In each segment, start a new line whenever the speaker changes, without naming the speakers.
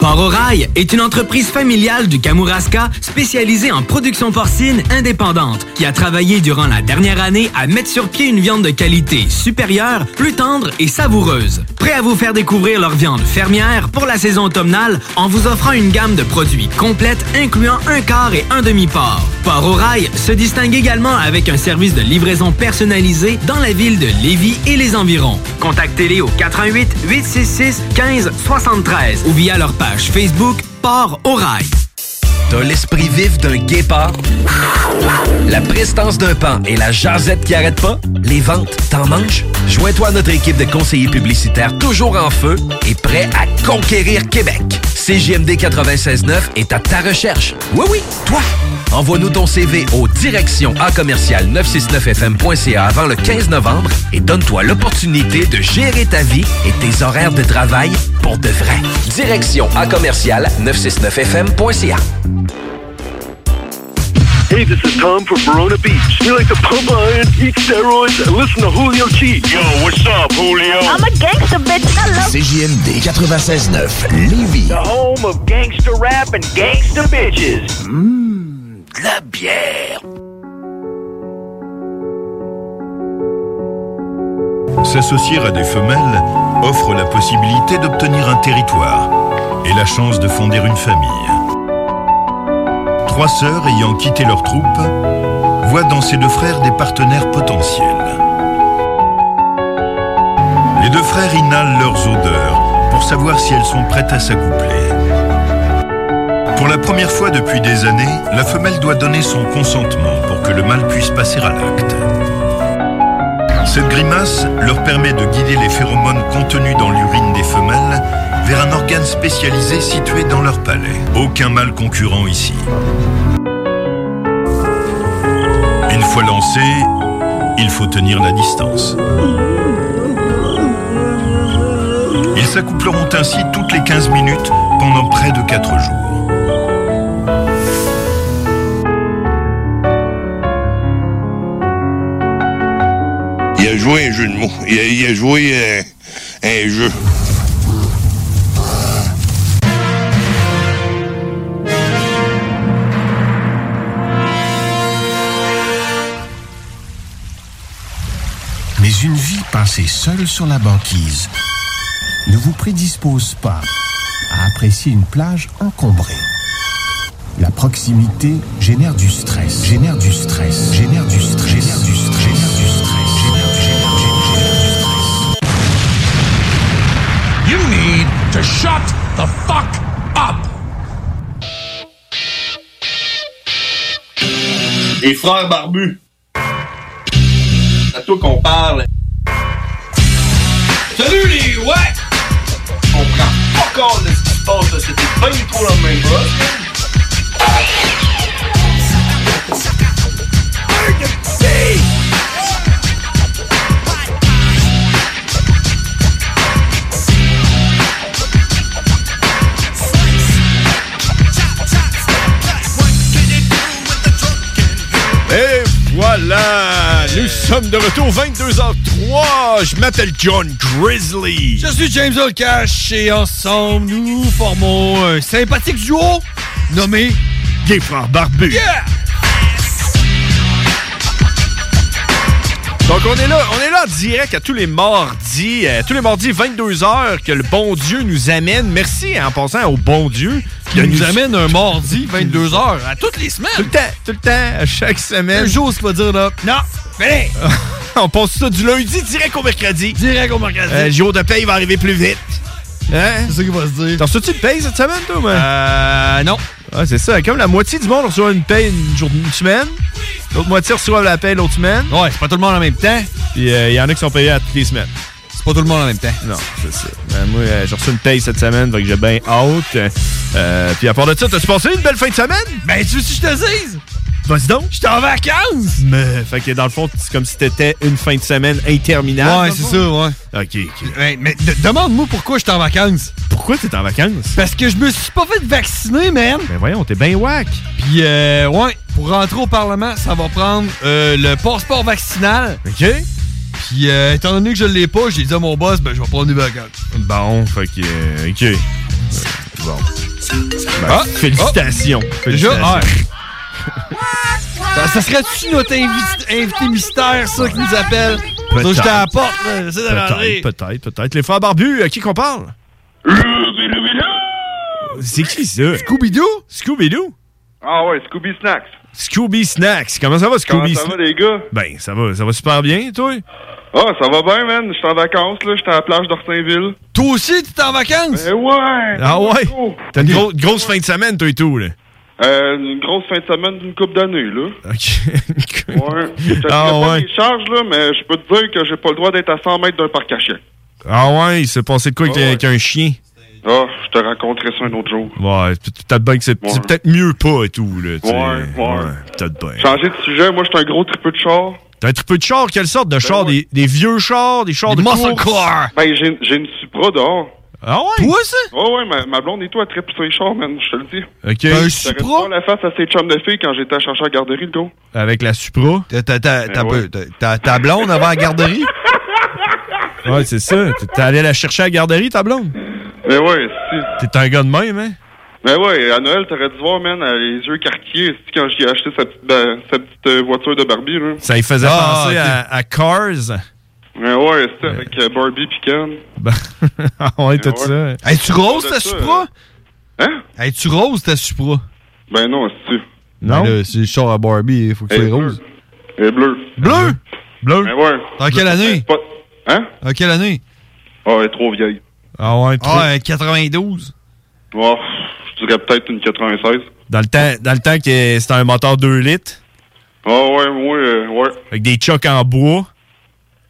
Port au rail est une entreprise familiale du Kamouraska spécialisée en production porcine indépendante qui a travaillé durant la dernière année à mettre sur pied une viande de qualité supérieure, plus tendre et savoureuse. Prêt à vous faire découvrir leur viande fermière pour la saison automnale en vous offrant une gamme de produits complète incluant un quart et un demi-port. Port au rail se distingue également avec un service de livraison personnalisé dans la ville de Lévis et les environs. Contactez-les au 88 866 15 73 ou via leur page Facebook Port au rail.
T'as l'esprit vif d'un guépard, la prestance d'un pan et la jasette qui arrête pas, les ventes, t'en manges? Joins-toi à notre équipe de conseillers publicitaires toujours en feu et prêt à conquérir Québec. CJMD 96.9 est à ta recherche. Oui, oui, toi! Envoie-nous ton CV au direction A commercial 969FM.ca avant le 15 novembre et donne-toi l'opportunité de gérer ta vie et tes horaires de travail pour de vrai. Direction A commercial 969FM.ca
Hey, this is Tom from Verona Beach. We like to pump iron, eat steroids, and listen to Julio G. Yo, what's up, Julio?
I'm a gangster bitch. I love
CJMD 96.9 Lévis.
The home of gangster rap and gangster bitches.
Mmm, de la bière.
S'associer à des femelles offre la possibilité d'obtenir un territoire et la chance de fonder une famille. Trois sœurs ayant quitté leur troupe voient dans ces deux frères des partenaires potentiels. Les deux frères inhalent leurs odeurs pour savoir si elles sont prêtes à s'accoupler. Pour la première fois depuis des années, la femelle doit donner son consentement pour que le mâle puisse passer à l'acte. Cette grimace leur permet de guider les phéromones contenus dans l'urine des femelles vers un organe spécialisé situé dans leur palais. Aucun mâle concurrent ici. Une fois lancé, il faut tenir la distance. Ils s'accoupleront ainsi toutes les 15 minutes pendant près de 4 jours.
Il a joué un jeu de mots. Il a, il a joué euh, un jeu.
Mais une vie passée seule sur la banquise ne vous prédispose pas à apprécier une plage encombrée. La proximité génère du stress, génère du stress, génère du stress, génère du stress, génère du stress, génère du génère du- génère du
You need to shut the fuck up.
Les frères barbus. C'est à toi qu'on parle. Salut les ouais! On prend pas compte de ce qui se passe, là. C'était bien trop la même
Et voilà, nous sommes de retour 22h03. Je m'appelle John Grizzly.
Je suis James Olcash et ensemble, nous formons un sympathique duo nommé Les Frères Barbus. Yeah!
Donc on est là, on est là en direct à tous les mardis, euh, tous les mardis 22h que le bon Dieu nous amène. Merci hein, en passant au bon Dieu
Qui nous amène un mardi 22h à toutes les semaines.
Tout le temps, tout le temps, à chaque semaine.
Un jour, c'est pas dire là.
Non, fini. on passe ça du lundi direct au mercredi.
Direct au mercredi.
Euh, le jour de paye va arriver plus vite. Hein?
C'est ça qu'il va se dire.
T'as reçu une paye cette semaine, toi, man?
Euh, non.
Ah, c'est ça. Comme la moitié du monde reçoit une paye une, jour, une semaine, l'autre moitié reçoit la paye l'autre semaine.
Ouais, c'est pas tout le monde en même temps.
Puis il y en a qui sont payés à toutes les semaines.
C'est pas tout le monde en même temps.
Non, c'est ça. Ben, moi, euh, j'ai reçu une paye cette semaine, donc j'ai bien hâte. Euh, puis à part de ça, t'as-tu passé une belle fin de semaine?
Ben, tu veux que je te dise?
Vas-y donc.
J'étais en vacances!
Mais, fait que dans le fond, c'est comme si t'étais une fin de semaine interminable.
Ouais, c'est ça, ouais.
OK, OK.
Mais, mais de- demande-moi pourquoi j'étais en vacances.
Pourquoi t'es en vacances?
Parce que je me suis pas fait vacciner, man.
Ben voyons, t'es bien whack.
Puis, euh, ouais, pour rentrer au Parlement, ça va prendre euh, le passeport vaccinal.
OK.
Puis, euh, étant donné que je l'ai pas, j'ai dit à mon boss, ben, je vais prendre des vacances.
Bon, fait que... euh, OK. Euh, Bon. Ben,
Ah!
félicitations.
Déjà, ah,
Félicitations.
ouais. ça, ça serait-tu notre invité, invité mystère, ça, qui nous appelle?
Peut-être.
Ça, j'étais à la porte, là, j'essaie de rentrer.
Peut-être, peut-être, peut-être. Les frères barbus, à qui qu'on parle? C'est qui ça?
Scooby-Doo?
Scooby-Doo?
Ah ouais, Scooby Snacks.
Scooby Snacks. Comment ça va,
Comment
Scooby
ça va,
Snacks?
les gars?
Ben, ça va, ça va super bien, toi?
Ah, ça va bien, man. J'étais en vacances, là. J'étais à la plage d'Orsainville.
Toi aussi, tu t'es en vacances?
Eh ouais!
Ah ouais?
Oh.
T'as une gro- grosse fin de semaine, toi et tout, là.
Euh, une grosse fin de semaine d'une coupe d'années, là.
OK.
Ouais. Je te
Ah
dirais pas
ouais.
les charges, là, mais je peux te dire que j'ai pas le droit d'être à 100 mètres d'un parc à chien.
Ah ouais, il s'est passé de quoi avec,
Ah ouais.
avec un chien?
Ah, je te raconterai ça un autre jour.
Ouais, c'est peut-être bien que c'est
Ouais.
c'est peut-être mieux pas et tout, là. tu sais.
Ouais, ouais.
peut-être bien.
Changer de sujet, moi, je suis un gros tripeux de char.
T'as un peu de char, quelle sorte de char?
Ben ouais.
Des, des vieux chars, des chars
Des
de
muscle
course?
car.
Ben, j'ai j'ai une Supra dehors.
Ah ouais?
Toi, ça?
Ouais, ouais, ma, ma blonde et toi, elle tripe sur les chars, man. Je te le dis.
OK.
T'as un
J'aurais dû
Supra?
voir la face à ces chums de filles quand j'étais à chercher à la garderie, le gars.
Avec la Supra?
T'as- t'as- t'as- t'as
Ben ouais.
peu- t'as- t'as- Ta blonde avant la garderie?
Ouais, c'est ça. T'es- T'es allé la chercher à la garderie, ta blonde?
Mais Ben ouais, si.
T'es un gars de même, hein?
Ben ouais, à Noël, t'aurais dû voir, man, elle a les yeux quartiers, quand j'ai acheté sa petite, ben, sa petite euh, voiture de Barbie, là.
Ça y faisait
Ah,
penser
ok.
à, à Cars.
Ben ouais, c'était avec euh, Barbie pis Ken.
Ben, ah ouais, tout
ouais.
ça.
Es-tu rose, ta
Ça,
Supra?
Hein?
Es-tu rose, ta Supra?
Ben non, c'est-tu.
Non?
Ben là, c'est le char à Barbie, il faut que tu
Eh,
sois rose.
Elle est bleue.
Bleu?
Bleu?
Ben ouais.
Dans quelle année?
Pas... Hein?
Dans quelle année?
Ah, elle est trop vieille.
Ah ouais, trop-
Ah, euh, 92.
Oh, je dirais peut-être une 96.
Dans le temps, dans le temps que c'était un moteur 2 litres,
Ah ouais, moi, euh, ouais.
avec des chocs en bois.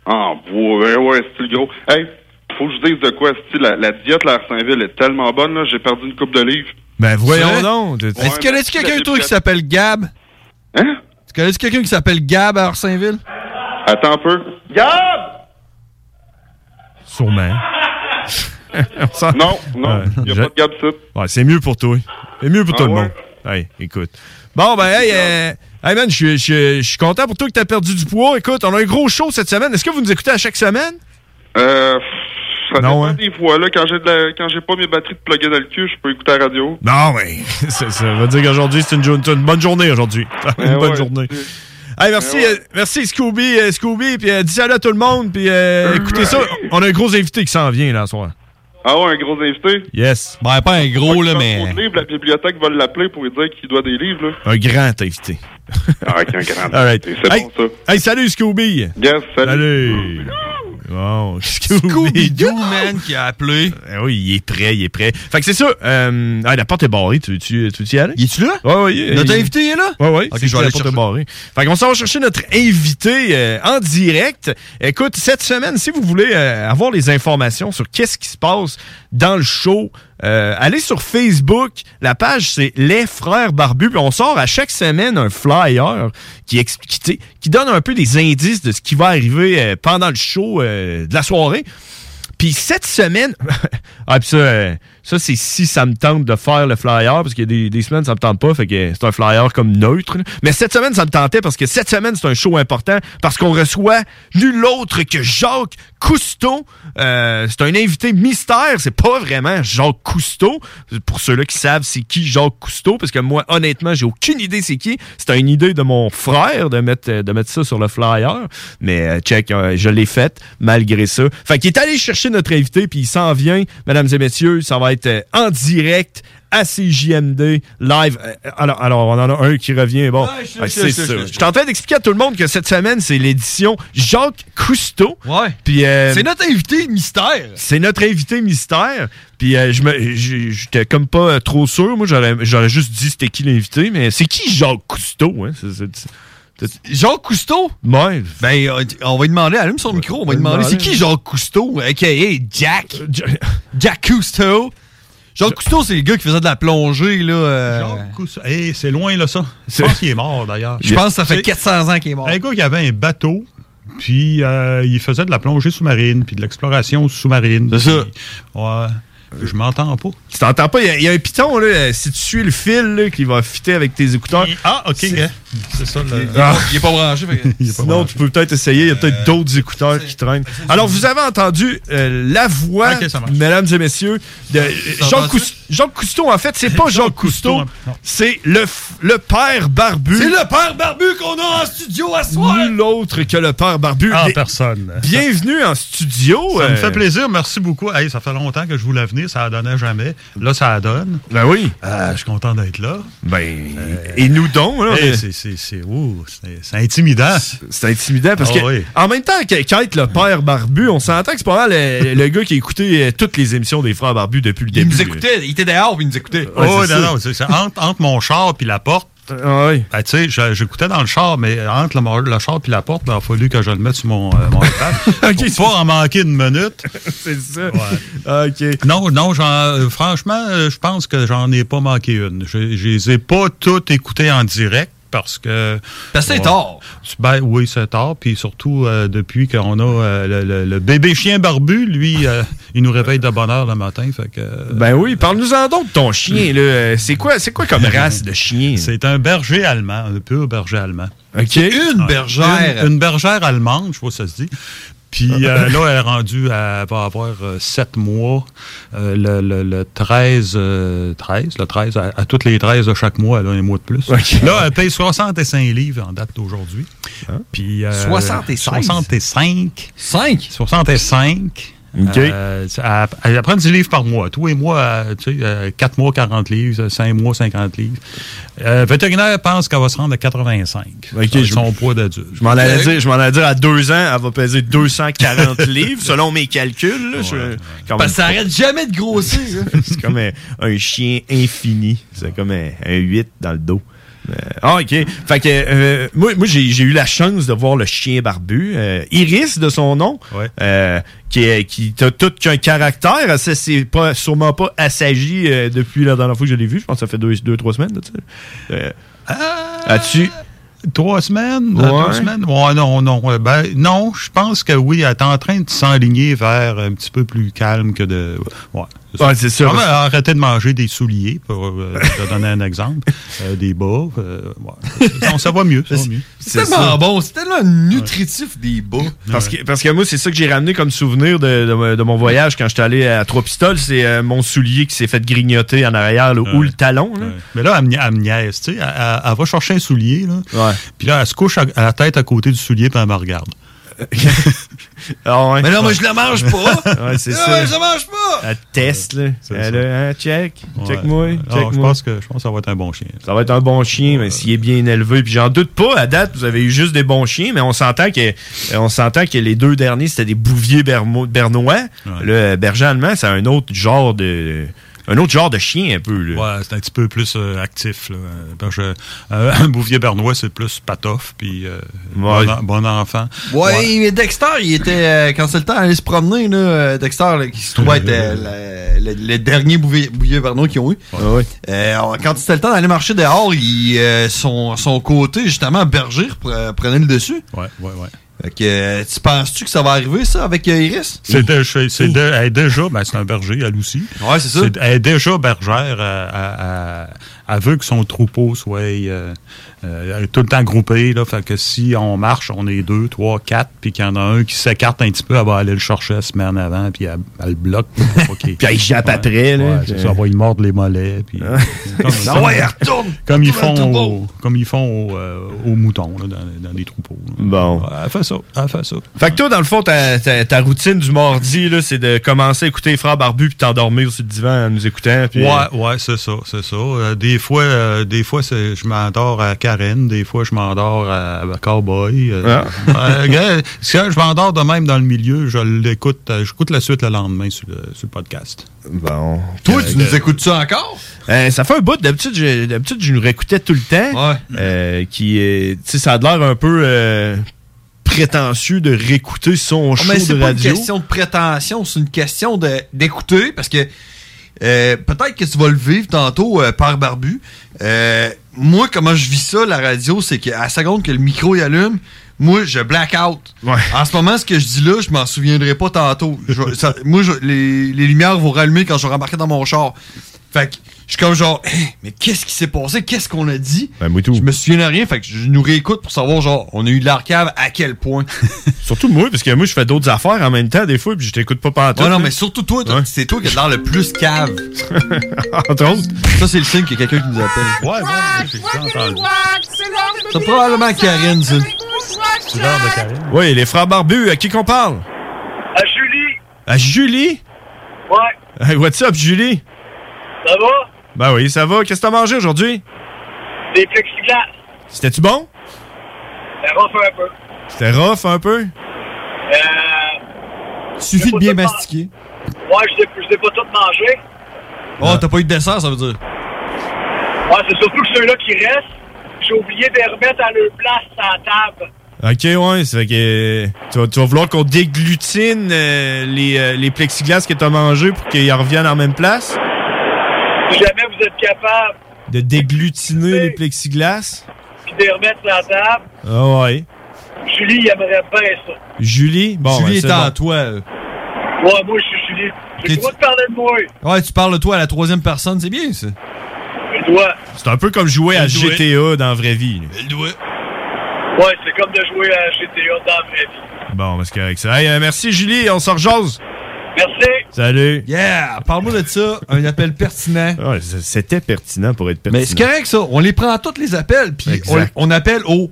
Ah, bois, ben ouais, c'est le gros. Hey, faut que je dise de quoi, c'est la, la diète, là, à Saint-Ville est tellement bonne, là, j'ai perdu une coupe de livres.
Ben voyons
C'est vrai?
donc. t'es-
Est-ce que
mais
connais-tu
c'est
quelqu'un,
la
toi, qui
délicate.
s'appelle Gab?
Hein?
Tu connais-tu quelqu'un qui s'appelle Gab à Orsainville?
Attends un peu. Gab!
Sûrement. On s'en-
Non, non,
Ouais,
y a
je-
pas de Gab, ça.
Ouais, c'est mieux pour toi. C'est mieux pour
Ah
tout le
ouais?
monde. Hey, écoute. Bon, ben, hey, euh, hey, man, je suis- je suis- je suis content pour toi que t'as perdu du poids. Écoute, on a un gros show cette semaine. Est-ce que vous nous écoutez à chaque semaine?
Euh, pff, ça
Non,
dépend
hein?
des fois. Là, quand j'ai de la- quand j'ai pas mes batteries de plugger dans le cul, je peux écouter la radio.
Non, mais c'est ça. On va dire qu'aujourd'hui, c'est une, jour- c'est une bonne journée aujourd'hui. une
Ben
bonne
ouais.
journée. Hey, merci,
Ben ouais.
euh, merci Scooby, euh, Scooby, puis euh, dis salut à tout le monde, puis euh, écoutez ça, on a un gros invité qui s'en vient là ce soir.
Ah ouais, un gros invité.
Yes,
Ben, pas un gros, là,
Comme
mais.
trop de livres, la bibliothèque va l'appeler pour lui dire qu'il doit des livres. Là.
un grand invité.
Ah, ok, un grand.
All right.
C'est c'est
hey,
bon, ça.
hey, salut Scooby.
Yes, salut.
Salut. Wow, Scooby.
Scooby-Doo, man, qui a appelé.
Eh oui, il est prêt, il est prêt. Fait que c'est ça, euh, ah, la porte est barrée, tu, tu, tu, tu y aller?
Y es-tu là?
Ouais, ouais, il-
Notre
il-
invité est là?
Ouais, ouais.
Ok,
c'est
je vais
la
aller
porte
chercher.
barrée. Fait qu'on s'en va chercher notre invité euh, en direct. Écoute, cette semaine, si vous voulez euh, avoir les informations sur qu'est-ce qui se passe dans le show, euh, allez sur Facebook. La page, c'est Les Frères Barbus. Puis on sort à chaque semaine un flyer qui, explique- qui, tu sais, qui donne un peu des indices de ce qui va arriver euh, pendant le show euh, de la soirée. Puis cette semaine, ah, puis ça, euh, ça c'est si ça me tente de faire le flyer, parce qu'il y a des, des semaines, ça me tente pas, fait que c'est un flyer comme neutre. là. Mais cette semaine, ça me tentait parce que cette semaine, c'est un show important, parce qu'on reçoit nul autre que Jacques Cousteau. Euh, c'est un invité mystère, c'est pas vraiment Jacques Cousteau. Pour ceux-là qui savent, c'est qui Jacques Cousteau, parce que moi, honnêtement, j'ai aucune idée c'est qui. C'était une idée de mon frère de mettre, euh, de mettre ça sur le flyer. Mais euh, check, euh, je l'ai faite malgré ça. Fait qu'il est allé chercher notre invité, puis il s'en vient. Mesdames et messieurs, ça va être euh, en direct à CJMD, live. Euh, Alors, alors, on en a un qui revient. Bon,
je-
ouais,
je-
c'est
je-
ça.
je-
Je suis en train d'expliquer à tout le monde que cette semaine, c'est l'édition Jacques Cousteau. Ouais. Puis, euh,
C'est notre invité mystère.
c'est notre invité mystère. Puis euh, je me, je- j'étais comme pas euh, trop sûr. Moi, j'aurais, j'aurais juste dit c'était qui l'invité, mais c'est qui Jacques Cousteau hein? C'est- c'est- c'est-
Jacques Cousteau?
Ouais.
Ben, euh, on va lui demander, allume son micro, on va lui demander, c'est qui Jacques Cousteau, a.k.a. Jack?
Euh,
Jack Cousteau. Jacques Cousteau, c'est le gars qui faisait de la plongée, là. euh,
Hey, Eh, c'est loin, là, ça. Je pense qu'il est mort, d'ailleurs.
Je pense que ça fait
C'est-
400 ans qu'il est mort.
Un gars qui avait un bateau, puis euh, il faisait de la plongée sous-marine, puis de l'exploration sous-marine. C'est ça. Ouais. Je m'entends pas.
Tu t'entends pas? Il y a- il y, a un piton, là, euh, si tu suis le fil, là, qui va fitter avec tes écouteurs.
Ah, OK. hein. C'est ça, le...
Ah.
Il est pas branché. fait que- Euh,
Sinon, tu peux peut-être essayer. Il y a peut-être d'autres écouteurs qui traînent. Alors, vous avez entendu euh, la voix, mesdames et messieurs, de euh,
Ça
Jean,
va,
Cous- Jean Cousteau. En fait, c'est pas Jean Cousteau, c'est le, f- le père barbu.
C'est le père barbu qu'on a en studio à soir!
Nul autre que le père barbu.
En
Bien-
personne.
Bienvenue en studio.
Ça
euh,
me fait plaisir, merci beaucoup. Hey, ça fait longtemps que je voulais venir, ça ne donnait jamais. Là, ça la donne.
Ben oui.
Euh,
je suis content d'être là.
Ben, et nous donc, là,
hey,
on est-
c'est- c'est- c'est ouh, c'est- c'est intimidant.
C'est intimidant parce
Ah
que,
oui.
en même temps que- qu'être le père barbu, on s'entend que c'est pas mal euh, le, le gars qui a écouté euh, toutes les émissions des frères barbus depuis le
Il
début.
nous écoutait, il était dehors, puis il nous écoutait.
Oh, non, non, c'est- c'est entre, entre mon char et la porte.
Ah
Ben, tu sais, je- j'écoutais dans le char, mais entre le, mo- le char et la porte, ben, il a fallu que je le mette sur mon, euh, mon iPad. pour pas en manquer une minute.
c'est ça. OK.
Non, non, j'en- euh, franchement, euh, je pense que j'en ai pas manqué une. Je, je les ai pas toutes écoutées en direct. Parce que.
Parce que c'est tard.
Ben oui, c'est tard. Puis surtout, euh, depuis qu'on a euh, le, le- le bébé chien barbu, lui, euh, il nous réveille de bonne heure le matin. Fait que.
Ben oui, parle-nous-en donc de ton chien. là. Euh, C'est quoi, c'est quoi comme race de chien?
C'est un berger allemand, un pur berger allemand.
OK. Une
Ouais.
bergère.
Une, une bergère allemande, je sais pas si ça se dit. Puis euh, là, elle est rendue à elle va avoir euh, sept mois, euh, le, le- le 13, euh, 13, le 13, à, à toutes les 13 de chaque mois, elle a un mois de plus. Là, elle paye 65 livres en date d'aujourd'hui.
Hein?
Puis, euh,
76?
65. 5? 65.
OK.
Euh, elle, elle prend 10 livres par mois. Tous les mois, euh, tu sais, euh, 4 mois, 40 livres, 5 mois, 50 livres. Euh, vétérinaire pense qu'elle va se rendre à 85.
OK, je-
son poids d'adulte.
Je m'en allais dire, je m'en allais dire, à deux ans, elle va peser 240 livres, selon mes calculs. là. Je- quand
Parce que ça
même-
arrête jamais de grossir. hein.
c'est comme un, un chien infini. C'est comme un, un 8 dans le dos. Euh, Ah, OK. Fait que, euh, moi, moi, j'ai j'ai eu la chance de voir le chien barbu. euh, Iris, de son nom, euh, qui, est- qui a tout qu'un caractère. Elle, ça, C'est pas, sûrement pas assagi euh, depuis la dernière fois que je l'ai vu. Je pense que ça fait deux, deux trois semaines. là, tu sais. Euh, As-tu...
Trois semaines?
Ouais.
Deux semaines? Ouais, non, non. Euh, Ben, non, je pense que oui, elle est en train de s'enligner vers un petit peu plus calme que de. Ouais.
Ouais, c'est sûr.
Ah, ben, arrêtez de manger des souliers, pour euh, te donner un exemple. Euh, des bas. euh, ouais. Non, ça va mieux. ça va mieux.
C'est tellement bon, c'est tellement nutritif des bas.
Parce que, parce que moi, c'est ça que j'ai ramené comme souvenir de, de- de mon voyage quand j'étais allé à Trois-Pistoles. C'est euh, mon soulier qui s'est fait grignoter en arrière là, ou le talon. là.
Mais là, elle, me nia- elle me niaise, tu sais. Elle, elle- elle va chercher un soulier, là. Puis là, elle se couche à, à la tête à côté du soulier, puis elle me regarde. Euh, ah
Mais non, moi, je la mange pas.
ouais, c'est
Non,
ça.
mais je la mange pas.
Elle teste, là. Elle, hein, check, check-moi,
Ouais. Ah, je
check-moi.
pense que je pense que ça va être un bon chien.
Ça va être un bon chien, mais s'il est bien élevé. Puis j'en doute pas, à date, vous avez eu juste des bons chiens, mais on s'entend que, euh, on s'entend que les deux derniers, c'était des bouviers bermo- bernois. Le berger allemand, c'est un autre genre de, un autre genre de chien, un peu, là.
Ouais, c'est un petit peu plus euh, actif. Là. Euh, parce que, euh, un bouvier bernois, c'est plus patoff, puis euh, bon, en- bon enfant.
Ouais, mais Dexter, il était. euh, quand c'est le temps d'aller se promener, là, euh, Dexter, là, qui se trouvait être euh, le, le- le dernier bouvier, bouvier Vernon qu'ils ont eu. Euh, on- quand c'était le temps d'aller marcher dehors, il, euh, son, son côté, justement, berger, pre- prenait le dessus.
Ouais, ouais, ouais.
Fait que, euh, tu penses-tu que ça va arriver, ça, avec euh, Iris?
C'est de- c'est- c'est de- elle est déjà, ben, c'est un berger, elle aussi.
Ouais, c'est ça.
Elle est déjà bergère. euh, Elle, elle- elle veut que son troupeau soit euh, euh, tout le temps groupé. Là, fait que si on marche, on est deux, trois, quatre, puis qu'il y en a un qui s'écarte un petit peu, elle va aller le chercher la semaine avant, puis elle, elle le bloque. puis
elle jappe après, là, puis-
c'est ça, elle va lui mordre les mollets. Puis, comme,
Ah ouais, elle retourne,
comme ils
retourne
font,
dans le troupeau.
au- comme ils font au, euh, aux moutons là, dans, dans les troupeaux. là.
Bon.
Elle fait ça. Elle fait ça.
Fait que toi, dans le fond, ta, ta- ta routine du mardi, là, c'est de commencer à écouter les frères barbus puis t'endormir sur le divan en nous écoutant. Puis, euh,
Ouais, ouais, c'est ça, c'est ça. Euh, des fois, euh, des fois, c'est- je m'endors à Karen, des fois, je m'endors à, à Cowboy. euh, euh, gars, si je m'endors de même dans le milieu, je l'écoute, euh, j'écoute la suite le lendemain sur le, sur le podcast. Euh,
Bon.
Toi, tu nous
écoutes ça encore? Euh, ça fait un bout. D'habitude, je, d'habitude, je nous réécoutais tout le temps. Euh, qui, euh, tu sais, ça a l'air un peu euh, prétentieux de réécouter son
Ah,
show
mais c'est
de
pas une
radio.
question de prétention, c'est une question de- d'écouter parce que euh, peut-être que tu vas le vivre tantôt euh, par barbu. Euh, moi, comment je vis ça, la radio, c'est qu'à la seconde que le micro y allume, moi, je black out. En ce moment, ce que je dis là, je m'en souviendrai pas tantôt. Je- ça- moi, je- les, les lumières vont rallumer quand je vais rembarquer dans mon char. Fait que je suis comme genre, Hey, mais qu'est-ce qui s'est passé? Qu'est-ce qu'on a dit? Je me souviens de rien. Fait que je nous réécoute pour savoir, genre, on a eu de l'arcave à quel point.
Surtout moi, parce que moi, je fais d'autres affaires en même temps, des fois, puis je t'écoute pas pendant
Ouais, non, mais surtout toi, toi, c'est toi qui as l'air le plus cave.
Entre autres.
Ça, c'est le signe qu'il y a quelqu'un qui nous appelle.
Ouais, ouais, j'ai entendu.
C'est probablement Karine, ça.
Oui, les frères barbus, à qui qu'on parle?
À Julie,
À Julie?
ouais,
Hey, What's up, Julie?
ça va?
Ben oui, ça va. Qu'est-ce que t'as mangé aujourd'hui?
Des plexiglas.
C'était-tu bon?
Ça refait un peu.
C'était rough un peu?
Euh,
Suffit
j'ai
de
pas
bien
tout man-
mastiquer.
Ouais, je l'ai- je l'ai pas tout mangé.
Oh, t'as pas eu de dessert, ça veut dire.
Ouais, c'est surtout que ceux-là qui restent, j'ai oublié de les remettre à leur place à la table.
Ok, ouais, ça fait que tu vas, tu vas vouloir qu'on déglutine euh, les, euh, les plexiglas que t'as mangé pour qu'ils en reviennent en même place?
Si jamais vous êtes capable,
De déglutiner les plexiglas?
puis de les remettre à la table,
Ah ouais.
Julie, il aimerait bien ça.
Julie? Bon,
Julie est
ben, c'est
en
bon.
toi. euh.
Ouais, moi, je suis Julie. J'ai le droit de parler de moi.
Ouais, tu parles de toi à la troisième personne, c'est bien, ça.
Le doigt.
C'est un peu comme jouer à
Le doué.
GTA dans la vraie vie. là.
Le doigt.
Ouais, c'est comme de jouer à GTA dans la vraie vie.
Bon, parce que avec ça. Hey, euh, merci, Julie, on sort jase.
Merci.
Salut.
Yeah! Parle-moi de ça. Un appel pertinent.
Ouais, c- c'était pertinent pour être pertinent.
Mais c'est correct, ça. On les prend tous les appels, puis on,
Exact.
on appelle au.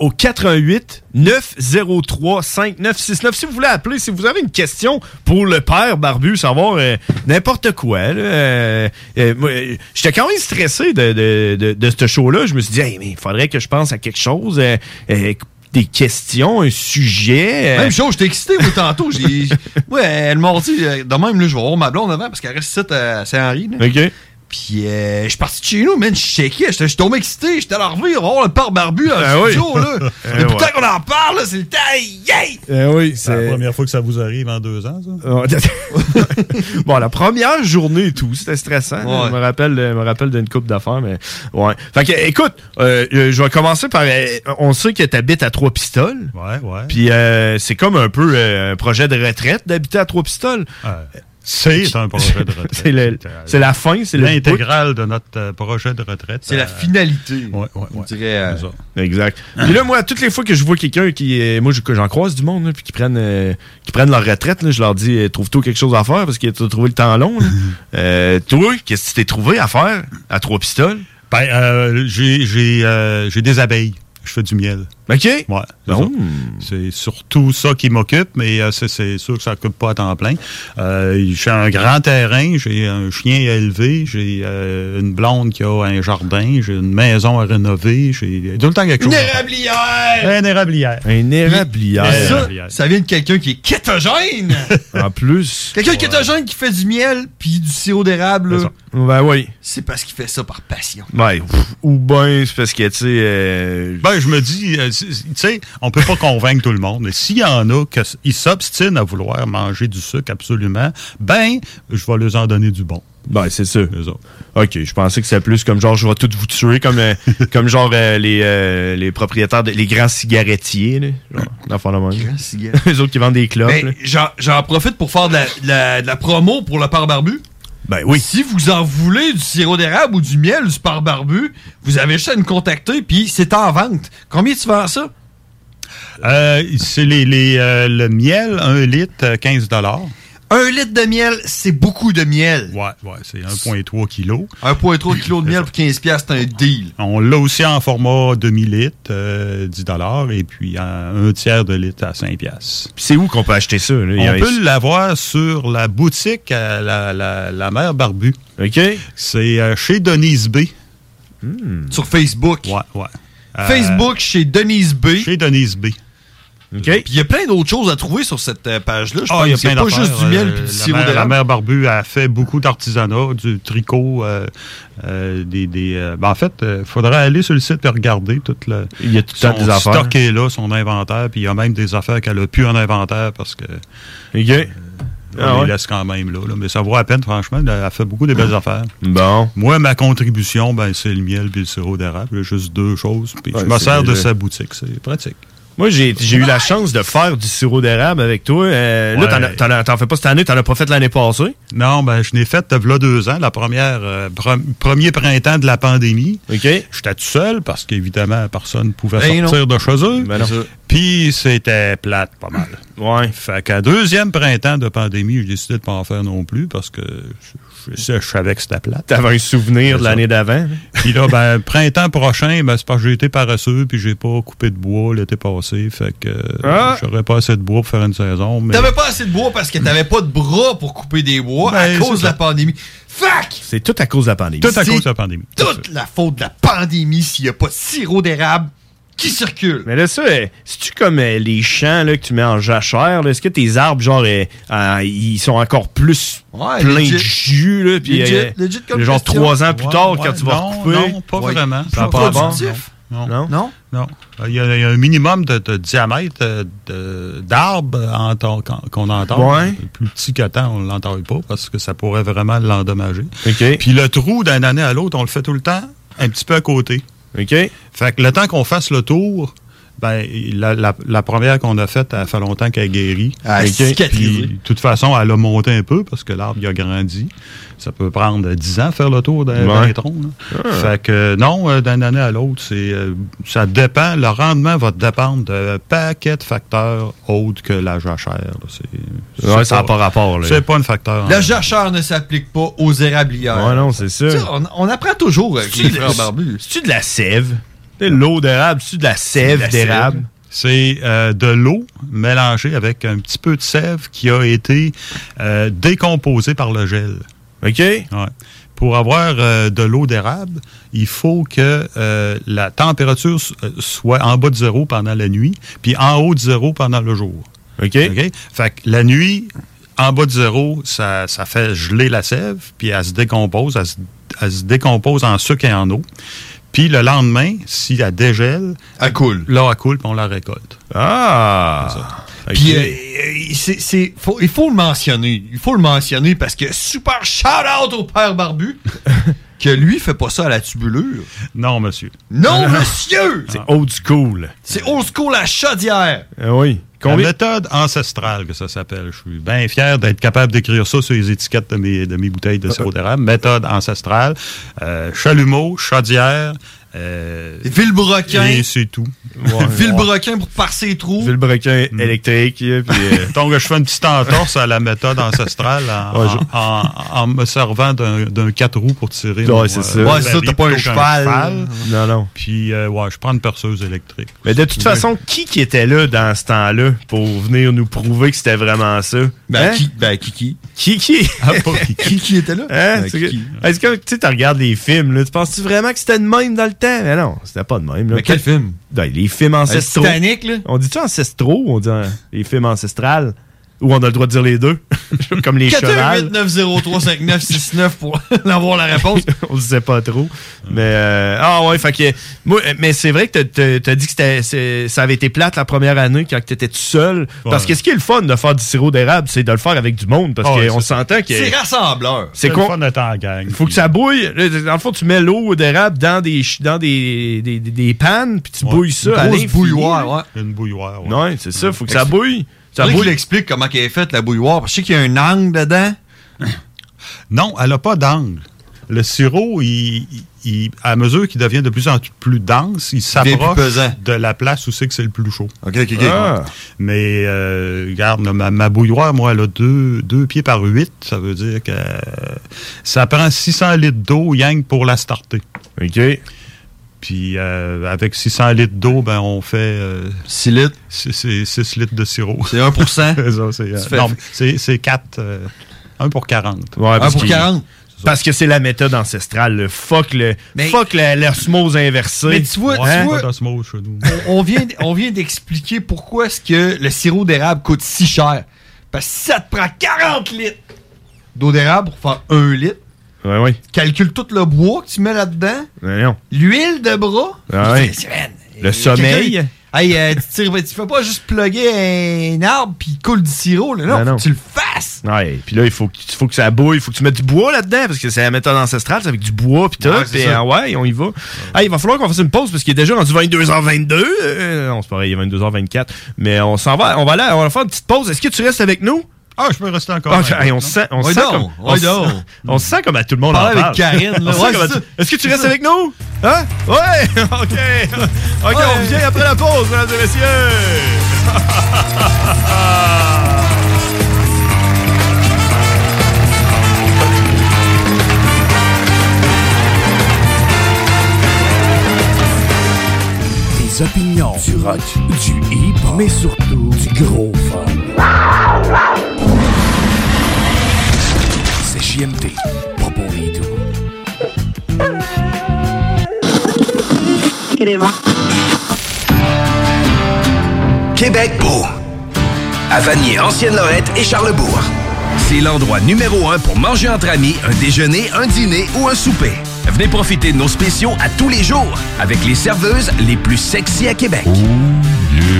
au 88 903 5969. Si vous voulez appeler, si vous avez une question pour le père Barbu, savoir euh, n'importe quoi. là, euh, euh, moi, euh, J'étais quand même stressé de, de, de, de ce show-là. Je me suis dit, Hey, mais il faudrait que je pense à quelque chose. euh, euh, des questions, un sujet. euh.
Même chose, j'étais excité, moi, tantôt. J'ai... Ouais, le mardi, euh, de même, là, je vais voir ma blonde avant, parce qu'elle reste ici euh, à Saint-Henri. là.
OK.
Puis, euh, je suis parti de chez nous, man. Je checkais. J'étais- Je suis tombé excité. J'étais à la revue. On va voir le père barbu en
Ah oui.
studio, là.
Ah
Et putain
ouais.
qu'on en parle, là, c'est le temps. Yay!
Eh oui, c'est
la première fois que ça vous arrive en deux ans, ça?
bon, la première journée et tout, c'était stressant. là.
Ouais.
Je me rappelle, je me rappelle d'une coupe d'affaires, mais ouais. Fait que, écoute, euh, euh, je vais commencer par. euh, on sait que t'habites à trois pistoles.
Ouais, ouais.
Puis euh, c'est comme un peu euh, un projet de retraite d'habiter à trois pistoles.
C'est un projet de retraite.
c'est le- c'est la fin, c'est le
L'intégrale de notre euh, projet de retraite. euh,
C'est la
finalité.
Ouais, ouais, ouais.
euh,
C'est ça.
Exact. Puis là, moi, toutes les fois que je vois quelqu'un qui. euh, moi, je- que j'en croise du monde, là, puis qui prennent, euh, qui prennent leur retraite, là, je leur dis euh, trouve-toi quelque chose à faire parce que tu as trouvé le temps long. là. Euh, toi, qu'est-ce que tu t'es trouvé à faire à trois pistoles?
Ben, euh, j'ai j'ai, euh, j'ai des abeilles. Je fais du miel.
OK. Ouais.
c'est ça. C'est surtout ça qui m'occupe, mais euh, c'est- c'est sûr que ça n'occupe pas à temps plein. Euh, j'ai un grand terrain, j'ai un chien à élever, j'ai euh, une blonde qui a un jardin, j'ai une maison à rénover, j'ai tout le temps quelque chose. à faire.
Euh,
érablière!
Une érablière.
Un érablière.
Mais ça, ça vient de quelqu'un qui est kétogène!
en plus.
quelqu'un de kétogène qui fait du miel puis du sirop d'érable, là.
Ben oui.
C'est
Ah,
parce qu'il fait ça par passion.
Ouais, pff, ou ben, c'est parce que, tu sais.
Ben, je me dis, euh, c'est- c'est- tu sais, on peut pas convaincre tout le monde. Mais s'il y en a qui s'obstinent à vouloir manger du sucre absolument, ben, je vais leur en donner du bon.
Ben, c'est ça. OK, je pensais que c'était plus comme genre, je vais tout vous tuer, comme, euh, comme genre euh, les, euh, les propriétaires, de- les grands cigarettiers, là. Genre, d'enfants de même. Les autres qui vendent des clopes, là.
Ben, j'en- J'en profite pour faire de la, de la- de la promo pour le par barbu.
Ben oui.
Si vous en voulez du sirop d'érable ou du miel du par barbu, vous avez juste à nous contacter, puis c'est en vente. Combien tu vends ça?
Euh, c'est les, les, euh, le miel, un litre, euh, 15
Un litre de miel, c'est beaucoup de miel.
Ouais, ouais, c'est 1,3 kg.
1,3 kg de miel pour 15 piastres, c'est un deal.
On l'a aussi en format demi-litre, euh, 10 et puis en un tiers de litre à 5 piastres.
C'est où qu'on peut acheter ça? là? Il y a-
On peut l'avoir sur la boutique à la, la, la mère Barbu.
OK.
C'est euh, chez Denise B.
Hmm.
Sur Facebook.
Ouais, ouais.
Facebook chez Denise B.
Chez Denise B.
Puis il y a plein d'autres choses à trouver sur cette euh, page-là. Je
Ah,
pense
il y a
que c'est
plein
pas
d'affaires.
juste du miel
Euh,
puis du
la
sirop
mère- La
d'érable.
mère Barbu a fait beaucoup d'artisanat, du tricot, euh, euh, des. des, euh, ben, en fait, il faudrait aller sur le site et regarder tout le.
Il y a tout le
son
temps des affaires.
stock est là, son inventaire, puis il y a même des affaires qu'elle a plus en inventaire parce que.
euh, Ah
on
ouais?
les laisse quand même là, là. mais ça vaut à peine, franchement. Elle a fait beaucoup de
Ah.
belles affaires.
Bon.
Moi, ma contribution, ben, c'est le miel puis le sirop d'érable. là, Juste deux choses. Puis
Ouais,
je me
c'est
sers de
déjà-
sa boutique. C'est pratique.
Moi, j'ai j'ai eu la chance de faire du sirop d'érable avec toi. Euh, Là,
Ouais.
t'en as- t'en as- t'en fais pas cette année, t'en as pas fait l'année passée.
Non, ben je n'ai fait v'là deux ans, la première euh, pre- premier printemps de la pandémie. J'étais tout seul parce qu'évidemment, personne ne pouvait
Ben
sortir
non.
de chez eux.
Ben non. C'est ça.
Puis c'était plate pas mal.
Ouais.
Fait qu'à deuxième printemps de pandémie, j'ai décidé de pas en faire non plus parce que je, je- je savais que c'était plate.
T'avais un souvenir
C'est
de
ça.
l'année d'avant. hein?
Puis là, ben, printemps prochain, ben, c'est parce que j'ai été paresseux puis j'ai pas coupé de bois l'été passé. Fait que euh,
Ah!
j'aurais pas assez de bois pour faire une saison. Mais...
T'avais pas assez de bois parce que t'avais pas de bras pour couper des bois à
Ben, c'est
cause de la
ça.
pandémie. Fuck!
C'est tout à cause de la pandémie.
Tout à
C'est
cause de la pandémie.
Toute la faute de la pandémie s'il y a pas de sirop d'érable qui circule.
Mais là, ça, euh, c'est-tu comme euh, les champs là, que tu mets en jachère? là? Est-ce que tes arbres, genre, euh, euh, ils sont encore plus
Ouais,
pleins
legit.
de jus? Là, puis,
Legit,
euh,
legit comme
genre,
question.
trois ans plus
Ouais,
tard,
ouais,
quand tu vas
non,
recouper.
non, pas vraiment.
Ça n'a
Plus
pas rapport.
productif? Non.
Non?
Non?
Non. Euh, Il y, a, il y a un minimum de, de diamètre euh, de- d'arbre en ton- qu'on qu'on entend.
Ouais.
Plus petit que tant, on ne l'entend pas parce que ça pourrait vraiment l'endommager. Puis le trou d'une année à l'autre, on le fait tout le temps un petit peu à côté. Fait que le temps qu'on fasse le tour, ben, la, la- la première qu'on a faite, elle fait longtemps qu'elle guérit.
Ah,
Elle a
OK.
cicatrisé.
Puis, De toute façon, elle a monté un peu parce que l'arbre il a grandi. Ça peut prendre 10 ans faire le tour d'un
Ouais.
d'un tronc. là.
Ah.
Fait que euh, non, euh, d'une année à l'autre, c'est euh, ça dépend. Le rendement va dépendre de paquets de facteurs autres que la jachère. là. C'est-
Ouais,
c'est
ça n'a pas rapport. Là.
C'est pas un facteur.
Le jacheur ne s'applique pas aux érablières.
Ouais, non, c'est ça.
Tu sais, On, on apprend toujours avec les
de-
frères barbus.
C'est-tu de la sève? Tu sais, L'eau d'érable, c'est-tu de la sève d'érable?
C'est euh, de l'eau mélangée avec un petit peu de sève qui a été euh, décomposée par le gel.
OK.
Pour avoir euh, de l'eau d'érable, il faut que euh, la température so- euh, soit en bas de zéro pendant la nuit, puis en haut de zéro pendant le jour.
OK.
Fait que la nuit, en bas de zéro, ça, ça fait geler la sève, puis elle se décompose, elle se, elle se décompose en sucre et en eau. Puis le lendemain, si elle dégèle,
elle coule.
Là, elle coule, puis on la récolte.
Ah!
Puis, euh, euh, c'est- c'est- faut- il faut le mentionner. Il faut le mentionner parce que super shout-out au père barbu que lui fait pas ça à la tubulure.
Non, monsieur.
Non, monsieur!
Ah.
C'est old school.
C'est old school à chaudière.
oui.
euh, La méthode ancestrale que ça s'appelle. Je suis bien fier d'être capable d'écrire ça sur les étiquettes de mes, de mes bouteilles de sirop d'érable. Méthode ancestrale. Euh, chalumeau, chaudière. Euh,
Villebrequin.
Et c'est tout.
Villebrequin pour parser les trous.
Villebrequin électrique. euh,
Donc, Mm. je fais une petite entorse à la méthode ancestrale en,
Ouais, je-
en- en me servant d'un d'un quatre roues pour tirer.
Ouais,
mon,
c'est
euh,
ça.
baril
Ouais, c'est ça, t'as pas un
plutôt qu'un
cheval. Non, non.
Puis, euh, ouais, je prends une perceuse électrique.
Mais de toute façon, qui qui était là dans ce temps-là pour venir nous prouver que c'était vraiment ça?
Ben,
Hein?
qui, ben, Kiki.
Kiki.
Ah, pas Kiki.
Kiki était là.
Hein?
Ben,
C'est
Kiki.
que- Est-ce que tu sais, tu regardes les films, là, tu penses-tu vraiment que c'était de même dans le temps? Mais non, c'était pas de même. Là.
Mais quel film?
Ben, les films ancestraux.
Titanic, là?
On dit-tu ancestraux? ou On dit hein, les films ancestrales? Ou on a le droit de dire les deux, comme les chevals.
418-903-5969 pour avoir la réponse.
on ne sait pas trop. Mais euh, ah ouais, fait que moi, mais c'est vrai que t'as- t'as t'as dit que c'était- c'est- ça avait été plate la première année quand t'étais tout seul. Parce
Ouais.
que ce qui est le fun de faire du sirop d'érable, c'est de le faire avec du monde parce
Ah ouais,
qu'on
c'est-
s'entend que
C'est rassembleur.
C'est
le
con-
fun
d'être en gang.
faut que ça bouille. Là, Dans le fond, tu mets l'eau d'érable dans des ch- dans des, des, des- des pannes puis tu bouilles ça. à
Une grosse
l'infini,
bouilloire,
là.
ouais.
Une bouilloire,
ouais. Ouais, c'est ça, faut que ça bouille. Ça
Ça bouille.
bouille.
explique comment elle est faite, la bouilloire. Parce que je sais qu'il y a un angle dedans.
Non, elle n'a pas d'angle. Le sirop, il- il- à mesure qu'il devient de plus en plus dense, il
plus
s'approche
pesant.
de la place où c'est que c'est le plus chaud.
OK, OK, OK.
Ah. Mais euh, regarde, là, ma, ma bouilloire, moi, elle a deux, deux pieds par huit. Ça veut dire que euh, ça prend 600 litres d'eau, Yang, pour la starter.
OK.
Puis euh, avec 600 litres d'eau, ben, on fait...
6 litres?
C'est 6 litres de sirop.
C'est 1 C'est ça,
c'est, euh,
Tu fais-
non, c'est- c'est 4... 1 pour 40.
Ouais, parce qu'il- Parce que c'est la méthode ancestrale. le Fuck le
Mais-
fuck la- l'osmose inversée.
Mais tu vois- tu
Hein?
vois- on, on vient, on vient d'expliquer pourquoi est-ce que le sirop d'érable coûte si cher. Parce que si ça te prend 40 litres d'eau d'érable pour faire 1 litre.
Ouais, ouais.
Calcule tout le bois que tu mets là-dedans.
Mais non.
L'huile de bras.
Ah ouais.
C'est- man,
Le
euh,
sommeil.
quelqu'un, Hey, euh, tu, tires- tu fais pas juste plugger un arbre puis il coule du sirop. Là, non,
Ben
faut
non.
que tu le fasses.
Ouais, puis là, il faut que, il faut que ça bouille, il faut que tu mettes du bois là-dedans, parce que c'est la méthode ancestrale, c'est avec du bois, puis tout,
Ouais, c'est
puis
ça.
ah ouais, on y va. Ah, il va falloir qu'on fasse une pause, parce qu'il est déjà rendu 22h22, euh, non, c'est pareil, il est 22h24, mais on s'en va, on va là, on va faire une petite pause, est-ce que tu restes avec nous?
Ah, je peux rester encore.
Ah,
un bout,
hey, on
non?
se sent, on se
Oui,
sent
donc,
comme, on
oui,
se-
donc.
on se sent comme à tout le monde
Parle
en
avec
parle.
Karine, là,
On se sent
ouais,
comme à
c'est ça.
tout- Est-ce que tu
C'est
restes
ça.
avec nous? Hein? Ouais! OK! OK, on vient après la pause, mesdames et messieurs!
Des opinions, du rock, du hip, mais surtout du gros fun. C'est JMD, pas pour les doux.
Québec beau. À Vanier, Ancienne-Lorette et Charlebourg. C'est l'endroit numéro un pour manger entre amis, un déjeuner, un dîner ou un souper. Venez profiter de nos spéciaux à tous les jours avec les serveuses les plus sexy à Québec.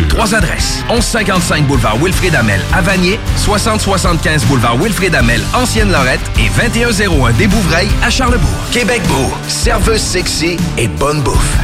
Trois adresses. 1155 boulevard Wilfrid Amel à Vanier, 6075 boulevard Wilfrid Amel, Ancienne-Lorette et 2101 des Bouvrailles à Charlebourg. Québec beau, serveuse sexy et bonne bouffe.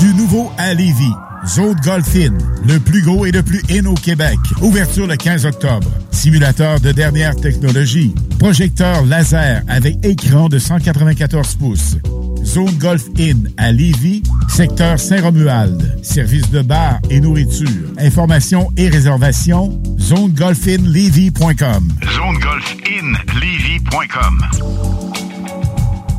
Du nouveau à Lévis. Zone Golf In, le plus gros et le plus in au Québec. Ouverture le 15 octobre. Simulateur de dernière technologie. Projecteur laser avec écran de 194 pouces. Zone Golf In à Lévis, secteur Saint-Romuald. Service de bar et nourriture. Informations et réservations. zonegolfinlevy.com.
zonegolfinlevy.com.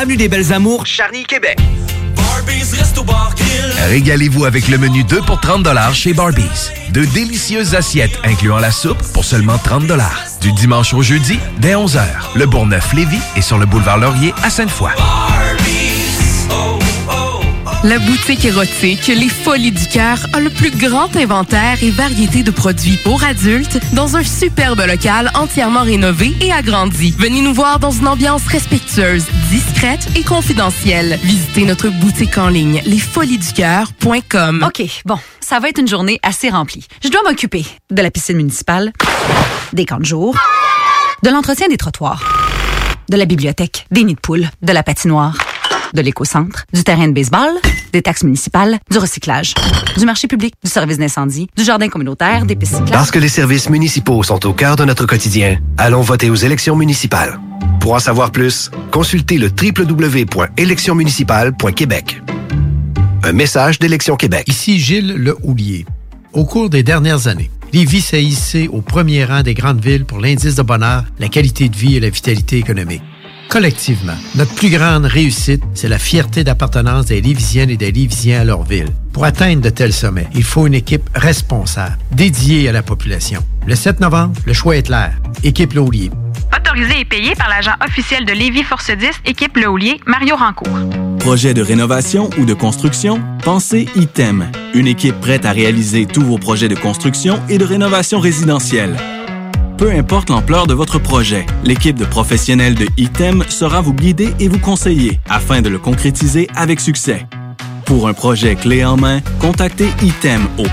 Avenue des Belles Amours, Charny, Québec.
Régalez-vous avec le menu 2 pour 30 chez Barbies. De délicieuses assiettes incluant la soupe pour seulement 30 Du dimanche au jeudi, dès 11h, le Bourgneuf-Lévis est sur le boulevard Laurier à Sainte-Foy.
La boutique érotique Les Folies du Cœur a le plus grand inventaire et variété de produits pour adultes dans un superbe local entièrement rénové et agrandi. Venez nous voir dans une ambiance respectueuse, discrète et confidentielle. Visitez notre boutique en ligne lesfoliesducoeur.com.
OK, bon, ça va être une journée assez remplie. Je dois m'occuper de la piscine municipale, des camps de jour, de l'entretien des trottoirs, de la bibliothèque, des nids de poules, de la patinoire, de l'éco-centre, du terrain de baseball, des taxes municipales, du recyclage, du marché public, du service d'incendie, du jardin communautaire, des pistes cyclables.
Parce que les services municipaux sont au cœur de notre quotidien, allons voter aux élections municipales. Pour en savoir plus, consultez le www.électionsmunicipales.québec. Un message d'Élection Québec.
Ici Gilles Le Houlier. Au cours des dernières années,
Lévis s'est hissé au premier rang des grandes villes pour l'indice de bonheur, la qualité de vie et la vitalité économique. Collectivement, notre plus grande réussite, c'est la fierté d'appartenance des Lévisiennes et des Lévisiens à leur ville. Pour atteindre de tels sommets, il faut une équipe responsable, dédiée à la population. Le 7 novembre, le choix est clair. Équipe Laulier.
Autorisé et payé par l'agent officiel de Lévis Force 10, équipe Lehoulier, Mario Rancourt.
Projet de rénovation ou de construction? Pensez ITEM. Une équipe prête à réaliser tous vos projets de construction et de rénovation résidentielle. Peu importe l'ampleur de votre projet, l'équipe de professionnels de ITEM sera vous guider et vous conseiller afin de le concrétiser avec succès. Pour un projet clé en main, contactez ITEM au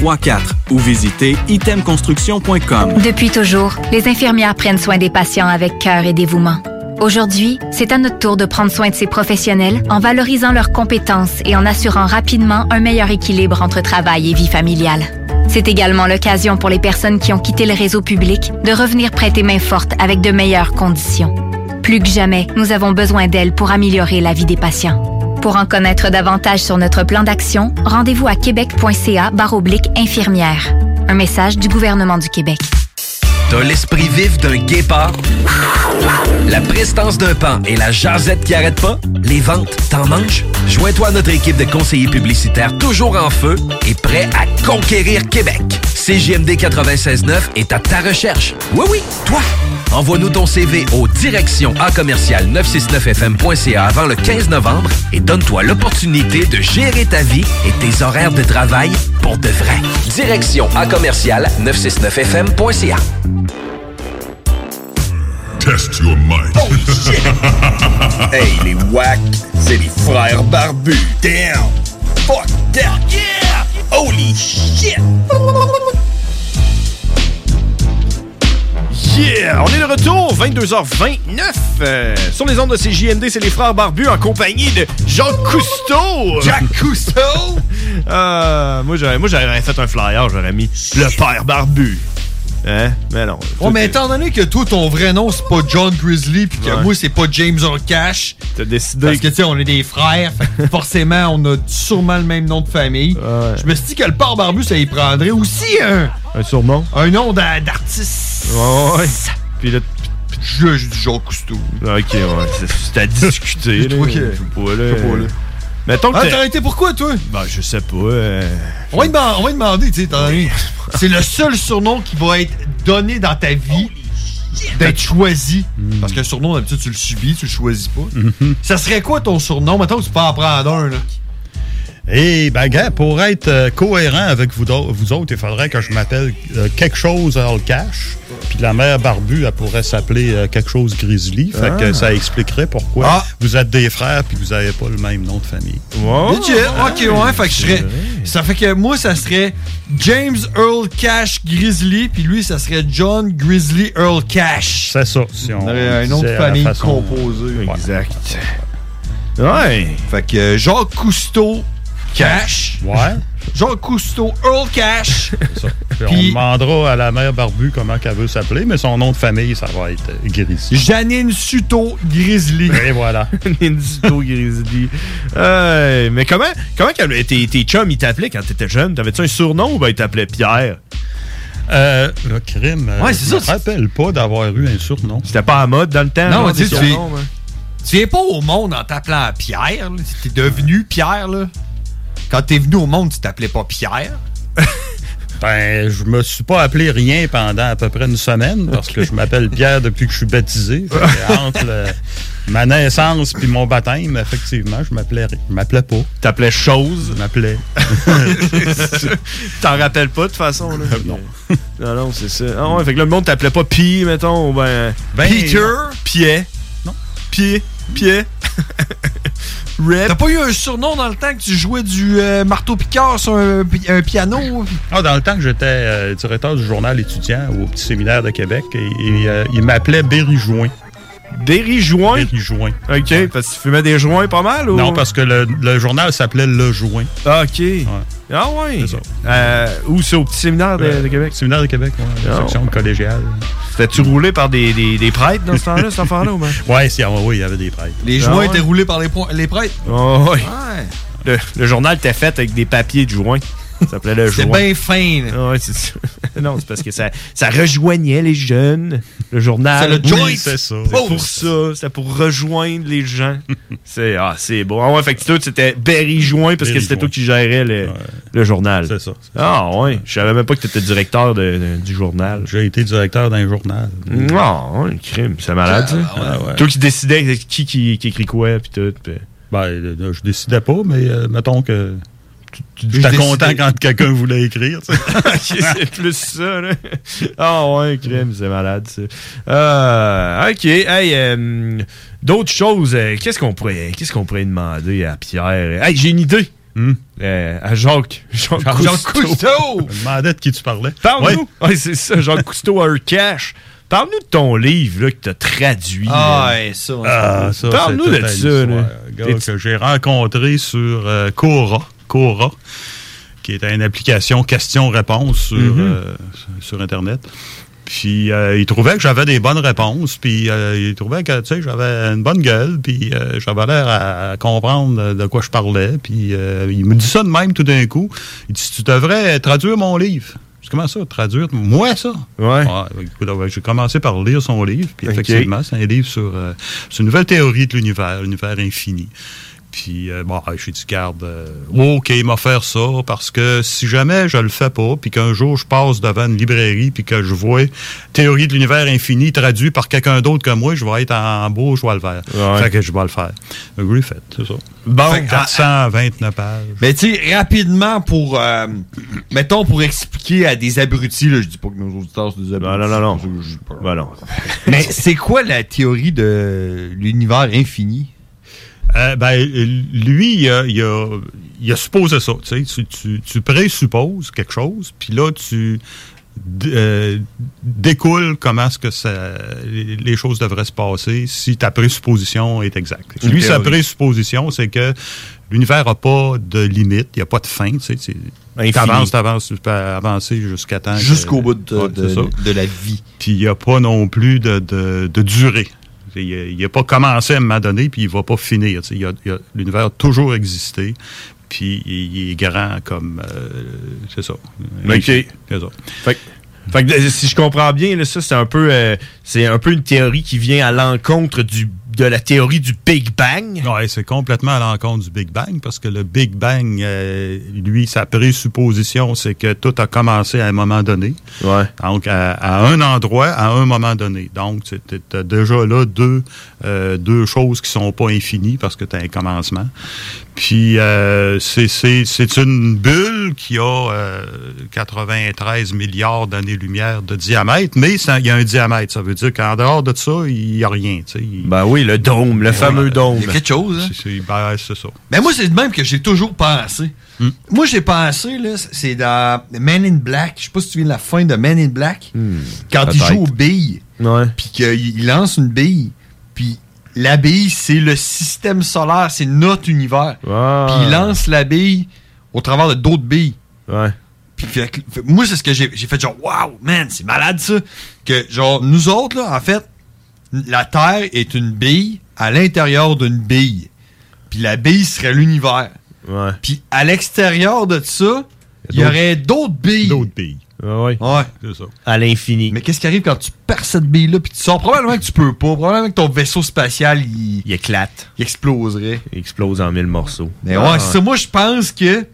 418-454-8834 ou visitez itemconstruction.com.
Depuis toujours, les infirmières prennent soin des patients avec cœur et dévouement. Aujourd'hui, c'est à notre tour de prendre soin de ces professionnels en valorisant leurs compétences et en assurant rapidement un meilleur équilibre entre travail et vie familiale. C'est également l'occasion pour les personnes qui ont quitté le réseau public de revenir prêter main forte avec de meilleures conditions. Plus que jamais, nous avons besoin d'elles pour améliorer la vie des patients. Pour en connaître davantage sur notre plan d'action, rendez-vous à québec.ca baroblique infirmière. Un message du gouvernement du Québec.
T'as l'esprit vif d'un guépard, la prestance d'un pan et la jasette qui arrête pas? Les ventes, t'en manges? Joins-toi à notre équipe de conseillers publicitaires toujours en feu et prêt à conquérir Québec. CJMD 96.9 est à ta recherche. Oui, oui, toi! Envoie-nous ton CV au direction A commercial 969FM.ca avant le 15 novembre et donne-toi l'opportunité de gérer ta vie et tes horaires de travail pour de vrai. Direction A commercial 969FM.ca.
Test your might.
Oh, hey, les wack, c'est les frères barbus. Damn! Fuck that! Yeah! Holy shit!
Yeah! On est de retour, 22h29. euh, sur les ondes de CJMD, c'est les frères barbus en compagnie de Jean Cousteau.
Jack
Cousteau? moi, j'aurais, moi, j'aurais fait un flyer, j'aurais mis le père barbu. Hein? Mais non.
Ouais, Oh, mais étant donné que toi, ton vrai nom, c'est pas John Grizzly, puis que
Ouais.
moi, c'est pas James Orcash.
T'as décidé.
Parce que, tu sais, on est des frères. fait que forcément, on a sûrement le même nom de famille. Je me suis dit que le port barbu, ça y prendrait aussi un.
Un surnom.
Un nom d'a- d'artiste.
Ouais, ouais. Puis là, je j'ai du Jean Cousteau. Ok, ouais. c'est- C'est à discuter. là.
Ok.
Je sais pas, là.
Je sais pas, là.
Mettons que.
Ah,
t'es-
t'as arrêté pourquoi, toi?
Ben, je sais pas. euh,
On va, y demander- on va y demander, tu sais, étant donné- C'est le seul surnom qui va être donné dans ta vie d'être choisi. Parce qu'un surnom, d'habitude, tu le subis, tu le choisis pas. Ça serait quoi ton surnom? Mettons que tu peux en prendre un, là.
Et ben, gars, pour être euh, cohérent avec vous, do- vous autres, il faudrait que je m'appelle euh, quelque chose en le cash. Puis la mère barbu, elle pourrait s'appeler euh, quelque chose grizzly. Fait
Ah.
que ça expliquerait pourquoi
Ah.
vous êtes des frères puis vous n'avez pas le même nom de famille. Ah,
Legit. ok, ouais, fait que je serais. Ça fait que moi, ça serait James Earl Cash Grizzly, puis lui, ça serait John Grizzly Earl Cash.
C'est ça. Si on
aurait un nom de
disait la
Euh, famille
façon-
composée.
Exact. Ouais.
Fait que euh, Jean Cousteau Cash.
Ouais.
Jean Cousteau Earl Cash.
Ça. Puis
Puis-
on demandera à la mère barbu comment qu'elle veut s'appeler, mais son nom de famille, ça va être euh, grizzly.
Janine Suto Grizzly.
Et voilà.
Nintendo Grizzly. Hey, mais comment, comment qu'elle- tes, tes chums, ils t'appelaient quand t'étais jeune? T'avais-tu un surnom ou ben ils t'appelaient Pierre?
le crime. euh,
Ouais, c'est
Je
ça.
me rappelle pas d'avoir eu un surnom.
C'était pas à mode dans le temps.
Non,
genre,
tu
des
sais, tu
surnoms,
es-
hein?
tu viens pas au monde en t'appelant Pierre. là. T'es devenu Pierre, là. Quand t'es venu au monde, tu t'appelais pas Pierre.
Ben, je me suis pas appelé rien pendant à peu près une semaine parce que je m'appelle Pierre depuis que je suis baptisé. Fait que entre le- ma naissance puis mon baptême, effectivement, je m'appelais je m'appelais pas.
T'appelais chose.
Je m'appelais.
T'en rappelles pas de toute façon, là. non. Non, non, c'est ça. Ah ouais, fait que là, le monde t'appelait pas Pi, mettons, ou ben.
Ben,
Peter? Pied. Non. Pied. Pied.
T'as pas eu un surnom dans le temps que tu jouais du euh, marteau piqueur sur un, pi- un piano? hein?
Ah, dans le temps que j'étais euh, directeur du journal étudiant au petit séminaire de Québec, et, et, euh, il m'appelait Berry-Joint.
Berry-Joint?
Berry-Joint.
OK, parce que tu fumais des joints pas mal, ou?
Non, parce que le, le journal s'appelait Le Joint.
Ah, OK. Ah, ouais. Euh, où c'est au petit séminaire de,
Euh,
de Québec?
Séminaire de Québec, ouais.
Ah,
section collégiale.
C'était-tu roulé par des, des, des prêtres dans ce temps-là, cet enfant-là, ou ben?
Ouais, si, ah, oui, il y avait des prêtres.
Les
Ah
joints
ouais.
étaient roulés par les, po- les prêtres.
Oh, oui.
Ah, Ouais.
Le, le journal était fait avec des papiers de joints. Ça s'appelait le
C'est
joint.
bien fin.
Ah ouais, c'est ça. non, c'est parce que ça, ça rejoignait les jeunes, le journal.
C'est le joint.
Oui, c'est ça. C'est pour ça. C'était pour rejoindre les gens. c'est ah, c'est beau. Ah ouais, fait que toi, c'était Berry Joint parce que
Berry
c'était toi qui gérais le, le journal. C'est ça. Ah ouais, je savais même pas que tu étais directeur de- de- du journal. J'ai été directeur d'un journal. Non, un Ah crime, c'est malade.
Mm. Ah,
ça.
ouais, ouais.
Toi qui décidais qui, qui, qui écrit quoi puis tout. puis-
Ben, euh, je décidais pas, mais euh, mettons que.
je
J'étais content
décidais.
quand quelqu'un voulait écrire. tu sais.
Ok, c'est plus ça, là. Ah ouais, crème, c'est malade, ça. Euh, ok, hey, euh, d'autres choses, euh, qu'est-ce qu'on pourrait, qu'est-ce qu'on pourrait demander à Pierre? Hey, j'ai une idée! Euh, à Jacques. Jacques,
Hmm? Jacques
Cousteau.
Cousteau! Je me demandais de qui tu parlais.
Parle-nous!
Ouais.
Ouais, c'est ça, Jacques Cousteau a un cash. Parle-nous de ton livre là, que t'as traduit.
Ah,
là.
ouais, ça, on Ah, ça,
Parle-nous
c'est
de
toute
ça.
une
là.
histoire. Un gars que j'ai rencontré sur euh, Quora, Quora, qui est une application questions-réponses sur,
Mhm.
euh, sur Internet. Puis euh, il trouvait que j'avais des bonnes réponses, puis euh, il trouvait que tu sais j'avais une bonne gueule, puis euh, j'avais l'air à comprendre de quoi je parlais, puis euh, il me dit ça de même tout d'un coup. Il dit tu devrais traduire mon livre. Je dis, Comment ça, traduire Moi, ça Ah,
Ouais.
écoute, ouais, j'ai commencé par lire son livre, puis
Ok.
effectivement, c'est un livre sur, euh, sur une nouvelle théorie de l'univers, l'univers infini. Puis, euh, bon, j'ai dit, garde, euh, OK, il m'a offert ça, parce que si jamais je le fais pas, puis qu'un jour je passe devant une librairie, puis que je vois théorie de l'univers infini traduit par quelqu'un d'autre que moi, je vais être en, beau, je vais le faire. Fait que je vais le faire. Donc, je l'ai fait, c'est ça.
Bon.
Fait que ah, 429 pages.
Mais Ben, tu sais, rapidement pour. euh, mettons pour expliquer à des abrutis, là, je dis pas que nos auditeurs sont des
Bah,
abrutis. Non, non, non. Mais c'est quoi la théorie de l'univers infini?
Euh, ben, lui, il a, il a- il a supposé ça. Tu, sais, tu, tu- tu présupposes quelque chose, puis là, tu d- euh, découles comment est-ce que ça, les, les choses devraient se passer si ta présupposition est exacte.
Une
Lui, sa
théorie.
présupposition, c'est que l'univers n'a pas de limite, il n'y a pas de fin. Tu sais, c'est-
Infini.
t'avances, t'avances, tu peux avancer jusqu'à temps.
Jusqu'au
que-
bout de-
Ouais,
de-
c'est ça.
de la vie.
Puis il n'y a pas non plus de, de- de durée. Il n'a pas commencé à un moment donné, puis il ne va pas finir. Tu sais, il y a- il y a- L'univers a toujours existé, puis il, il est grand comme. euh, c'est ça.
Ok.
C'est ça.
Fait, que- fait que, euh, si je comprends bien, là, ça, c'est un, peu, euh, c'est un peu une théorie qui vient à l'encontre du, de la théorie du Big Bang.
Ouais, c'est complètement à l'encontre du Big Bang parce que le Big Bang, euh, lui, sa présupposition, c'est que tout a commencé à un moment donné. Donc, à, à un endroit, à un moment donné. Donc, tu as déjà là deux, euh, deux choses qui sont pas infinies parce que tu as un commencement. Puis, euh, c'est- c'est c'est une bulle qui a euh, 93 milliards d'années-lumière de diamètre, mais ça- il y a un diamètre. Ça veut dire qu'en dehors de ça, il n'y a rien.
Ben oui, le dôme, le fameux dôme.
Il y a quelque chose. C'est ben, c'est ça.
hein? Mais moi, c'est le même que j'ai toujours pensé.
Hmm.
Moi, j'ai pensé, là, c'est dans Man in Black. Je sais pas si tu viens de la fin de Man in Black.
Hmm.
quand il joue aux billes, puis qu'il lance une bille, puis la bille, c'est le système solaire, c'est notre univers. Puis il lance la bille au travers de d'autres billes. Puis fait que- fait- moi, c'est ce que j'ai j'ai fait genre, wow, man, c'est malade ça. Que genre, nous autres, là, en fait, la Terre est une bille à l'intérieur d'une bille. Puis la bille serait l'univers. Puis à l'extérieur de ça, il y
d'autres-
aurait d'autres billes. D'autres
billes.
Ah Ouais.
C'est ça.
À l'infini.
Mais qu'est-ce qui arrive quand tu perds cette bille-là puis tu sors? Probablement que tu peux pas. Probablement que ton vaisseau spatial, il...
éclate.
Il exploserait.
Il explose en mille morceaux. Ah.
Mais ouais, c'est ça. Moi, je pense que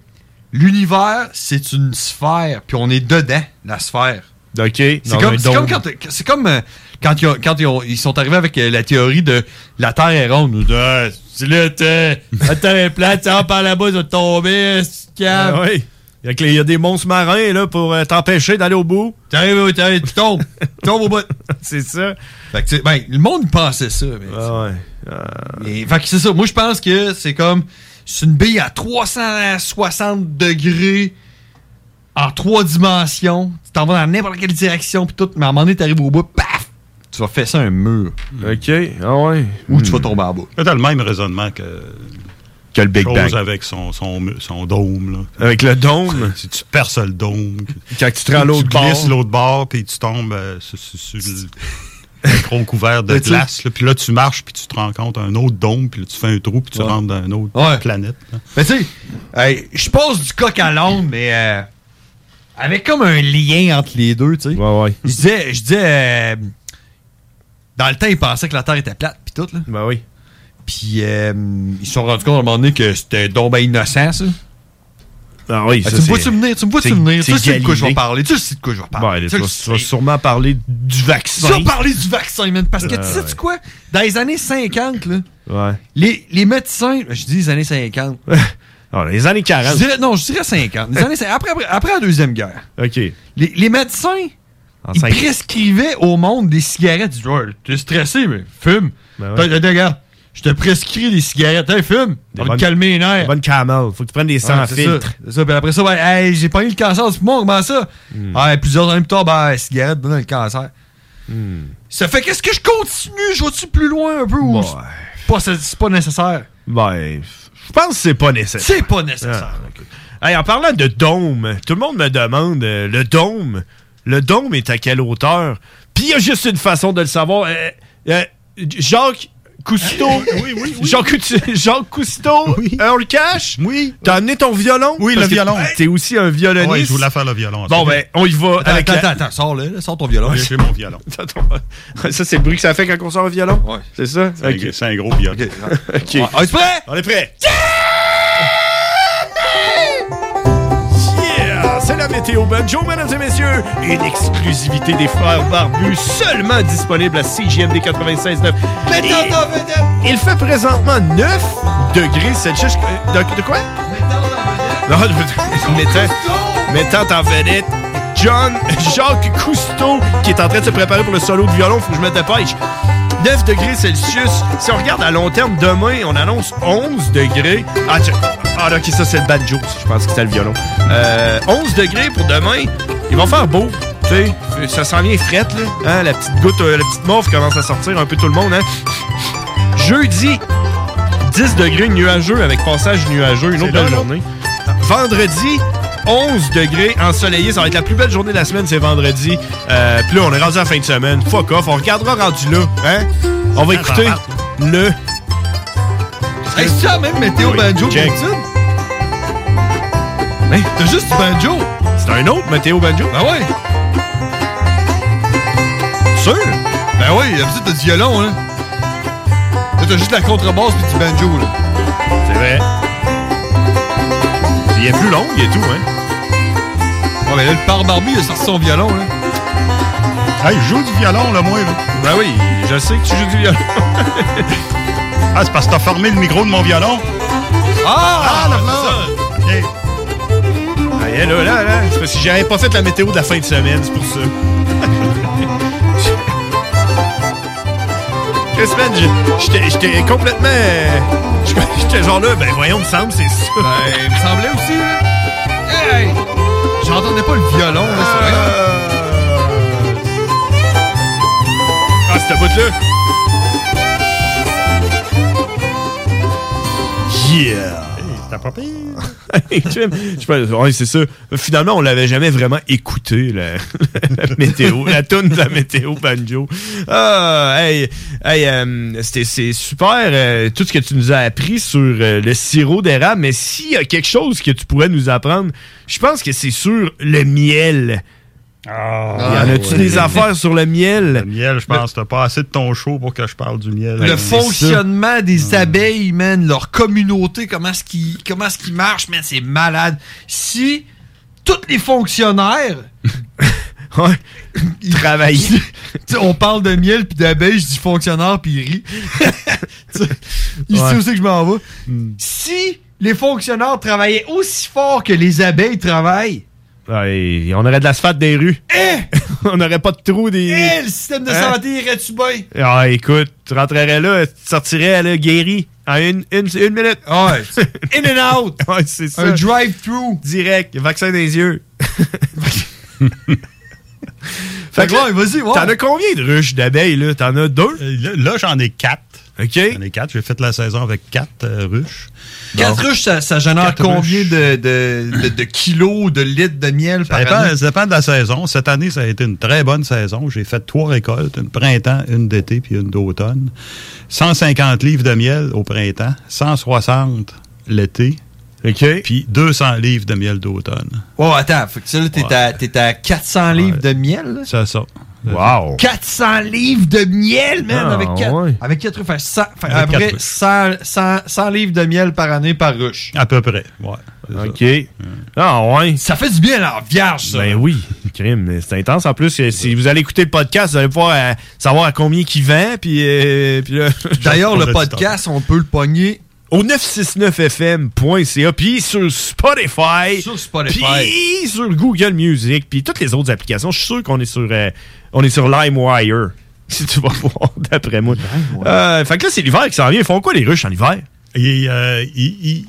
l'univers, c'est une sphère puis on est dedans, la sphère.
OK.
C'est comme, c'est comme quand, c'est comme, euh, quand, ils, ont- quand ils ont- ils sont arrivés avec euh, la théorie de la Terre est ronde. Nous, Ah, c'est là, ah, t'es- la Terre est plate, tu en par là-bas, tu vas tomber, euh, c'est calme.
Ah oui. Il y a que les- il y a des monstres marins là, pour euh, t'empêcher d'aller au bout.
T'arrives, t'arrives, tu tombes. tu tombes au bout.
c'est ça. Ah
Fait que, tu sais, ben, le monde il pensait ça. Mais, Mais, fait que c'est ça. Moi, je pense que c'est comme. C'est une bille à 360 degrés en trois dimensions. Tu t'en vas dans n'importe quelle direction, puis tout. Mais à un moment donné, t'arrives au bout, bah! paf! Tu vas fesser un mur.
OK. Ah ouais.
Ou tu vas tomber en bas.
T'as le même raisonnement que.
Que le Big
chose
Bang.
avec son, son, mu- son dôme. Là.
Avec le dôme.
si tu perces le dôme.
Quand tu te rends l'autre
Tu glisses
bord.
l'autre bord, puis tu tombes euh, sur, sur- sur le-
un tronc couvert de
Mais tu-
glace. là. Puis là, tu marches, puis tu te rencontres un autre dôme, puis là, tu fais un trou, puis tu
Ouais.
rentres dans une autre
Ouais.
planète. là.
Mais tu sais, hey, je passe du coq à l'âne, mais euh, avec comme un lien entre les deux, tu sais.
Ouais, ouais.
Je disais, je disais, euh, dans le temps, ils pensaient que la Terre était plate, puis tout, là.
Ben oui.
Puis euh, ils se sont rendus compte à un moment donné que c'était donc ben innocent, ça.
Ah oui,
Ah, tu
ça,
me
c'est-
vois-tu venir? Tu me vois-tu
c'est-
venir? Tu
c'est
sais de quoi je vais
Galilée.
parler? Tu sais de quoi je vais parler?
Ouais,
Tu
tu,
le
vas,
sais.
tu vas sûrement parler du vaccin.
Tu vas parler du vaccin, man, parce que
Ah,
tu sais
ouais.
-tu quoi? Dans les années 50, là,
Ouais.
les, les médecins, je dis les années 50.
Ah, les années 40.
Je dirais- non, je dirais 50. Les années 50, après, après, après la Deuxième Guerre,
OK. Les,
les médecins,
En
ils
50.
prescrivaient au monde des cigarettes. Ils disaient, Ouais, t'es stressé, mais fume.
Ben ouais.
T'as- t'as- t'as- Regarde, je te prescris des cigarettes. Hey, fume, on va te calmer les nerfs.
Bonne camel. Faut que tu prennes des sans
Ouais, c'est ça,
filtre.
c'est ça. Puis après ça, ben, hey, j'ai pas eu le cancer du poumon, comment ça?
Hmm.
Ah, et plusieurs années plus tard, ben, cigarette, donne le cancer. Ça fait qu'est-ce que je continue? Je vais-tu plus loin un peu ou c'est pas, c'est- c'est pas nécessaire?
Ben, je pense que c'est pas nécessaire.
C'est pas nécessaire.
Ah, ok. Hey, en parlant de dôme, tout le monde me demande euh, le dôme. Le dôme est à quelle hauteur? Puis il y a juste une façon de le savoir. Euh, euh, Jacques Cousteau. oui, oui, Jacques, Coutu- Jacques Cousteau, on le cache? Oui. T'as amené ton violon?
Oui,
Parce
le
que
violon.
T'es aussi un violoniste.
Ouais, je voulais faire le violon.
Bon, ben, on y va.
Attends,
avec
attends,
la-
attends, sors-le, là, sors ton violon.
Ouais,
j'ai mon violon.
ça, c'est le bruit que ça fait quand on sort un violon? C'est ça?
C'est un gr- c'est un, gros violon.
OK. Ah,
On est prêt?
On est prêt. Yeah! C'est la météo banjo, mesdames et messieurs. Une exclusivité des frères barbus, seulement disponible à CGMD 96.9. Et- Il fait présentement 9 degrés Celsius. Euh, De, de quoi? Non, de- mettant, mettant en vedette John Jacques Cousteau qui est en train de se préparer pour le solo de violon. Faut que je me dépêche. 9 degrés Celsius. Si on regarde à long terme, demain, on annonce 11 degrés. Ah, tu- ah, ok, ça, c'est le banjo. Je pense que c'est le violon. Euh, 11 degrés pour demain. Il va faire beau. Tu sais, euh, ça s'en vient frette, là. Hein, la petite goutte, euh, la petite morve commence à sortir un peu tout le monde, hein. Jeudi, 10 degrés nuageux avec passage nuageux, une autre belle journée. Vendredi, 11 degrés ensoleillé. Ça va être la plus belle journée de la semaine, c'est vendredi. Euh, Puis là, on est rendu à la fin de semaine. Fuck off, on regardera rendu là. Hein? On
Ah,
va écouter
bah,
le...
Hey, c'est ça, même météo
Oui,
banjo
check.
d'habitude? Hey, t'as juste du banjo?
C'est un autre météo banjo?
Ben ouais!
Sûr?
Ben oui, d'habitude, t'as du violon, là. Là, t'as juste la contrebasse pis du banjo, là.
C'est vrai. Il est plus long, il est tout, hein?
Ouais, mais ben là, le pare barbu il a sorti son violon, hein. là.
Hey, je joue du violon, là, moi. là.
Ben oui, je sais que tu joues du violon.
ah, c'est parce que t'as formé le micro de mon violon.
Ah!
la fleur! Ok.
Ah, yeah, là, là, là. C'est parce que j'avais pas fait la météo de la fin de semaine, c'est pour ça. Chris, man, je- j'étais- j'étais complètement. euh, J'étais genre là, ben voyons, me semble, c'est ça.
Ben, il me semblait aussi, hein. là. Hey! J'entendais pas le violon, là, c'est vrai.
Ah, cette bout-là. Yeah!
T'as pas payé?
Jim, je pense- ouais, c'est ça. Finalement, on l'avait jamais vraiment écouté, la, la météo, la toune de la météo banjo. Ah, hey, hey, euh, c'était- c'est super euh, tout ce que tu nous as appris sur euh, le sirop d'érable, mais s'il y a quelque chose que tu pourrais nous apprendre, je pense que c'est sur le miel. Il
Ah,
y en a-tu
ouais.
des affaires sur le miel?
Le miel, je pense, t'as pas assez de ton show pour que je parle du miel.
Le
Ben,
Euh,
fonctionnement des abeilles, man, leur communauté, comment est-ce qu'ils comment est-ce qu'ils marchent, man, c'est malade. Si tous les fonctionnaires
Ouais. Travailler.
Tu sais, on parle de miel puis d'abeilles, je dis fonctionnaire puis il rit. Tu sais, il
Ouais. Hmm.
sait où c'est que je m'en vais. Si les fonctionnaires travaillaient aussi fort que les abeilles travaillent,
Ouais, Ah, on aurait de l'asphalte des rues. on n'aurait pas de trou des.
eh, le système de
Hein?
santé irait-tu bien?
Ah, écoute, tu rentrerais là, tu sortirais là, guéri en une, une, une minute.
Ah Ouais. In and out!
Ouais, c'est ça.
Un drive-through!
direct, vaccin des yeux.
Fait que ouais, vas-y, ouais.
T'en as combien de ruches d'abeilles, là? T'en as deux?
Là, là, Euh, j'en ai quatre.
OK.
J'en ai quatre. J'ai fait la saison avec quatre euh, ruches.
Quatre
Bon.
ruches, ça, ça génère
Quatre
combien de, de, de- de kilos, de litres de miel
Ça
par
dépend,
année?
ça dépend de la saison. Cette année, ça a été une très bonne saison. J'ai fait trois récoltes, une printemps, une d'été, puis une d'automne. 150 livres de miel au printemps, 160 l'été, puis 200 livres de miel d'automne.
Oh, attends, fait que ça, là, t'es à, t'es à 400 livres de miel, là?
C'est ça.
Wow!
400 livres de miel, man,
Ah,
avec, quatre,
ouais.
avec quatre ruches. Fait 100, fait
Avec
à peu
quatre
près
ruches.
100, 100 100 livres de miel par année par ruche.
À peu près, ouais.
OK. Ah ouais.
Ça fait du bien la vierge, ça.
Ben oui, crime, mais c'est intense. En plus, euh, si vous allez écouter le podcast, vous allez pouvoir euh, savoir à combien qui vend. Puis, euh, puis là-
D'ailleurs, le podcast, on peut le pogner
au 969fm.ca, puis sur Spotify,
Sur Spotify.
puis sur Google Music, puis toutes les autres applications. Je suis sûr qu'on est sur euh, on est sur LimeWire. Si tu vas voir, d'après moi. Euh, fait que là, c'est l'hiver qui s'en vient. Ils font quoi les ruches en hiver?
Ils,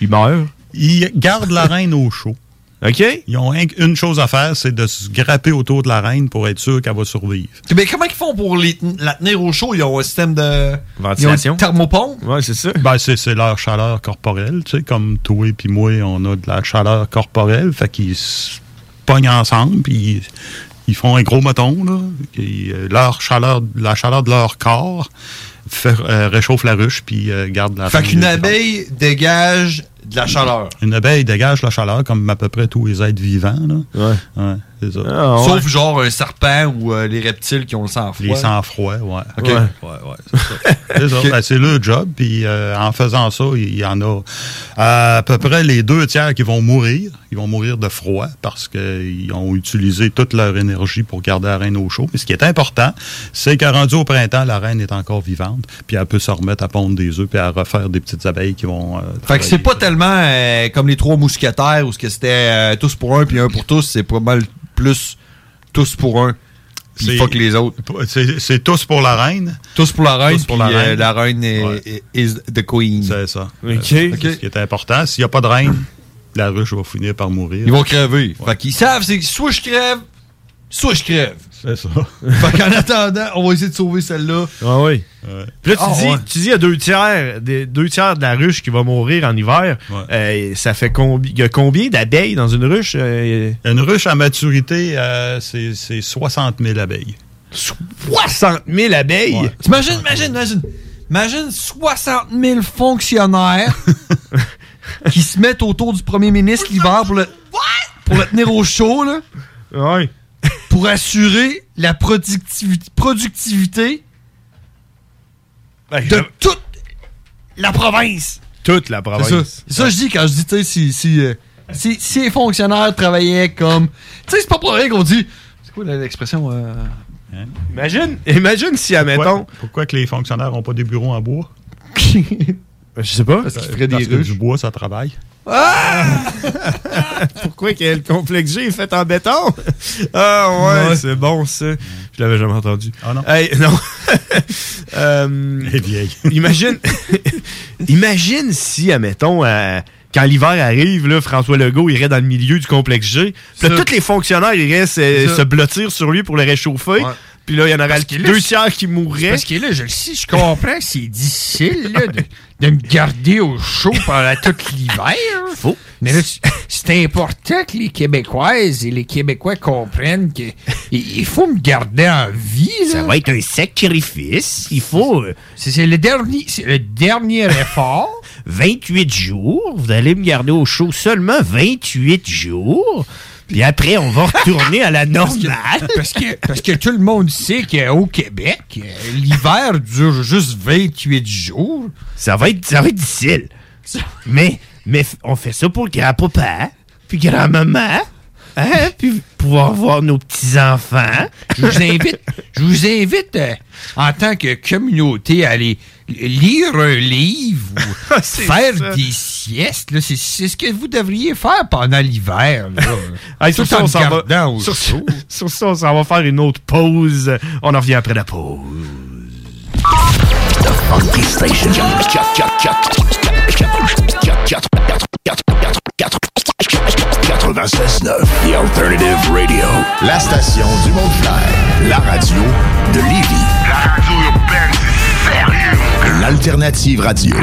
ils,
meurent.
Ils gardent la reine au chaud.
OK?
Ils ont un- une chose à faire, c'est de se grapper autour de la reine pour être sûr qu'elle va survivre.
Mais comment ils font pour les- la tenir au chaud? Ils ont un système de
Ventilation.
Ils ont une thermopompe?
Oui, c'est ça.
Ben, c'est, c'est leur chaleur corporelle, tu sais, comme toi et puis moi, on a de la chaleur corporelle, fait qu'ils se pognent ensemble, puis ils, ils font un gros moton, là. Et, euh, leur chaleur, la chaleur de leur corps fait- euh, réchauffe la ruche, puis euh, garde la
Fait
reine
qu'une
vivante.
abeille dégage de la chaleur.
Une abeille dégage la chaleur comme à peu près tous les êtres vivants, là.
Ouais.
c'est ça.
Ah, Sauf genre un serpent ou euh, les reptiles qui ont le sang froid.
Ah, Les sang-froids, ouais.
Ok.
Ouais, ouais, c'est ça. C'est ça.
Ok.
Ben, c'est leur job, puis euh, en faisant ça, il y en a à, peu près les deux tiers qui vont mourir. Ils vont mourir de froid parce qu'ils ont utilisé toute leur énergie pour garder la reine au chaud. Mais ce qui est important, c'est qu'à rendu au printemps, la reine est encore vivante, puis elle peut se remettre à pondre des œufs, puis à refaire des petites abeilles qui vont... euh,
Fait que c'est pas tellement euh, comme les trois mousquetaires où ce que c'était euh, tous pour un puis un pour tous, c'est pas mal plus tous pour un. Puis
C'est-
fuck les autres.
C'est c'est tous pour la reine.
Tous pour la reine.
Tous pour
puis,
la
euh,
reine.
la reine est, is the queen.
C'est ça. Euh,
OK.
C'est ce qui est important. S'il n'y a pas de reine, la ruche va finir par mourir.
Ils vont crever. Fait qu'ils savent, c'est que soit je crève, soit je crève.
C'est ça.
fait qu'en attendant, on va essayer de sauver celle-là.
Ah oui. Puis là, tu,
Ah,
dis,
ouais.
tu dis il y a deux tiers, des- deux tiers de la ruche qui va mourir en hiver. Euh, ça fait combi- il y a combien d'abeilles dans une ruche? euh,
Une ruche à maturité, euh, c'est c'est 60 000 abeilles.
60 000 abeilles?
Imagine, imagine, imagine. Imagine 60 000 fonctionnaires qui se mettent autour du premier ministre l'hiver pour le, pour le tenir au chaud, là. Pour assurer la productivi- productivité de toute la province.
Ben, Toute la province.
C'est ça. C'est ça que je dis quand je dis, tu sais, si, si, euh, si, si les fonctionnaires travaillaient comme. Tu sais, c'est pas pour rien qu'on dit. C'est quoi l'expression. euh,
Imagine, imagine si, admettons.
Hein? Pourquoi que les fonctionnaires n'ont pas des bureaux en bois?
Je sais pas.
Parce
qu'ils feraient des
que
ruches.
du bois, ça travaille.
Ah! Pourquoi que le complexe G est fait en béton? Ah ouais,
Ouais.
c'est bon ça. Je l'avais jamais entendu.
Ah non.
Hey, non. Euh, imagine, imagine si, admettons, euh, quand l'hiver arrive, là, François Legault irait dans le milieu du complexe G. Puis là,
Ça.
tous les fonctionnaires iraient se,
Ça.
se blottir sur lui pour le réchauffer.
Ouais.
Puis là, il y en aurait
Parce qu'il est-
deux tiers qui mourraient.
Parce qu'il
est
là, je le sais, je comprends que c'est difficile là, de, de me garder au chaud pendant tout l'hiver.
Faux.
Mais là, tu- c'est important que les Québécoises et les Québécois comprennent qu'il il faut me garder en vie. Ça
va être un sacrifice. Il faut. euh,
C'est c'est le dernier, c'est le dernier effort.
28 jours. Vous allez me garder au chaud seulement 28 jours. Puis après, on va retourner à la normale.
Parce que, parce que tout le monde sait qu'au Québec, euh, l'hiver dure juste 28 jours.
Ça va être, ça va être difficile. Mais, mais f- on fait ça pour grand-papa, hein? puis grand-maman, hein, puis pouvoir voir nos petits-enfants. hein?
Je vous invite, je vous invite euh, en tant que communauté à aller lire un livre ou
Ah, C'est
faire
ça.
des siestes. là. C'est c'est ce que vous devriez faire pendant l'hiver. là.
Hey,
Tout
sur, ça,
en
on
me
s'en va,
gardant au
sur,
chaud.
sur ça, on s'en va faire une autre pause. On en revient après la pause.
The Alternative Radio. La station du monde La radio de Lévis. La radio urbaine, c'est sérieux. Alternative Radio.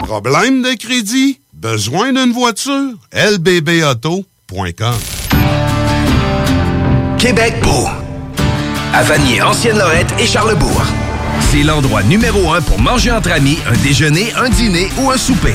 Problème de crédit? Besoin d'une voiture? lbbauto.com
Québec beau. À Vanier, Ancienne-Lorette et Charlebourg. C'est l'endroit numéro un pour manger entre amis, un déjeuner, un dîner ou un souper.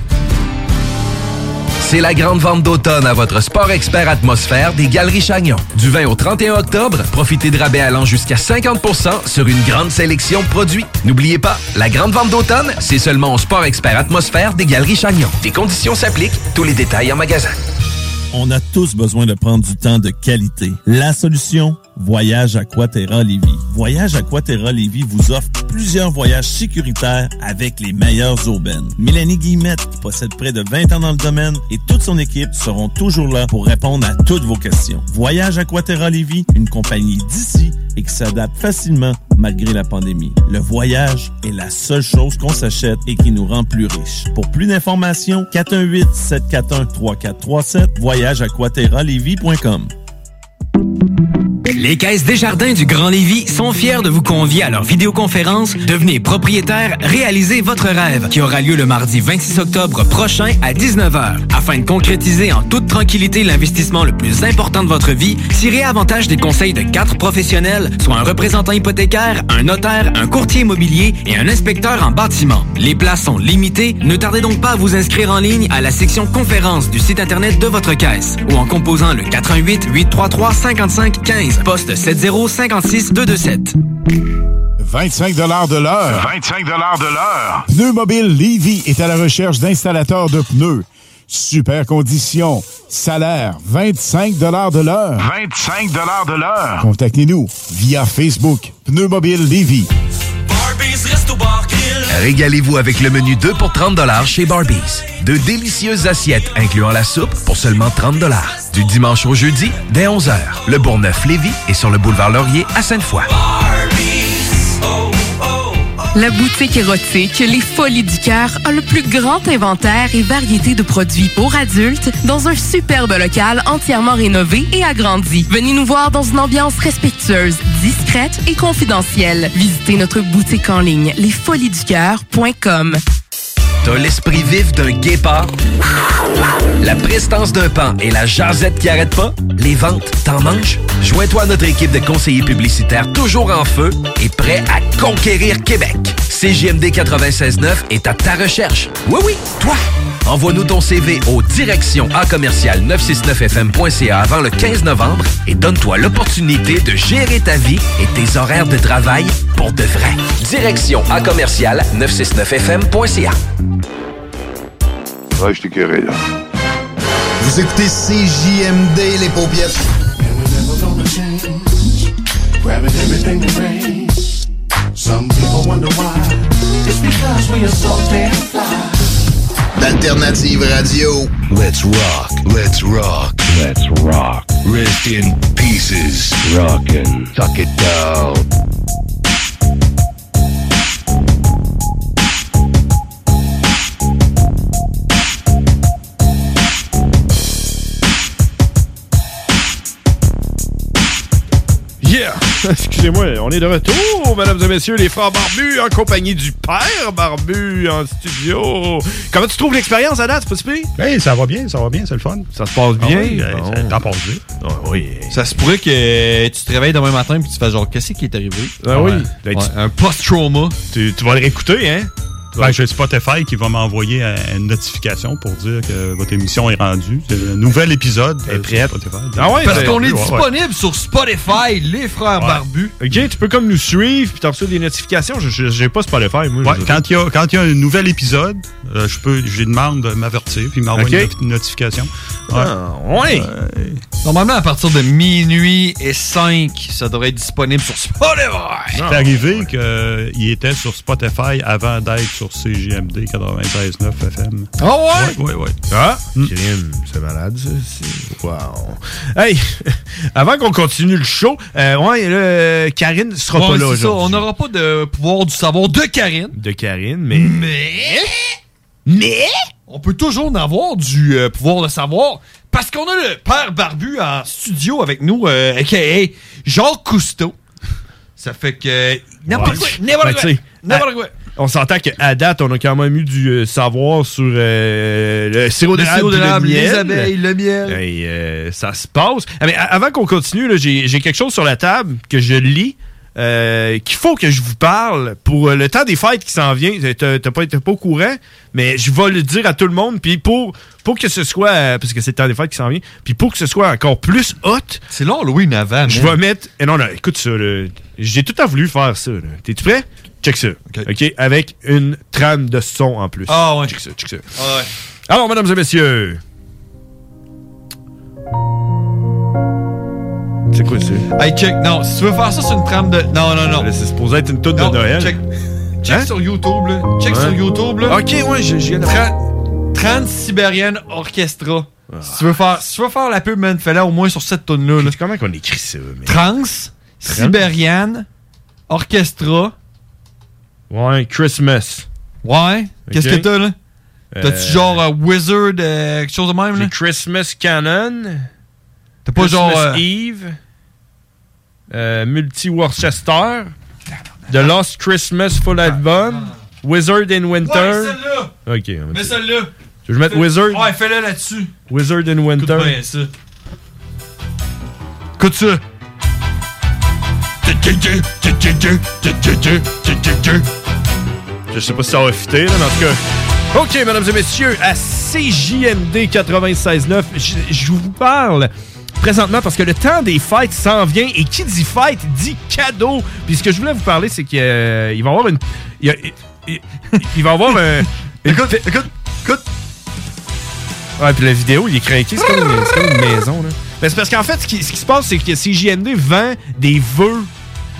C'est la grande vente d'automne à votre sport expert atmosphère des Galeries Chagnon. Du 20 au 31 octobre, profitez de rabais allant jusqu'à 50 sur une grande sélection de produits. N'oubliez pas, la grande vente d'automne, c'est seulement au sport expert atmosphère des Galeries Chagnon. Des conditions s'appliquent, tous les détails en magasin.
On a tous besoin de prendre du temps de qualité. La solution, Voyage Aquaterra Lévis. Voyage Aquaterra Lévis vous offre plusieurs voyages sécuritaires avec les meilleures aubaines. Mélanie Guillemette, qui possède près de 20 ans dans le domaine, et toute son équipe seront toujours là pour répondre à toutes vos questions. Voyage Aquaterra Lévis, une compagnie d'ici et qui s'adapte facilement malgré la pandémie. Le voyage est la seule chose qu'on s'achète et qui nous rend plus riches. Pour plus d'informations, 418-741-3437, voyage
Les caisses Desjardins du Grand Lévis sont fiers de vous convier à leur vidéoconférence Devenez propriétaire, réalisez votre rêve qui aura lieu le mardi 26 octobre prochain à 19h. Afin de concrétiser en toute tranquillité l'investissement le plus important de votre vie, tirez avantage des conseils de quatre professionnels, soit un représentant hypothécaire, un notaire, un courtier immobilier et un inspecteur en bâtiment. Les places sont limitées, ne tardez donc pas à vous inscrire en ligne à la section conférence du site internet de votre caisse ou en composant le 88 833 55 15 poste 7056227. 227.
25 de l'heure.
25 de l'heure.
Pneus Mobile Lévy est à la recherche d'installateurs de pneus. Super condition. Salaire 25 de l'heure.
25 de l'heure.
Contactez-nous via Facebook. Pneus Mobile Lévy.
Régalez-vous avec le menu 2 pour 30 chez Barbies. De délicieuses assiettes incluant la soupe pour seulement 30 Du dimanche au jeudi, dès 11h, le Bourgneuf-Lévis est sur le boulevard Laurier à Sainte-Foy.
La boutique érotique Les Folies du Cœur a le plus grand inventaire et variété de produits pour adultes dans un superbe local entièrement rénové et agrandi. Venez nous voir dans une ambiance respectueuse, discrète et confidentielle. Visitez notre boutique en ligne lesfoliesducoeur.com.
T'as l'esprit vif d'un guépard, la prestance d'un pan et la jasette qui arrête pas, les ventes, t'en manges? Joins-toi à notre équipe de conseillers publicitaires toujours en feu et prêt à conquérir Québec. CJMD 96.9 est à ta recherche. Oui, oui, toi! Envoie-nous ton CV au direction A commercial 969fm.ca avant le 15 novembre et donne-toi l'opportunité de gérer ta vie et tes horaires de travail pour de vrai. Direction A commercial 969fm.ca.
Ouais, je t'écœurais, là.
Vous écoutez CJMD, les paupiètes.
Grabbing everything that rains. Some people wonder why. It's because we are so damn fly.
D'Alternative Radio.
Let's rock. Let's rock. Let's rock. Rest in pieces. Rockin'. Tuck it down.
Yeah! Excusez-moi, on est de retour, mesdames et messieurs, les frères barbus, en compagnie du père barbu en studio. Comment tu trouves l'expérience à date, c'est pas si pire?
Hey, Ben, ça va bien, ça va bien, c'est le fun. Ah ben,
Ça se passe bien? Oh.
Ça t'en passe bien.
Ah oui.
Ça se pourrait que tu te réveilles demain matin puis tu fais genre, qu'est-ce qui est arrivé?
Ah oui.
Ouais. Ouais, Un post-trauma.
Tu, vas le réécouter, hein?
Ben, j'ai Spotify qui va m'envoyer euh, une notification pour dire que votre émission est rendue. C'est le nouvel épisode. euh, Est
Ah ouais,
Parce
ben,
qu'on est
ouais, ouais.
disponible sur Spotify, les frères barbus.
Ok, tu peux comme nous suivre puis t'en reçois des notifications. Je- je- J'ai pas Spotify, moi.
Ouais,
je-
quand il y a quand il y a un nouvel épisode, euh, je peux, je lui demande de m'avertir puis il m'envoie
Ok.
une, not- une notification.
Ah, ouais.
Euh,
Normalement, à partir de minuit et 5, ça devrait être disponible sur
Oh,
Spotify.
Ah,
C'est arrivé qu'il était sur Spotify avant d'être sur CGMD 96.9 FM.
Ah
Oui, oui, oui.
Ah,
Hmm.
crime, c'est malade, ça. c'est- Wow. Hey, avant qu'on continue le show, euh, ouais, là, euh, Karine sera
Ouais,
pas là
c'est ça.
aujourd'hui.
On n'aura pas de pouvoir du savoir de Karine.
De Karine, mais...
Mais... Mais... On peut toujours en avoir du euh, pouvoir de savoir parce qu'on a le père barbu en studio avec nous, euh, a.k.a. Jean Cousteau. Ça fait que... N'importe quoi, n'importe
Ben,
quoi,
tu sais,
n'importe
à-
quoi.
On s'entend qu'à date, on a quand même eu du euh, savoir sur euh, le
Le
sirop d'érable,
sirop
puis le
d'érable, les
miel.
abeilles, le miel.
Hey, euh, ça se passe. Ah, mais a- avant qu'on continue, là, j'ai j'ai quelque chose sur la table que je lis. euh, qu'il faut que je vous parle pour euh, le temps des fêtes qui s'en vient. Euh, T'as t'as pas, t'as pas au courant, mais je vais le dire à tout le monde. Puis pour, pour que ce soit, euh, parce que c'est le temps des fêtes qui s'en vient, puis pour que ce soit encore plus hot.
C'est long, Louis Navan.
Je vais mettre. eh non, non, écoute ça. là. J'ai tout à voulu faire ça. là. T'es-tu prêt? Check ça. OK? Avec une trame de son en plus.
Ah ouais.
Check ça, check ça. Alors, mesdames et messieurs. C'est quoi ça?
Hey, check. Non, si tu veux faire ça, c'est une trame de. Non, non, non.
C'est supposé être une toute
Non,
de Noël.
Check, check
Hein?
sur YouTube, là. Check
Ouais.
sur YouTube, là.
Ok, ouais, j'ai- j'ai-
Tran- Trans-Sibérienne Orchestra. Si, tu veux faire, si tu veux faire la pub, man, fais-la au moins sur cette tune-là. Là.
Comment qu'on écrit ça, man?
Trans-Sibérienne Orchestra.
Ouais, Christmas.
Ouais. Qu'est-ce que t'as, là? T'as-tu
Euh,
genre euh, Wizard, euh, quelque chose de même, là?
Christmas Canon.
T'as pas
Christmas
genre. euh,
Eve. euh, Multi-Worcester. The Lost Christmas Full Album. Wizard in Winter.
Ah. Ouais, celle-là!
Ok, on va
Mets
mettre-
celle-là!
Je vais mettre
Fais-
Wizard.
Ouais, fais-la là-dessus.
Wizard in Winter.
Écoute bien ça. Écoute ça.
Je sais pas si ça va fitter, là, mais en tout cas. OK, mesdames et messieurs, à CJMD 96.9, je- je vous parle présentement parce que le temps des fêtes s'en vient et qui dit fête dit cadeau. Puis ce que je voulais vous parler, c'est qu'il va y avoir une. Il, y a- il- il- il va y avoir un. écoute, écoute, écoute. Ouais, puis la vidéo, il est craqué, c'est comme, une- c'est comme une maison, là. Mais c'est parce qu'en fait, ce qui, ce qui se passe, c'est que CJMD vend des vœux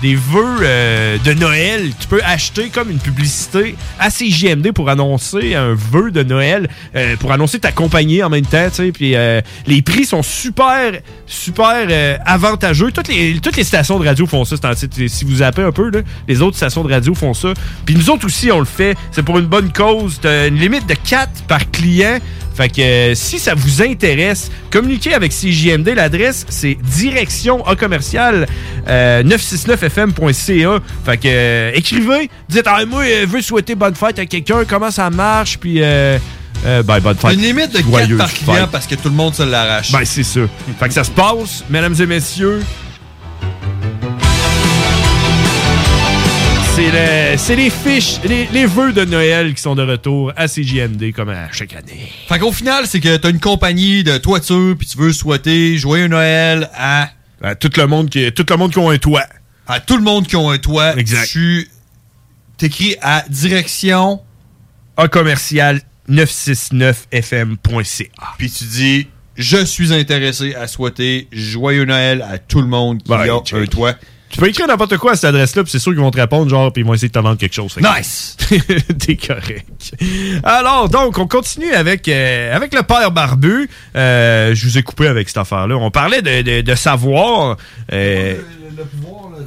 des vœux euh, de Noël. Tu peux acheter comme une publicité à CJMD pour annoncer un vœu de Noël, euh, pour annoncer ta compagnie en même temps. tu sais. Puis euh, les prix sont super, super euh, avantageux. Toutes les, toutes les stations de radio font ça. c'est en- c'est- Si vous zappez un peu, là, les autres stations de radio font ça. Puis nous autres aussi, on le fait. C'est pour une bonne cause. T'as une limite de 4 par client. Fait que euh, si ça vous intéresse, communiquez avec CJMD. L'adresse, c'est direction A commercial euh, 969fm.ca. Fait que euh, écrivez, dites Ah, moi, euh, je veux souhaiter bonne fête à quelqu'un, comment ça marche, puis euh, euh, ben, bonne fête.
Une limite de 4
Joyeuse
par client
fête.
parce que tout le monde se l'arrache.
Ben, c'est sûr. Fait que ça se passe, mesdames et messieurs. C'est le- c'est les fiches, les, les vœux de Noël qui sont de retour à CJMD comme à chaque année.
Fait qu'au final, c'est que t'as une compagnie de toiture, puis tu veux souhaiter joyeux Noël à...
tout le monde qui tout le monde qui a un toit.
À tout le monde qui a un toit. Exact. Tu t'écris à direction...
A commercial 969fm.ca.
Puis tu dis, je suis intéressé à souhaiter joyeux Noël à tout le monde qui a un toit.
Tu peux écrire n'importe quoi à cette adresse-là, puis c'est sûr qu'ils vont te répondre, genre, puis ils vont essayer de te vendre quelque chose.
Nice!
T'es correct. Alors, donc, on continue avec, euh, avec le père barbu. Euh, je vous ai coupé avec cette affaire-là. On parlait de, de- de savoir. euh,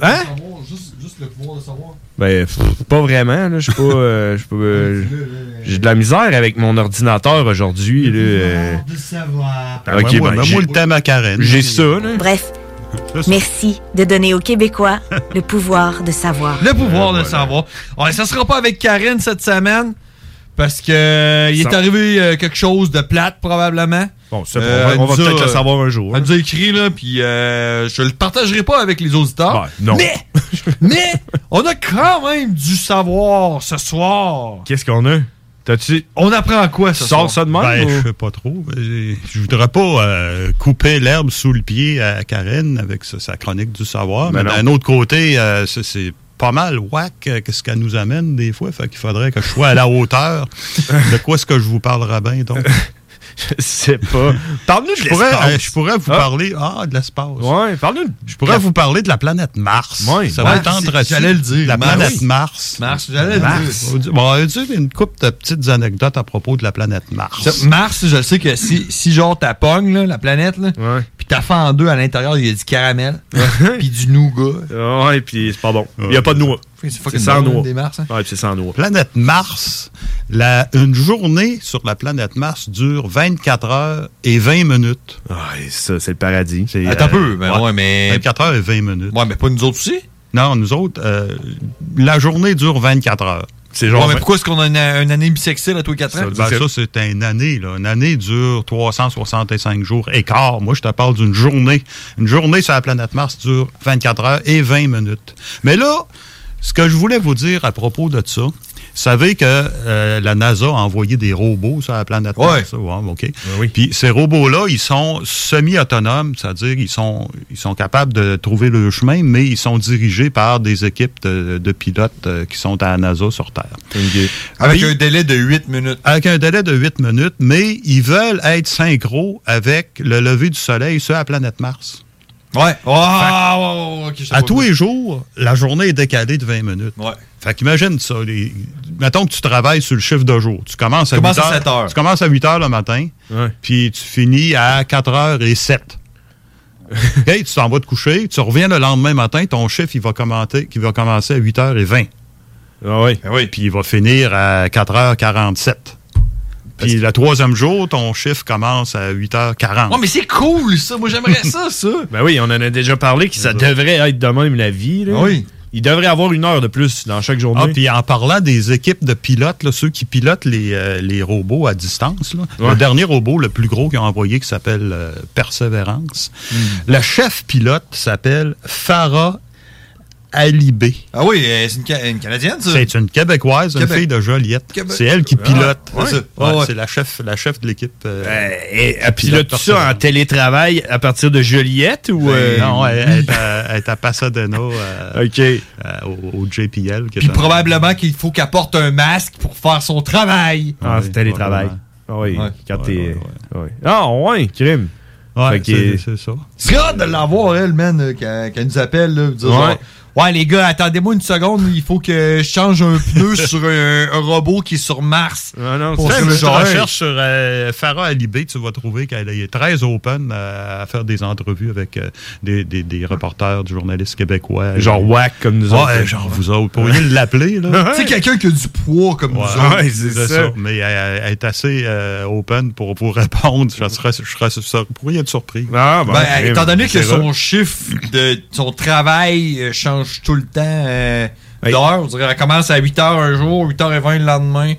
hein?
Juste le pouvoir de savoir.
Ben, pff, pas vraiment. là. Je suis pas. euh, je suis pas, euh, J'ai de la misère avec mon ordinateur aujourd'hui. là, euh.
Ah,
Ben,
Ok,
moi,
ben,
moi,
j'ai-
moi, le thème à Karen.
J'ai ça, là.
Bref, merci de donner aux Québécois le pouvoir de savoir.
Le pouvoir
Euh,
de savoir. Ouais, ça sera pas avec Karine cette semaine. Parce que euh, il est
Ça-
arrivé euh, quelque chose de plate, probablement.
Bon, ça, on va- on
elle nous
va
a,
peut-être le
euh,
savoir un jour, hein.
Elle nous a écrit, là, puis euh, je le partagerai pas avec les auditeurs.
non.
Mais, mais, on a quand même du savoir ce soir.
Qu'est-ce qu'on a? T'as-tu.
On apprend quoi ce soir?
Sors Ben, je sais pas trop. mais Je voudrais pas euh, couper l'herbe sous le pied à Karen avec sa- sa chronique du savoir.
Ben
mais d'un autre côté, euh, c'est- c'est pas mal whack euh, que ce qu'elle nous amène des fois. Fait qu'il faudrait que je sois à la hauteur de quoi ce que je vous parlerai bien. Donc.
Je sais pas. Parle-nous de
Je pourrais,
l'espace.
euh, je pourrais vous
Ah.
parler ah, de l'espace.
Ouais, parle-nous.
Je pourrais vous parler de la planète Mars.
Ouais,
ça
ouais,
va être
c'est-
entretenu.
j'allais le dire,
La
Mars.
planète
Oui.
Mars.
Mars, j'allais le dire.
On dit- Bon, on dit une couple de petites anecdotes à propos de la planète Mars.
Ça, Mars, je le sais que si, si genre t'as pogne, là, la planète, là, puis t'as fait en deux à l'intérieur, il y a du caramel, puis du nougat.
Ouais, puis c'est pas bon. Il n'y a pas de noix.
C'est
C'est
fucking
sans
bon,
noix.
des Mars, hein.
Ouais, puis c'est sans noix.
Planète Mars, la- une journée sur la planète Mars dure 24 heures et 20 minutes.
Ah, ça, c'est euh, le paradis.
Attends un peu, mais, 24 euh, heures et 20 minutes. Ouais, mais pas nous autres aussi? Non, nous autres, euh, la journée dure 24 heures. C'est
Ouais, mais pourquoi est-ce qu'on a une, une année bisexuelle à tous les 4 ans?
Ça, ben, ça, c'est une année. Là. Une année dure 365 jours et quart. Moi, je te parle d'une journée. Une journée sur la planète Mars dure 24 heures et 20 minutes. Mais là, ce que je voulais vous dire à propos de ça, vous savez que euh, la NASA a envoyé des robots sur la planète Mars. ça, ouais, OK. Puis ces robots-là, ils sont semi-autonomes, c'est-à-dire ils sont, ils sont capables de trouver le chemin, mais ils sont dirigés par des équipes de, de pilotes euh, qui sont à la NASA sur Terre.
Avec
Puis-
un délai de 8 minutes.
avec un délai de 8 minutes, mais ils veulent être synchro avec le lever du soleil sur la planète Mars.
Ouais. Ah, ouais, ouais, ouais, ok, je sais
À
pas.
tous les jours, la journée est décalée de 20 minutes. Fait qu'imagine ça. les- Mettons que tu travailles sur le chiffre de jour. Tu commences à,
Tu commences
8
à
heures,
7 heures.
Tu commences à 8 heures le matin, puis tu finis à 4 heures et 7. OK, tu t'en vas te coucher, tu reviens le lendemain matin, ton chiffre, il va, commenter, il va commencer à 8h20.
Ah oui.
Ben Puis il va finir à 4h47. Puis le troisième jour, ton chiffre commence à 8h40.
Ouais, mais c'est cool, ça. Moi, j'aimerais ça, ça.
Ben oui, on en a déjà parlé que ça devrait être de même la vie. là.
Oui.
Il devrait avoir une heure de plus dans chaque journée.
Ah, puis en parlant des équipes de pilotes, là, ceux qui pilotent les, euh, les robots à distance, là,
Ouais.
le dernier robot le plus gros qu'ils ont envoyé qui s'appelle euh, Perseverance, le chef pilote s'appelle Farah Alibé.
Ah oui, euh, c'est une, Ca- une Canadienne, ça.
C'est une Québécoise,
Québec.
une fille de Joliette.
Québec.
C'est elle qui
Ah,
pilote.
ouais,
Ouais,
c'est ça.
ouais,
Ah ouais.
c'est la chef, la chef de l'équipe. euh,
Et
pilote Ben,
elle pilote tout ça en télétravail à partir de Joliette ou. euh,
Non, elle, elle est à- elle est à Pasadena, euh, euh, au, au JPL. qui est
Puis
un-
probablement qu'il faut qu'elle porte un masque pour faire son travail.
Ah, c'est télétravail. Ah oui, quand t'es. ouais. Ah, ouais, crime.
Ouais, c'est-
que-
c'est ça.
C'est hâte de l'avoir, elle, man, euh, qu'elle qu'elle nous appelle, là, dire
Ouais.
genre, ouais, les gars, attendez-moi une seconde, il faut que je change un pneu sur un, un robot qui est sur Mars. Pour
Fais
que
une
le
petite
genre,
recherche sur euh, Farah Alibé, tu vas trouver qu'elle est très open euh, à faire des entrevues avec euh, des, des- des reporters, du journaliste québécois. Euh,
Genre WAC comme nous
Ouais,
autres.
genre vous autres. Vous pourriez l'appeler, là.
Tu sais, quelqu'un qui a du poids comme nous autres.
Ouais, c'est ça. Mais elle, elle est assez euh, open pour, pour répondre. Je serais, je serais, ça pourrait être surpris.
Ah,
Ben, étant donné que son chiffre de son travail euh, change tout le temps euh, d'heure, on dirait, elle commence à 8h un jour, 8h20 le lendemain.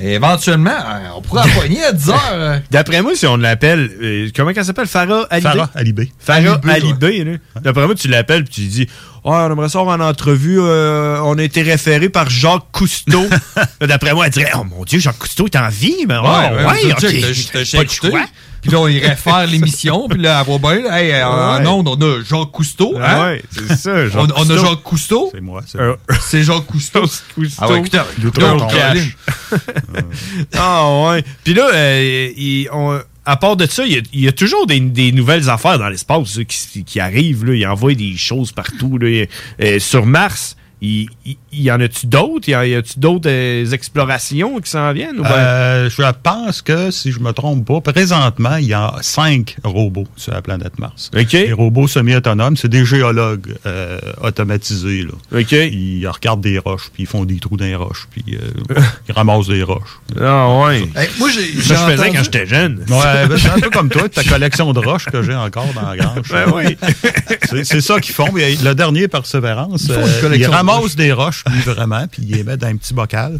Et éventuellement, euh, on pourrait la poigner à 10h. euh,
D'après moi, si on l'appelle, euh, comment qu'elle s'appelle Farah Alibé
Farah Alibé.
Farah
Alibé,
Alibé, là. D'après moi, tu l'appelles puis tu lui dis Oh, on aimerait ça avoir en entrevue, euh, on a été référé par Jacques Cousteau. Là, D'après moi, elle dirait Oh mon Dieu, Jacques Cousteau est en vie, mais ah, ouais,
ouais,
ok. Pas de choix.
Puis là, on irait faire l'émission, puis là, elle va bien, là, hey, en
Ouais.
onde, on a Jean Cousteau,
Ah
hein?
ouais, c'est ça, Jean
on, on a
Cousteau.
Jean Cousteau.
C'est moi, c'est
Euh,
C'est Jean Cousteau.
Cousteau.
Ah ouais, écoutez,
Il est
là,
trop
on
en
calme.
euh,
Ah ouais. Puis là, euh, il- on- à part de ça, il y a- il y, a toujours des, des nouvelles affaires dans l'espace là, qui, s- qui arrivent. Là. Ils envoient des choses partout. là. Euh, sur Mars, il il- il y en a-tu d'autres? Il y en- y a-tu d'autres euh, explorations qui s'en viennent? Ou ben-
Euh, je pense que, euh, si je me trompe pas, présentement, il y a Ah, cinq robots sur la planète Mars. Les robots semi-autonomes, c'est des géologues euh, automatisés. Là. Ils regardent des roches, puis ils font des trous dans les roches, puis euh, ils ramassent des roches.
Ah ouais.
moi, j'ai-
Ça,
j'ai
je faisais
entendu-
quand j'étais jeune.
Ouais, ben, c'est un peu comme toi, ta collection de roches que j'ai encore dans la grange.
Ben
C'est- C'est ça qu'ils font. mais Le dernier, Persévérance, Ils font une euh, ils collection de ramassent roches. des roches, puis vraiment, puis ils les mettent dans un petit bocal.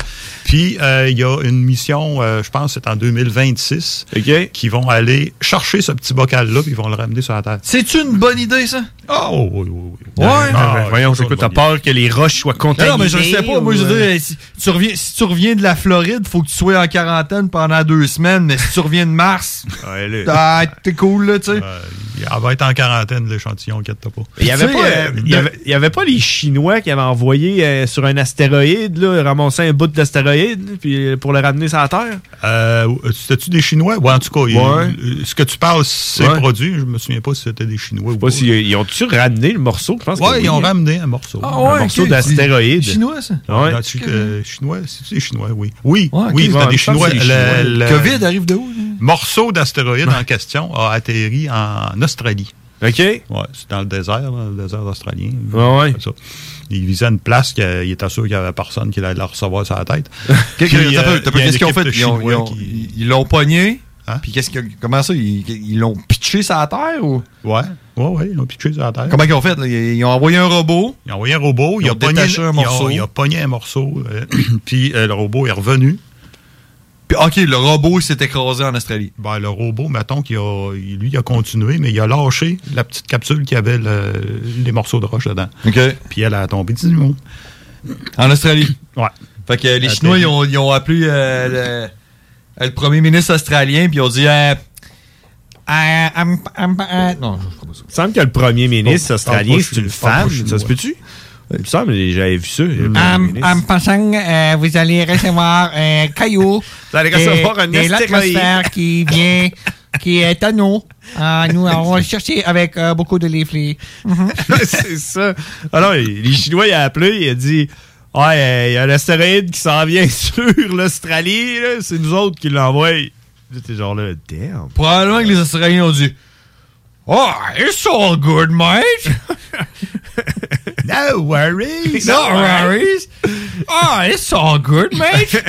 Puis euh, il y a une mission, euh, je pense que c'est en 2026, qui vont aller chercher ce petit bocal-là, puis ils vont le ramener sur la Terre.
C'est une bonne idée, ça?
Oh, oui, oui, oui.
Ouais.
Ah,
Ben, voyons, c'est quoi, t'as peur que les roches soient
Non,
contaminées?
non, mais je sais pas. Moi, je
ou,
veux
euh,
dire, si tu, reviens, si tu reviens de la Floride, faut que tu sois en quarantaine pendant deux semaines, mais si tu reviens de Mars,
Ouais, là.
ah, t'es cool, là, tu sais.
Euh, Elle va être en quarantaine, l'échantillon, inquiète-toi pas.
Il n'y avait,
Tu sais,
pas,
euh,
euh, il y avait- il y avait pas les Chinois qui avaient envoyé euh, sur un astéroïde, là, ramasser un bout d'astéroïde puis, euh, pour le ramener sur la Terre?
Euh, C'était-tu des Chinois? Ouais, en tout cas, il-
Ouais.
il- ce que tu parles, c'est
Ouais.
produit. Je me souviens pas si c'était des Chinois ou
Je sais pas s'ils ils ont-tu ramené le morceau? Je pense
Ouais,
que oui,
ils ont
hein.
ramené un morceau.
Ah ouais, Un morceau ok. d'astéroïde. C'est chinois, ça? Ouais.
Non, tu- euh, chinois, c'est des chinois, oui. Oui,
ok.
oui,
Ouais,
c'était des
je pense
chinois.
que c'est des
Le-
Chinois.
le-
COVID arrive de où?
morceau d'astéroïde en question a atterri en Australie.
OK.
Ouais, c'est dans le désert, là, le désert australien. Comme ça. Il visait une place qu'il était sûr qu'il n'y avait personne qui allait la recevoir sur la tête.
Qu'est-ce
Puis, euh,
que- t'as
il
peu,
y a
qu'est-ce qu'ils ont
une équipe
fait?
de
Ils ont-
Chinois
ils ont-
qui- Hein?
Ils l'ont pogné. Puis qu'est-ce que, comment ça? Ils ils l'ont pitché sur la terre ou?
Ouais. Ouais, ouais, ils l'ont pitché sur la terre.
Comment ils ont fait? là? Ils ils ont envoyé un robot.
Ils ont envoyé un robot, il
Ils
a
ont
pogné
détaché un
il a-
morceau.
Il a, pogné un morceau, euh, puis euh, le robot est revenu.
Puis, OK, le robot s'est écrasé en Australie.
Ben, le robot, mettons, qu'il a, il- lui, il a continué, mais il a lâché la petite capsule qui avait le- les morceaux de roche dedans. Puis elle a tombé du monde.
En Australie.
Ouais.
Fait que les
Attends.
Chinois, ils ont, ils ont appelé euh, le, le premier ministre australien, puis ils ont dit. euh, Euh, um, um, euh, non,
Il me semble que le premier ministre
Oh,
Pas-
australien,
pas-
c'est une
pas- pas
femme.
chinois.
Ça se peut-tu? Il me semble que j'avais vu ça.
Mm.
le premier
En,
ministre.
en passant, euh, vous allez recevoir
euh,
un caillou.
Vous allez
de-
recevoir un
de
astéroïde.
l'atmosphère qui vient, qui est à nous. Euh, nous avons cherché avec euh, beaucoup de leaflets. Mhm.
c'est ça. Alors, les Chinois, il a appelé, il a dit Ouais, euh, il y a un astéroïde qui s'en vient sur l'Australie, là, c'est nous autres qui l'envoient. J'étais genre là, damn.
Probablement que les Australiens ont dit Oh, it's all good, mate.
no worries.
No worries.
Ah,
Oh, it's all good, mate.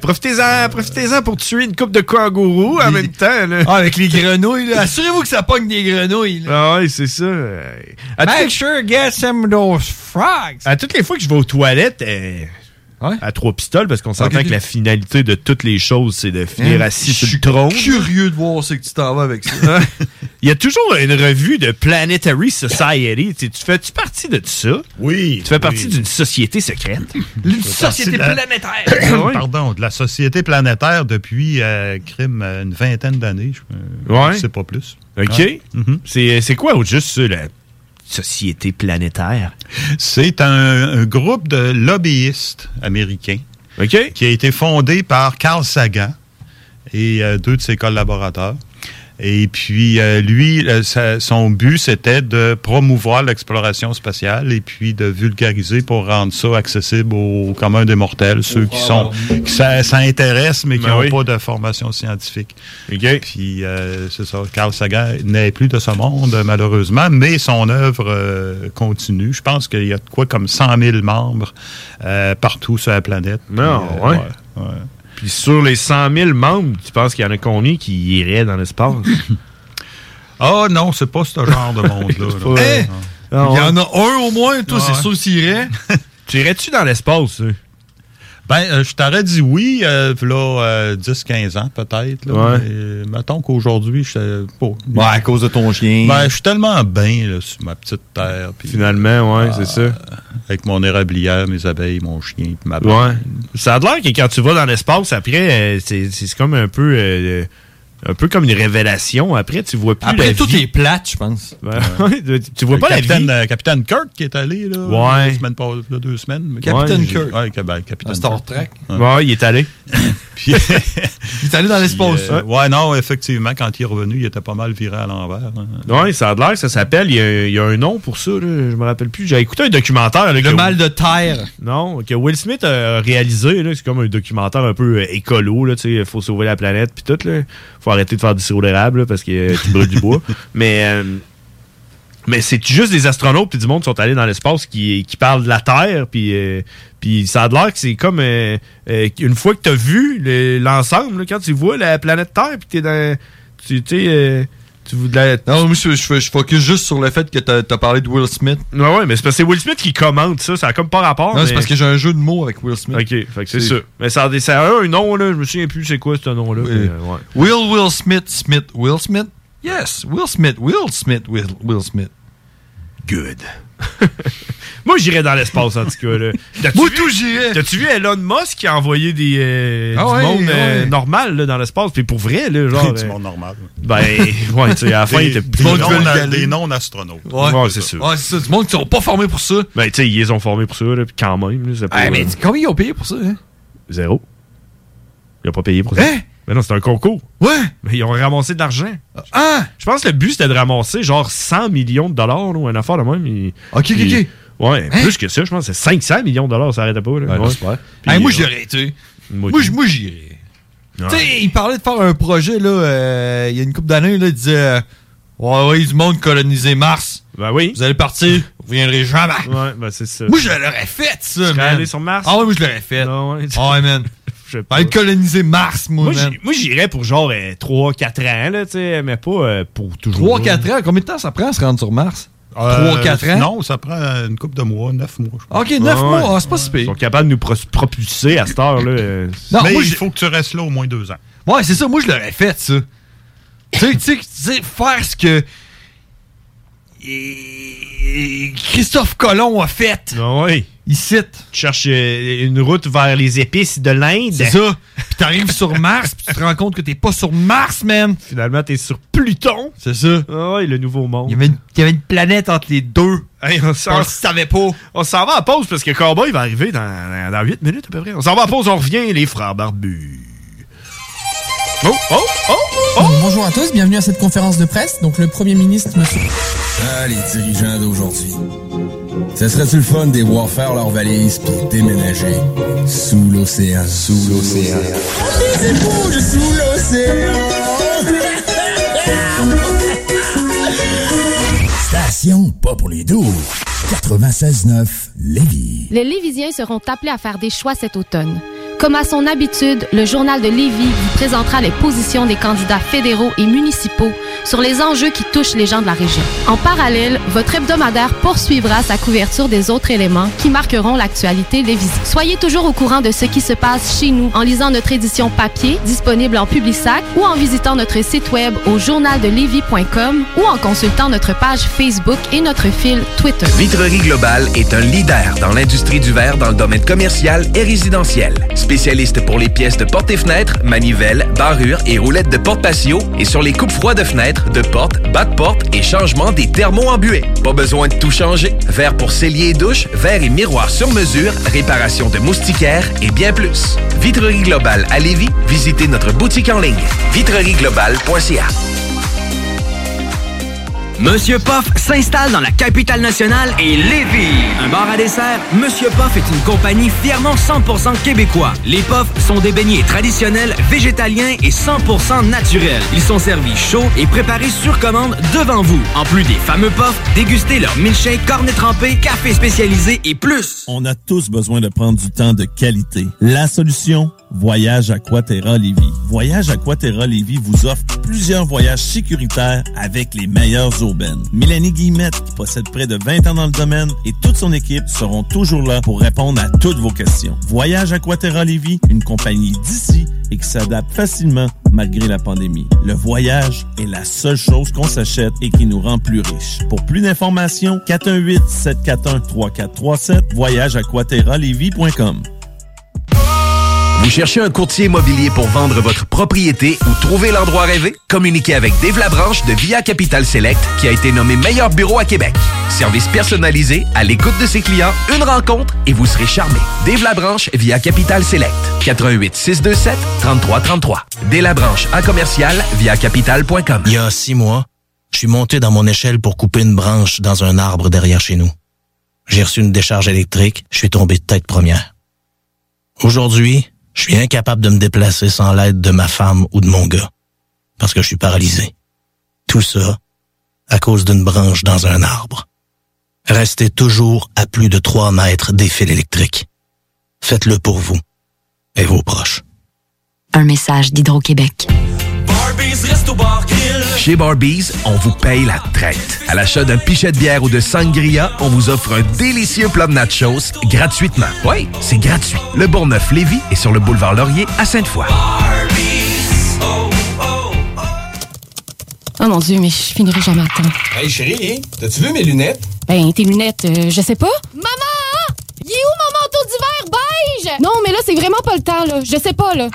profitez-en, profitez-en pour tuer une coupe de kangourous en même temps. là.
Ah, avec les grenouilles, là. Assurez-vous que ça pogne des grenouilles, là.
Ah ouais, c'est ça. Euh, À,
Make
toutes-
sure get some of those frogs.
à toutes les fois que je vais aux toilettes, euh, à trois pistoles, parce qu'on s'entend
Ok.
que la finalité de toutes les choses, c'est de finir
Hein?
assis sur
Je suis
le trône.
curieux de voir ce que tu t'en vas avec ça.
Il y a toujours une revue de Planetary Society. Tu, sais, tu fais-tu partie de ça?
Oui.
Tu fais partie d'une société secrète.
Une
société
Ah
planétaire.
Ah
Pardon, de la société planétaire depuis euh, crime euh, une vingtaine d'années. Je ne
Ouais.
sais pas plus.
OK.
Ouais. Mhm.
C'est c'est quoi, au juste, ça, la société planétaire?
C'est un, un groupe de lobbyistes américains qui a été fondé par Carl Sagan et euh, deux de ses collaborateurs. Et puis, euh, lui, euh, sa- son but, c'était de promouvoir l'exploration spatiale et puis de vulgariser pour rendre ça accessible aux communs des mortels, ceux qui sont qui s'a- s'intéressent mais qui
Ben
n'ont
oui.
pas de formation scientifique. Puis, euh, c'est ça, Carl Sagan n'est plus de ce monde, malheureusement, mais son œuvre euh, continue. Je pense qu'il y a de quoi comme 100 000 membres euh, partout sur la planète.
Non,
Puis, euh,
ouais.
ouais, ouais.
Puis sur les 100 000 membres, tu penses qu'il y en a combien qui iraient dans l'espace?
Ah non, c'est pas ce genre de monde-là.
C'est pas- Hein? Ah, ouais. Il y en a
un au moins,
toi, c'est sûr
s'il irait.
tu irais-tu dans l'espace, ça?
Ben, euh, je t'aurais dit oui, euh, v'là, euh, 10-15 ans peut-être. là.
Ouais.
Mais, euh, mettons qu'aujourd'hui, je sais pas.
Ouais, à cause de ton chien.
Ben, je suis tellement bien là, sur ma petite terre. euh,
Finalement, ouais, c'est ça.
Avec mon érablière, mes abeilles, mon chien, puis ma
Ouais. Ça a l'air que quand tu vas dans l'espace, après, euh, c'est c'est comme un peu... euh, un peu comme une révélation. Après, tu vois plus la
Après, tout
vie.
est plate, je pense.
Ouais. Ouais, Ben, tu- tu vois pas la
capitaine,
vie.
euh, capitaine Kirk qui est allé, là.
Ouais.
la semaine pas- là, deux semaines. mais-
Capitaine
Ouais, j'ai-
Kirk.
Ouais, que- ben, capitaine
Star
Kirk.
Trek.
Ouais.
Ouais, il est allé.
Puis- euh,
il est allé dans l'espace.
ouais, non, effectivement, quand il est revenu, il était pas mal viré à l'envers. hein.
Ouais, ça a l'air que ça s'appelle. Il y, a- il y a un nom pour ça, là, je me rappelle plus. J'ai écouté un documentaire. le
mal de terre.
Non, que Will Smith a réalisé. là, C'est comme un documentaire un peu euh, écolo. là, tu sais, faut sauver la planète, puis tout. Là. faut arrêter de faire du sirop d'érable là, parce que euh, tu brûles du bois. Mais. euh, mais c'est juste des astronautes puis du monde qui sont allés dans l'espace qui, qui parlent de la Terre puis euh, puis ça a l'air que c'est comme euh, euh, une fois que t'as vu le- l'ensemble là, quand tu vois la planète Terre puis t'es dans tu tu sais euh, tu veux de la
Non, moi, je, je, je focus juste sur le fait que t'as as parlé de Will Smith.
Ouais, ouais, mais c'est parce que c'est Will Smith qui commande ça, ça a comme pas rapport.
Non, c'est
mais-
parce que j'ai un jeu de mots avec Will Smith.
Ok, fait que
C'est-
c'est ça. Mais ça a, ça a un nom, là, je me souviens plus c'est quoi ce nom-là. mais, euh, ouais.
Will, Will Smith, Smith, Will Smith? Yes, Will Smith, Will Smith, Will, Will Smith.
Good. Moi, j'irais dans l'espace, en tout cas. Là. T'as-tu
Moi,
vu-
tout, j'irais.
T'as-tu vu Elon Musk qui a envoyé des, euh,
Ah
du
ouais,
monde euh,
ouais.
normal là, dans l'espace? Puis pour vrai, là, genre.
Du
euh,
monde normal.
Ben, ouais, tu sais, à la fin, il
Des-
était
des non- Des non-astronautes.
Ouais, c'est sûr.
Ouais, c'est ça. Du monde qui sont pas formés pour ça.
Ben, tu sais, ils les ont formés pour ça, là, puis quand même. Là, c'est pas,
Ah, mais
euh,
dis, combien ils ont payé pour ça, hein?
Zéro. Ils n'ont pas payé pour ça. Mais non, c'est un concours.
Ouais.
Mais ils ont ramassé de l'argent.
Ah!
Je pense que le but, c'était de ramasser genre 100 millions de dollars, là, ou un affaire de même.
Ok, ok, ok. Hein?
Ouais, plus que ça, je pense que c'est 500 millions de dollars, ça arrêtait pas. Là. Ouais. Puis,
Hey, moi,
euh,
j'irais, tu sais.
Moi,
Moi,
tout.
j- moi, j'irais.
Ouais.
Tu sais, il parlait de faire un projet, là, euh, il y a une couple d'années, là, il disait euh, Ouais, ouais, du monde coloniser Mars.
Ben oui.
Vous allez partir, vous viendrez jamais.
Ouais, ben c'est ça.
Moi, je l'aurais fait, ça,
serais
man.
allé sur Mars?
Ah, ouais, moi, je l'aurais fait. Ah
ouais.
ouais, man. Aller coloniser Mars, moi,
Moi,
man.
j'y- moi, j'irais pour genre 3-4 ans, là, tu sais, mais pas euh, pour toujours.
3-4 ans, combien de temps ça prend à se rendre sur Mars
Euh,
3-4 ans
Non, ça prend une couple de mois, neuf mois. je pense.
Ok, 9 mois, ah, c'est pas si
Ils
pire.
sont capables de nous pro- propulser à cette heure-là. euh,
Non,
mais
moi,
il
j'ai-
faut que tu restes là au moins deux ans.
Ouais, c'est ça, moi je l'aurais fait, ça. tu sais, tu sais, tu sais, faire ce que et- Christophe Colomb a fait.
Ah Oui.
Il cite.
Tu cherches euh, une route vers les épices de l'Inde.
C'est ça. Puis t'arrives sur Mars, puis tu te rends compte que t'es pas sur Mars, man.
Finalement, t'es sur Pluton.
C'est ça.
Ah oui, le nouveau monde.
Il y avait une, il y avait une planète entre les deux.
Hey, on s'en-
On le savait pas.
On s'en va à pause parce que Cowboy va arriver dans, dans, 8 minutes à peu près. On s'en va à pause, on revient, les frères barbus. Oh, oh, oh, oh!
Bonjour à tous, bienvenue à cette conférence de presse. Donc le Premier ministre, monsieur...
Ah, les dirigeants d'aujourd'hui. Ça serait-tu le fun de les voir faire leurs valises puis déménager sous l'océan? Sous l'océan.
sous
Station pas pour les doux. 96.9 Lévis.
Les Lévisiens seront appelés à faire des choix cet automne. Comme à son habitude, le journal de Lévis vous présentera les positions des candidats fédéraux et municipaux sur les enjeux qui touchent les gens de la région. En parallèle, votre hebdomadaire poursuivra sa couverture des autres éléments qui marqueront l'actualité lévisienne. Soyez toujours au courant de ce qui se passe chez nous en lisant notre édition papier disponible en Publisac ou en visitant notre site web au journaldelevis.com ou en consultant notre page Facebook et notre fil Twitter.
Vitrerie Globale est un leader dans l'industrie du verre dans le domaine commercial et résidentiel. Spécialiste pour les pièces de portes et fenêtres, manivelles, barrures et roulettes de porte patio et sur les coupes froides de fenêtres, de portes, bas de portes et changement des thermos en buée. Pas besoin de tout changer. Verre pour cellier et douche, verre et miroir sur mesure, réparation de moustiquaires et bien plus. Vitrerie Globale à Lévis, visitez notre boutique en ligne vitrerieglobale.ca.
Monsieur Poff s'installe dans la capitale nationale et Lévis. Un bar à dessert, Monsieur Poff est une compagnie fièrement 100% québécois. Les Poffs sont des beignets traditionnels, végétaliens et 100% naturels. Ils sont servis chauds et préparés sur commande devant vous. En plus des fameux Poffs, dégustez leur milkshake, cornet trempé, café spécialisé et plus.
On a tous besoin de prendre du temps de qualité. La solution, Voyage Aquaterra Lévis. Voyage Aquaterra Lévis vous offre plusieurs voyages sécuritaires avec les meilleures aubaines. Mélanie Guillemette, qui possède près de 20 ans dans le domaine, et toute son équipe seront toujours là pour répondre à toutes vos questions. Voyage Aquaterra Lévis, une compagnie d'ici et qui s'adapte facilement malgré la pandémie. Le voyage est la seule chose qu'on s'achète et qui nous rend plus riches. Pour plus d'informations, 418-741-3437, voyageaquaterralevis.com.
Vous cherchez un courtier immobilier pour vendre votre propriété ou trouver l'endroit rêvé? Communiquez avec Dave Labranche de Via Capital Select qui a été nommé meilleur bureau à Québec. Service personnalisé, à l'écoute de ses clients, une rencontre et vous serez charmé. Dave Labranche via Capital Select. 88 627 3333. Dave Labranche à commercial via capital.com.
Il y a six mois, je suis monté dans mon échelle pour couper une branche dans un arbre derrière chez nous. J'ai reçu une décharge électrique, je suis tombé de tête première. Aujourd'hui, je suis incapable de me déplacer sans l'aide de ma femme ou de mon gars, parce que je suis paralysé. Tout ça à cause d'une branche dans un arbre. Restez toujours à plus de 3 mètres des fils électriques. Faites-le pour vous et vos proches.
Un message d'Hydro-Québec.
Chez Barbies, on vous paye la traite. À l'achat d'un pichet de bière ou de sangria, on vous offre un délicieux plat de nachos gratuitement. Oui, c'est gratuit. Le Bourgneuf-Lévis est sur le boulevard Laurier à Sainte-Foy.
Oh mon Dieu, mais je finirai jamais à temps.
Hey chérie, t'as-tu vu mes lunettes?
Ben, tes lunettes, euh, je sais pas.
Maman,
Il est où mon manteau d'hiver beige? Non, mais là, c'est vraiment pas le temps, là. Je sais pas, là.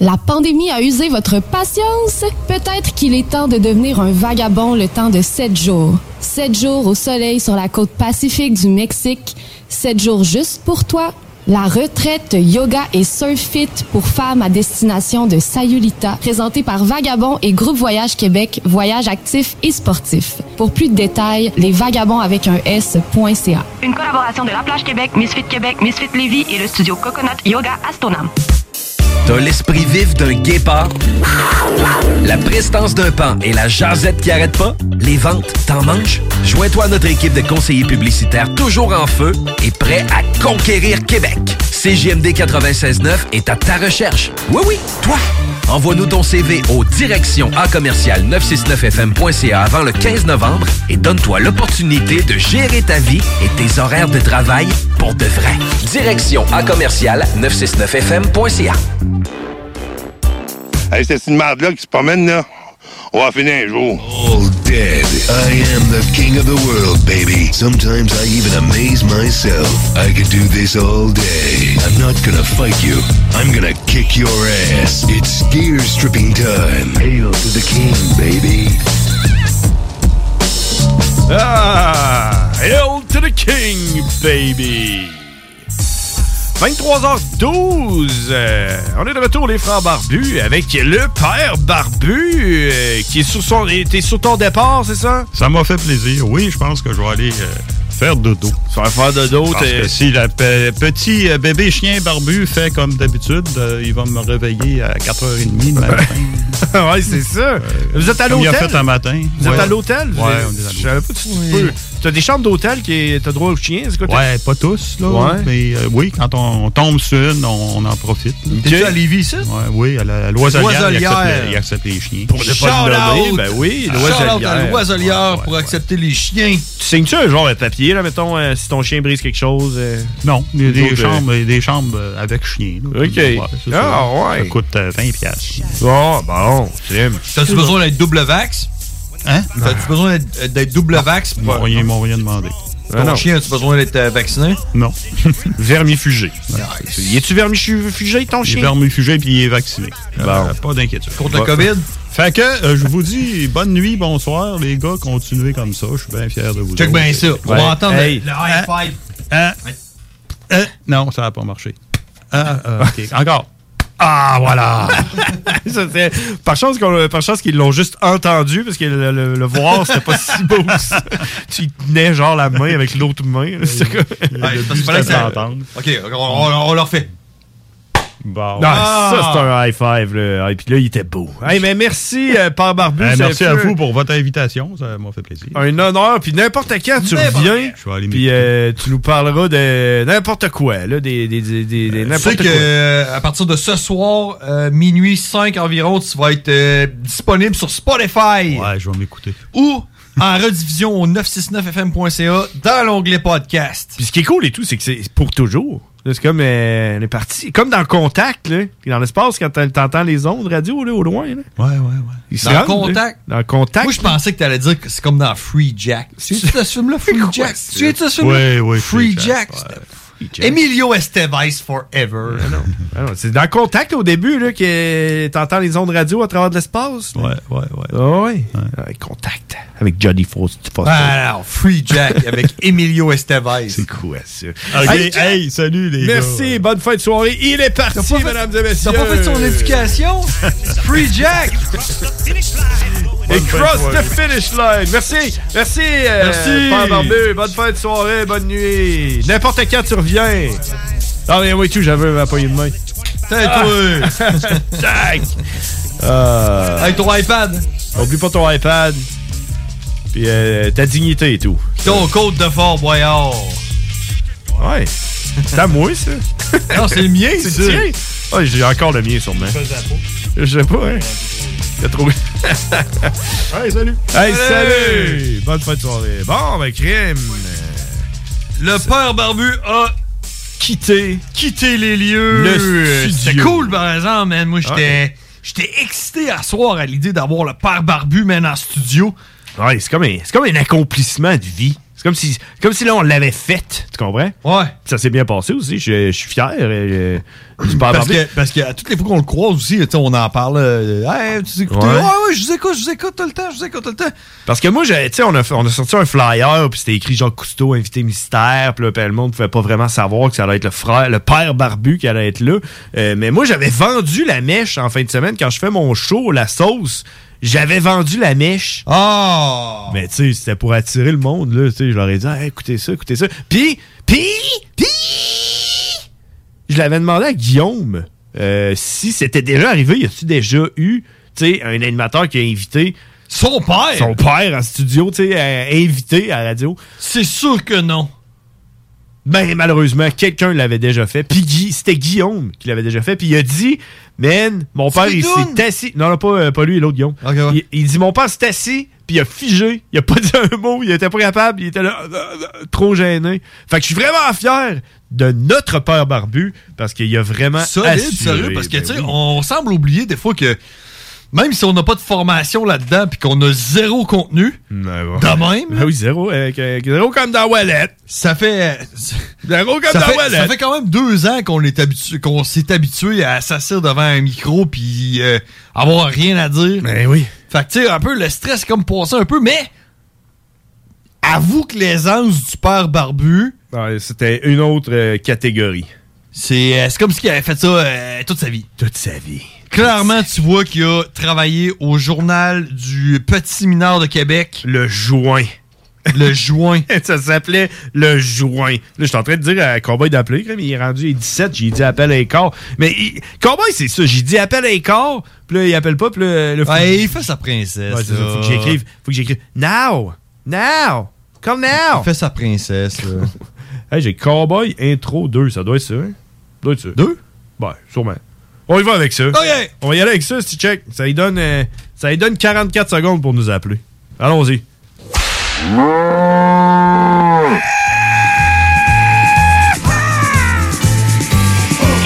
La pandémie a usé votre patience? Peut-être qu'il est temps de devenir un vagabond le temps de 7 jours. 7 jours au soleil sur la côte pacifique du Mexique. 7 jours juste pour toi. La retraite yoga et surf fit pour femmes à destination de Sayulita, présentée par Vagabond et Groupe Voyage Québec, voyage actif et sportif. Pour plus de détails, lesvagabonds avec un S.ca.
Une collaboration de La Plage Québec, Misfit Québec, Misfit Lévis et le studio Coconut Yoga Astonam.
T'as l'esprit vif d'un guépard, la prestance d'un pan et la jasette qui arrête pas, les ventes, t'en manges? Joins-toi à notre équipe de conseillers publicitaires toujours en feu et prêt à conquérir Québec. CJMD 96.9 est à ta recherche. Oui, oui, toi! Envoie-nous ton CV au direction A commercial 969FM.ca avant le 15 novembre et donne-toi l'opportunité de gérer ta vie et tes horaires de travail pour de vrai. Direction A commercial 969FM.ca.
Hey, c'est une merde-là qui se promène, là. On va finir un jour.
All dead. I am the king of the world, baby. Sometimes I even amaze myself. I could do this all day. I'm not gonna fight you. I'm gonna kick your ass. It's gear stripping time. Hail to the king, baby.
Ah! Hail to the king, baby! 23h12, euh, on est de retour les frères barbus avec le père barbu euh, qui est sur son était sur ton départ, c'est ça
Ça m'a fait plaisir. Oui, je pense que je vais aller euh, faire dodo.
Faire faire dodo,
Parce
t'es-
que si le pe- petit euh, bébé chien barbu fait comme d'habitude, euh, il va me réveiller à 4h30 le matin.
ouais, c'est ça. Vous êtes à
Comme il a
l'hôtel
fait un matin.
Vous êtes
Ouais.
à l'hôtel Vous
Ouais,
êtes-
on est à
Je savais pas si tu peux. T'as des chambres d'hôtel qui t'as droit au chien, c'est quoi t'as-
Ouais, pas tous, là.
Ouais.
Mais euh, oui, quand on, on tombe sur une, on, on en profite.
T'es-tu à
Lévis, ça? oui, à la- à l'Oiselière, il accepte les- il accepte les chiens.
Pour ne pas le nommer, ben oui,
Shout-out à
l'oiselière.
l'oiselière pour accepter les chiens.
Tu signes-tu un genre de papier, là, mettons, euh, si ton chien brise quelque chose? euh,
Non, il y a des
autres, euh,
chambres, des chambres euh, avec chien. là.
OK.
c'est
Ah,
ça. Ça
ouais.
coûte euh, 20 piastres.
Bon, bon, Jim.
T'as-tu besoin d'être double vax?
Hein?
T'as-tu besoin d'être- d'être double
Ah,
vax? pour-
Ils m'ont rien demandé.
Ton chien, as-tu besoin d'être euh, vacciné? Ah,
Non.
Vermifugé. Y est-tu vermifugé, ton
Il
chien?
est vermifugé puis il est vacciné. Euh,
Bon.
Pas d'inquiétude.
Contre le COVID?
Fait que, euh, je vous dis bonne nuit, bonsoir, les gars. Continuez comme ça. Je suis bien fier de vous.
Check
autres.
bien ça. On
Ouais.
va entendre le-
Hey.
le high five.
Hein? Hein? Non, ça n'a pas marché. Hein? Euh, OK. Encore. Ah, voilà.
Ça, c'est- par chance qu'on- par chance qu'ils l'ont juste entendu parce que le, le- le voir c'était pas si beau que ça. tu y tenais genre la main avec l'autre main C'est comme-
Ouais, c'est parce que fallait que ça- Ok, on, on- on leur fait.
Bon.
Ah, ça c'est un high five là. et puis là il était beau Hey, mais merci, euh, Père Barbu.
Eh,
ça
merci
fut
à
un-
vous pour votre invitation. Ça m'a fait plaisir.
un honneur puis n'importe quand tu
euh, N'importe
reviens
Je vais aller
puis euh, tu nous parleras de n'importe quoi là des des des, des- des-
Tu sais
n'importe
que
quoi
euh, à partir de ce soir, euh, minuit 5 environ, tu vas être euh, disponible sur Spotify.
Ouais, je vais m'écouter.
Ou en rediffusion au 969fm.ca dans l'onglet podcast.
Puis ce qui est cool et tout, c'est que c'est pour toujours. Là, C'est comme euh, on est parti. Comme dans Contact, là. Dans l'espace, quand t'en- t'entends les ondes radio là, au loin. Là.
Ouais, ouais, ouais.
Ils se
Dans
rendent,
Contact?
là. Dans Contact.
Moi, je pensais que t'allais dire que c'est comme dans Free Jack. Tu es de ce film-là, Free Jack? Tu es de ce film-là?
Ouais, ouais,
Free,
Free
Jack.
Jack,
c'était- Emilio Estevez forever.
Ah non, c'est dans Contact au début là, que t'entends les ondes radio à travers de l'espace. là.
Ouais, ouais, ouais.
Ah ouais. Ouais, Contact. Avec Johnny Foster.
Ah non, Free Jack avec Emilio Estevez. C'est
quoi ça?
hey, hey, salut les gars.
Merci, bonne fin de soirée. Il est parti, mesdames et messieurs.
T'as pas fait son éducation? Free Jack!
Et cross the finish line. Merci, merci. euh,
Merci.
Père Barbu. Bonne fin de soirée, bonne nuit. N'importe quand tu reviens. Ah mais oui, tout, j'avais ma poignée de main. Ah.
Tais-toi.
Jack. Euh,
Avec ton iPad.
Oublie pas ton iPad. Puis euh, ta dignité et tout.
Ton code de Fort Boyard.
Ouais. C'est à moi, ça.
Non, c'est le mien,
C'est
ça.
le tien. Ah, j'ai encore le mien, sûrement. Je sais pas, hein. T'as trouvé.
Hey, salut.
Hey, salut! Bonne fin de soirée. Bon, ben, crime.
Le père barbu a
quitté,
quitté les lieux.
Le
C'était
studio.
cool, par exemple, man. Moi, j'étais
Ouais.
j'étais excité à soir à l'idée d'avoir le père barbu, man, en studio.
Ouais, c'est comme, un- c'est comme un accomplissement de vie. C'est comme si, comme si là, on l'avait faite, tu comprends? Ouais. Ça s'est bien passé aussi, je, je suis fier. euh, du Père
Parce
Barbé.
que, parce que à toutes les fois qu'on le croise aussi, tu sais, on en parle. euh, hey, tu écoutes?
Ouais.
Ouais, ouais, je vous écoute, je vous écoute tout le temps, je vous écoute tout le temps.
Parce que moi, j'ai- tu sais, on a, fait- on a sorti un flyer, puis c'était écrit Jean Cousteau, invité mystère, puis là, ben, le monde pouvait pas vraiment savoir que ça allait être le frère, le père barbu qui allait être là. Euh, mais moi, j'avais vendu la mèche en fin de semaine quand je fais mon show, la sauce. J'avais vendu la mèche. Ah! Mais tu sais, c'était pour attirer le monde, là. Tu sais, je leur ai dit, Hey, écoutez ça, écoutez ça. Puis, puis, puis, je l'avais demandé à Guillaume euh, si c'était déjà arrivé, y a-tu déjà eu, tu sais, un animateur qui a invité son père, son père en studio, tu sais, euh, invité à la radio. C'est sûr que non. Ben malheureusement, quelqu'un l'avait déjà fait. Puis Guy- c'était Guillaume qui l'avait déjà fait. Puis il a dit, man, mon père il s'est assis. Non, non pas, euh, pas lui, l'autre Guillaume. il, il dit mon père s'est assis. Puis il a figé, il a pas dit un mot, il était pas capable, il était là, euh, euh, trop gêné. Fait que je suis vraiment fier de notre père barbu parce qu'il a vraiment
Solide,
assuré,
sérieux, parce que,
ben
tu sais,
oui.
on semble oublier des fois que même si on n'a pas de formation là-dedans puis qu'on a zéro contenu, de même.
Ah oui, zéro, euh, zéro comme dans Wallet.
Ça fait. euh,
Zéro
ça
comme dans hein.
fait,
Wallet.
ça fait quand même deux ans qu'on est habitué, qu'on s'est habitué à s'asseoir devant un micro puis euh, avoir rien à dire.
Mais Ben oui.
Fait que tu sais, un peu le stress est comme passé un peu, mais avoue que l'aisance du père barbu.
Ouais, C'était une autre euh, catégorie.
C'est euh, c'est comme s'il avait fait ça euh, toute sa vie.
Toute sa vie.
Clairement, tu vois qu'il a travaillé au journal du Petit Mineur de Québec.
Le joint.
Le joint.
ça s'appelait le joint. Là, je suis en train de dire à Cowboy d'appeler. crème, Il est rendu il est 17, j'ai dit appel à un quart. Mais il- Cowboy, c'est ça. J'ai dit appel à un quart. Puis là, il appelle pas. Puis là, le
Ouais, il fait sa princesse.
Ouais, c'est ça, faut que
là.
j'écrive. Faut que j'écrive. Now! Now! Come now!
Il fait sa princesse, là.
Hey, j'ai Cowboy Intro 2, ça doit être ça, hein? Ça doit être ça. 2? Ben, sûrement. On y va avec ça.
OK!
On va y aller avec ça, si tu check. Ça lui donne, euh, ça lui donne 44 secondes pour nous appeler. Allons-y.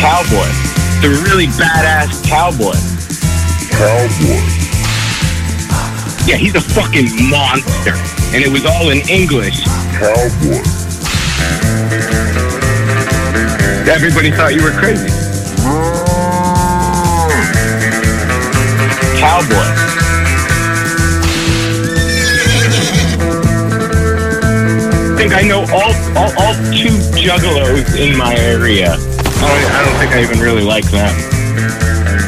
Cowboy. The really badass cowboy. Cowboy. Yeah, he's a fucking monster. And it was all in English. Cowboy. Everybody thought you were crazy. Cowboy. I think I know all, all, all two juggalos in my area. I don't, I don't think I even really like them.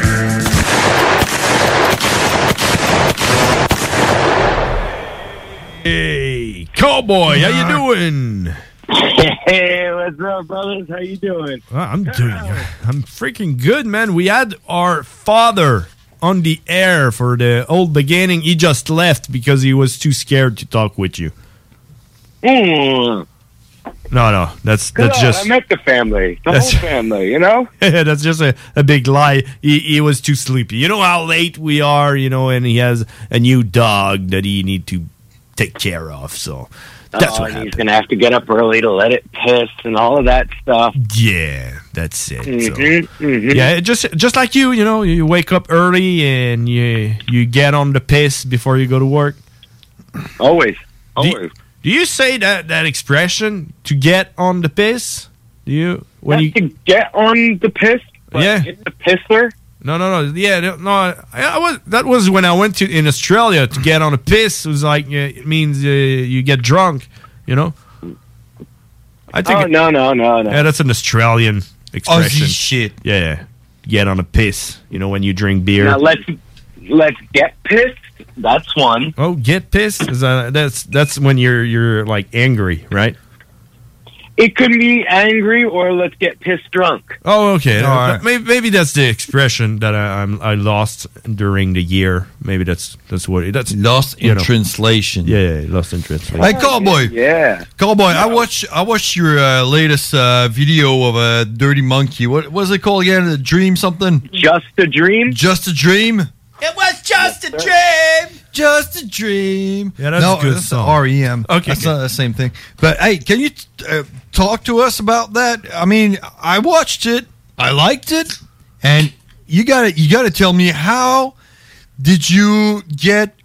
Hey, Cowboy, how you doing?
Hey, what's up, brothers? How you doing?
Well, I'm doing. I'm freaking good, man. We had our father on the air for the old beginning. He just left because he was too scared to talk with you.
Mm.
No, no, that's
Good.
that's just
I met the family, the
That's-
whole family. You know.
that's just a, a big lie. He, he was too sleepy. You know how late we are, you know, and he has a new dog that he need to take care of. So that's
Oh,
what
he's
happened.
gonna have to get up early to let it piss and all of that stuff.
Yeah, that's it. So-
Mhm, mhm.
Yeah, just just like you, you know, you wake up early and you you get on the piss before you go to work.
Always,
always. Do, do you say that that expression to get on the piss? Do you when you
to get on the piss?
Yeah,
the pissler.
No, no, no. Yeah, no. no, I, I was that was when I went to in Australia to get on the piss. It was like uh, it means uh, you get drunk, you know. I think
oh
it-
no, no, no, no.
Yeah, that's an
Oh,
Australian expression.
shit.
Yeah, yeah. Get on a piss. You know when you drink beer.
Now let's let's get pissed. That's one.
Oh, get pissed. Is that, that's that's when you're you're like angry, right?
It could be angry or let's get pissed drunk.
Oh, okay.
All right.
maybe, maybe that's the expression that I, I'm I lost during the year. Maybe that's that's what that's
lost
you
in
know.
translation.
Yeah, yeah, lost in translation.
Hey, Cowboy.
Yeah.
Cowboy, I watch I watched your uh, latest uh, video of a dirty monkey. What was it called again? A dream something?
Just a dream.
Just a dream. It was just a dream. Just a dream.
Yeah, that's
no,
a good
that's
song.
REM.
Okay,
that's
good.
not the same thing. But hey, can you uh, talk to us about that? I mean, I watched it. I liked it, and you got to you got to tell me how did you get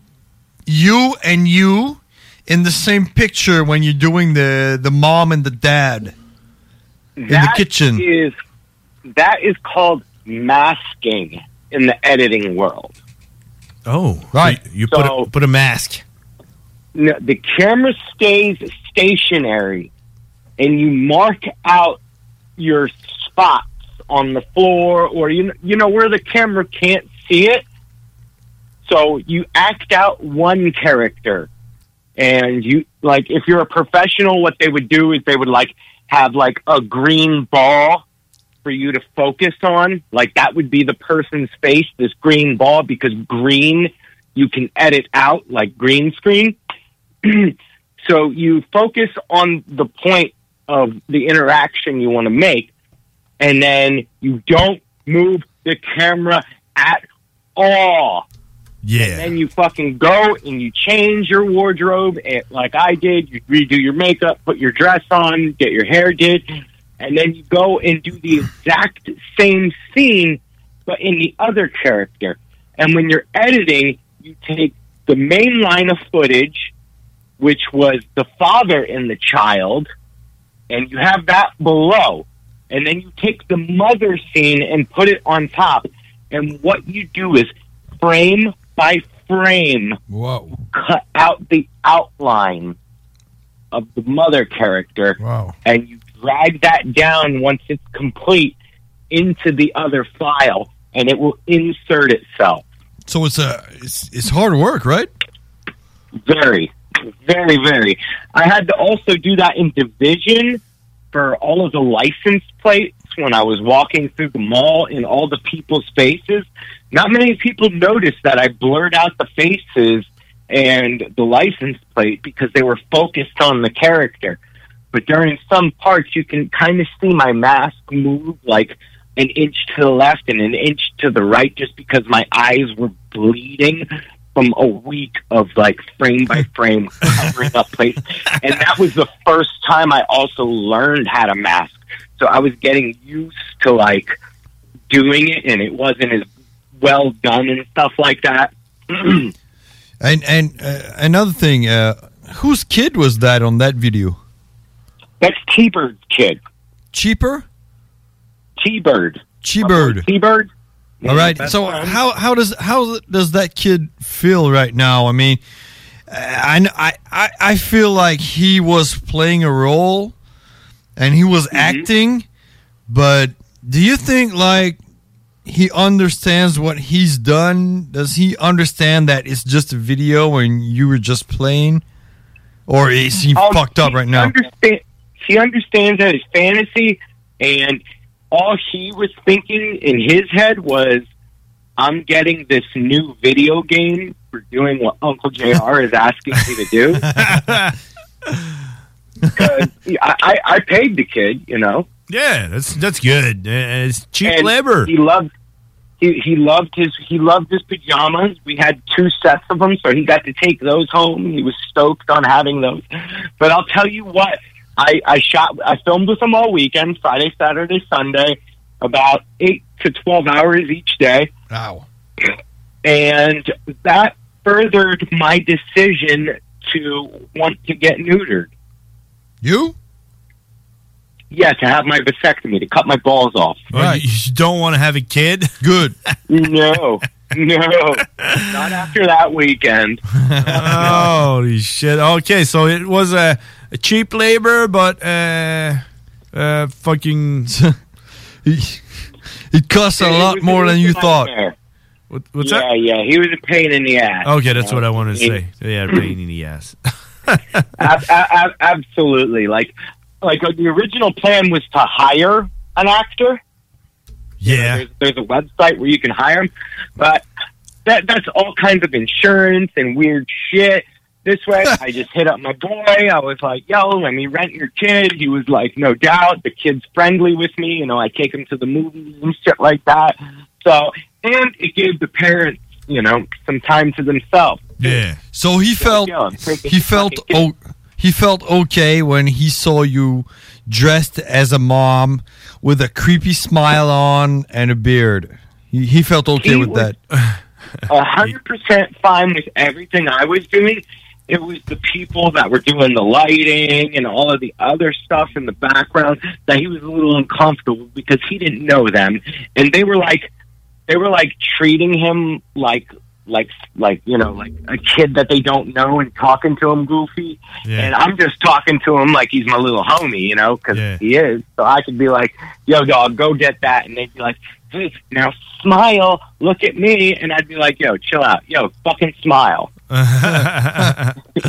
you and you in the same picture when you're doing the the mom and the dad in the
That
kitchen.
Is, that is called masking in the editing world.
Oh, right. You, put, a, put a mask.
No, the camera stays stationary, and you mark out your spots on the floor, or you know, you know where the camera can't see it. So you act out one character, and you like if you're a professional, what they would do is they would like have like a green ball for you to focus on. Like that would be the person's face, this green ball, because green you can edit out like green screen. so you focus on the point of the interaction you want to make, and then you don't move the camera at all.
Yeah.
And then you fucking go and you change your wardrobe, and, like I did. You redo your makeup, put your dress on, get your hair did, and then you go and do the exact same scene, but in the other character. And when you're editing, you take the main line of footage, which was the father and the child, and you have that below. And then you take the mother scene and put it on top. And what you do is frame by frame,
Whoa.
cut out the outline of the mother character. And you drag that down once it's complete into the other file, and it will insert itself.
So it's a it's, it's hard work, right?
Very, very, very. I had to also do that in division for all of the license plates when I was walking through the mall in all the people's faces. Not many people noticed that I blurred out the faces and the license plate because they were focused on the character. But during some parts, you can kind of see my mask move like an inch to the left and an inch to the right just because my eyes were bleeding from a week of like frame by frame covering up place. And that was the first time I also learned how to mask. So I was getting used to like doing it and it wasn't as well done and stuff like that.
And and uh, another thing, uh, whose kid was that on that video?
That's T Bird kid.
Cheaper?
T Bird.
T Bird.
T Bird.
All right.
That's
So
fine.
how how does how does that kid feel right now? I mean, uh, I kn- I I, I feel like he was playing a role, and he
Mm-hmm.
was acting, but do you think like he understands what he's done? Does he understand that it's just a video and you were just playing, or is he
Oh,
fucked up right now?
understand- He understands that it's fantasy, and all he was thinking in his head was, "I'm getting this new video game for doing what Uncle Jr. is asking me to do." 'Cause I, I, I paid the kid, you know.
Yeah, that's that's good. Uh, It's cheap labor.
He loved. He, he loved his he loved his pajamas. We had two sets of them, so he got to take those home. He was stoked on having those. But I'll tell you what, I, I shot I filmed with him all weekend, Friday, Saturday, Sunday, about eight to twelve hours each day.
Wow.
And that furthered my decision to want to get neutered.
You?
Yeah, to have my vasectomy, to cut my balls off.
Oh, you- You don't want to have a kid?
Good.
No, no, not after that weekend.
Holy shit. Okay, so it was a, a cheap labor, but uh, uh, fucking.
it costs
It was- it was a nightmare.
What, what's
yeah,
that?
yeah, he was a pain in the ass.
Okay, that's
you
what
know?
I wanted to
It-
say. Yeah, pain in the ass.
ab- ab- ab- absolutely. Like, like uh, the original plan was to hire an actor.
Yeah,
there's, there's a website where you can hire him, but that that's all kinds of insurance and weird shit. This way, I just hit up my boy. I was like, "Yo, let me rent your kid." He was like, "No doubt." The kid's friendly with me. You know, I take him to the movies and shit like that. So, and it gave the parents, you know, some time to themselves.
Yeah.
So he felt he felt o- he felt okay when he saw you dressed as a mom with a creepy smile on and a beard. He, he felt okay
He
with
was-
that.
a hundred percent fine with everything I was doing, It was the people that were doing the lighting and all of the other stuff in the background that he was a little uncomfortable because he didn't know them, and they were like, they were like treating him like like like you know like a kid that they don't know and talking to him goofy and I'm just talking to him like he's my little homie, you know, because he is. So I could be like, yo, dog, go get that. And they'd be like, hey, now smile, look at me. And I'd be like, yo, chill out. Yo, fucking smile.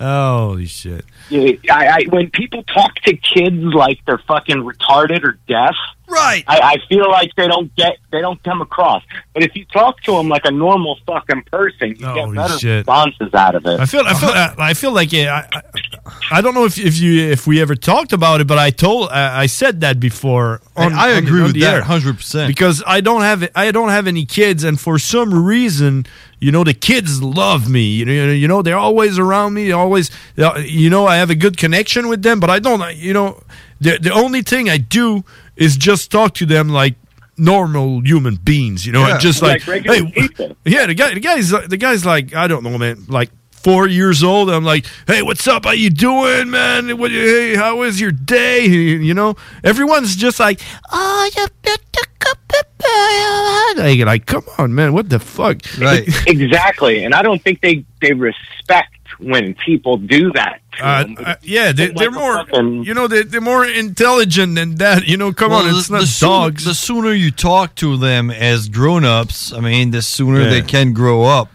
Holy shit.
I, I, when people talk to kids like they're fucking retarded or deaf,
right?
I, I feel like they don't get, they don't come across. But if you talk to them like a normal fucking person, you get better
shit.
responses out of it.
I feel, I feel, I, I feel like uh, I, I, I don't know if, if you if we ever talked about it, but I told uh, I I said that before.
And I agree with
the
that,
air.
100%.
Because I don't have I don't have any kids, and for some reason, you know, the kids love me. You know, you know, they're always around me. they're Always, uh, you know, I have a good connection with them. But I don't, you know, the the only thing I do is just talk to them like normal human beings. You know,
Yeah.
just
Like
like,
regular
hey, yeah, the guy, the guy's, the guy's like, I don't know, man, like four years old. I'm like, hey, what's up? How you doing, man? What, hey, how was your day? You know, everyone's just like, oh, you like, like, come on, man, what the fuck?
Right. exactly. And I don't think they they respect when people do that. To them.
Uh, yeah, they, they're more, you know, they, they're more intelligent than that. You know, come
Well,
on, it's not
sooner-
dogs.
the sooner you talk to them as grown ups, I mean, the sooner
Yeah.
they can grow up.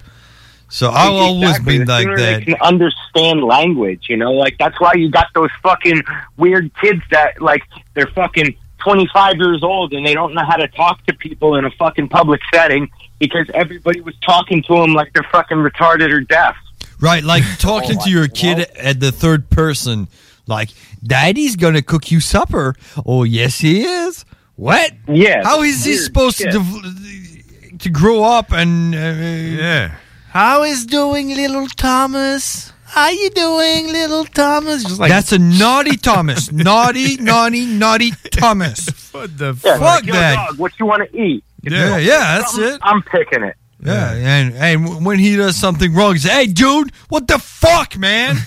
So I've always
Exactly.
been
The
like
sooner
that.
They can understand language, you know. Like that's why you got those fucking weird kids that like they're fucking twenty five years old and they don't know how to talk to people in a fucking public setting because everybody was talking to them like they're fucking retarded or deaf.
Right, like talking to your kid at the third person, like, Daddy's gonna cook you supper. Oh, yes, he is. What?
Yeah.
How is he
weird
supposed
shit.
to dev- to grow up and uh,
yeah?
How is doing, little Thomas? How you doing, little Thomas? Just
That's a naughty Thomas, naughty, naughty, naughty Thomas.
What the
Yeah,
fuck
like, yo,
that?
dog, what you want to eat? If you
Yeah,
don't
yeah,
want
that's
something,
it.
I'm picking it.
Yeah, and and w- when he does something wrong, he's hey, dude, what the fuck, man?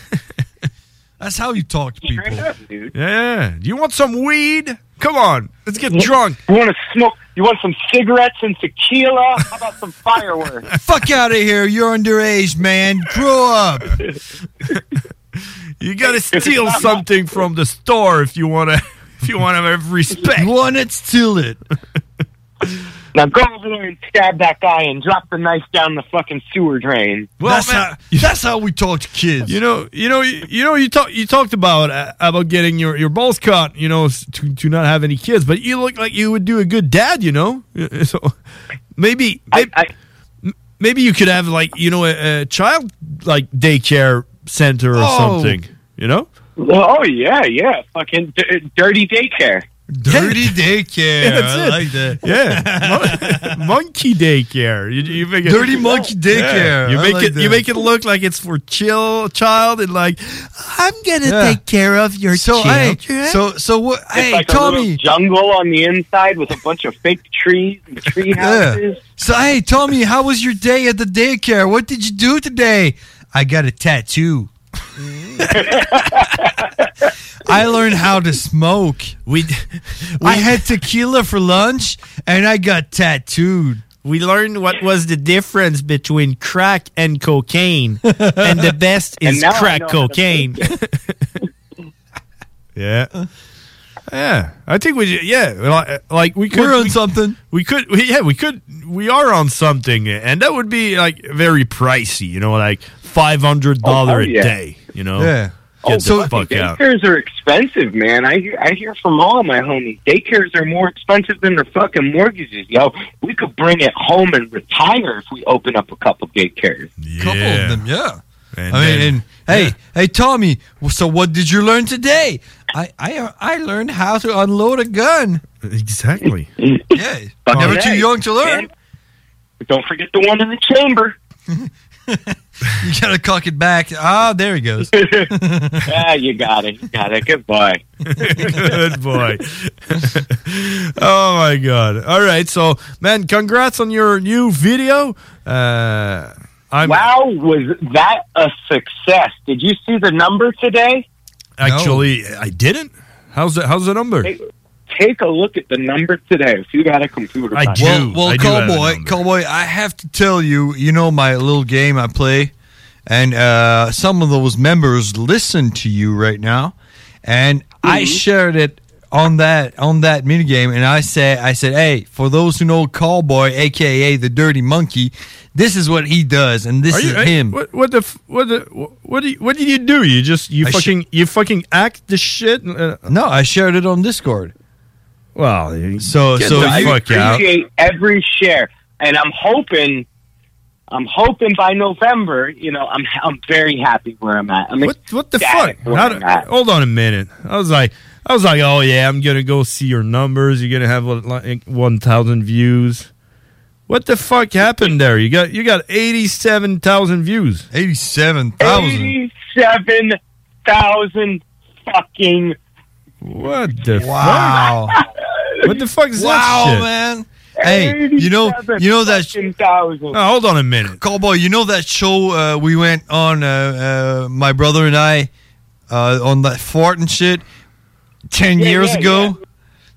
That's how you talk to people.
Yeah. Do you want some weed? Come on, let's get drunk.
You want to smoke? You want some cigarettes and tequila? How about some fireworks?
Fuck out of here! You're underage, man. Grow up.
You gotta steal something from the store if you wanna if you wanna have respect.
want it, steal it.
Now go over there and stab that guy and drop the knife down the fucking sewer drain.
Well, that's, man,
how, that's how we talk to kids.
You know, you know, you, you know. You talk, you talked about uh, about getting your, your balls cut. You know, s- to to not have any kids, but you look like you would do a good dad. You know, so maybe maybe, maybe you could have like you know a, a child like daycare center or
Oh.
something. You know,
Oh yeah, yeah, fucking d- uh, dirty daycare.
Dirty daycare.
Yeah, that's
I
it.
like that.
Yeah, Mon- monkey daycare. You, you make it,
Dirty monkey daycare.
You
I
make
like
it.
that.
You make it look like it's for chill child and like I'm gonna
Yeah.
take care of your
So, hey,
children.
so so what?
It's
Hey,
like a
Tommy.
little jungle on the inside with a bunch of fake trees and tree houses.
So hey, Tommy, how was your day at the daycare? What did you do today? I got a tattoo. I learned how to smoke.
We,
I had tequila for lunch, and I got tattooed.
We learned what was the difference between crack and cocaine, and the best
And
is
now I
crack
know how to
cocaine. yeah, yeah. I think we, yeah, well, uh, like we could.
We're on
we-
something.
We could, we, yeah, we could. We are on something, and that would be like very pricey. You know, like five hundred dollar
Oh,
a
hell yeah.
day. You know,
Yeah. Oh,
Get the
so
fuck out.
daycares are expensive, man. I hear, I hear from all my homies. Daycares are more expensive than their fucking mortgages, yo. We could bring it home and retire if we open up a couple daycares.
Couple of them, yeah.
And
I mean,
then-
and, hey, hey, Tommy. So what did you learn today? I I I learned how to unload a gun.
Exactly.
yeah, never too young to learn.
Don't forget the one in the chamber.
You gotta cock it back. Ah, there he goes.
ah, you got it. You got it. Good boy.
Good boy. oh my god. All right. So man, congrats on your new video. Uh
wow, was that a success? Did you see the number today?
Actually, I didn't. How's the How's the number?
Take, take a look at the number today if you got a computer. by the way.
Well, well Cowboy, Cowboy, I have to tell you, you know my little game I play, and uh, some of those members listen to you right now, and I shared it on that on that mini game, and I said, I said, hey, for those who know Cowboy, aka the Dirty Monkey, this is what he does, and this
Are you-
is
hey,
him.
What, what the f- what the wh- what do you, what did you do? You just you
I sh-
fucking you fucking act the shit. Uh,
No, I shared it on Discord.
Well,
so
Get
so
the- I
you-
appreciate every share, and I'm hoping, I'm hoping by November, you know, I'm I'm very happy where I'm at. I'm
what what the fuck?
ecstatic where
How
I'm
do-
at.
hold on a minute. I was like, I was like, oh yeah, I'm gonna go see your numbers. You're gonna have like one thousand views. What the fuck happened there? You got you got eighty seven thousand views.
Eighty seven
Eighty-seven thousand fucking.
What the
Wow.
what the fuck is that
wow,
shit?
man. Hey, you know, you know that.
hold on a minute,
Cowboy. You know that show uh, we went on, uh, uh, my brother and I, uh, on that fort and shit, ten
Yeah,
years
yeah,
ago.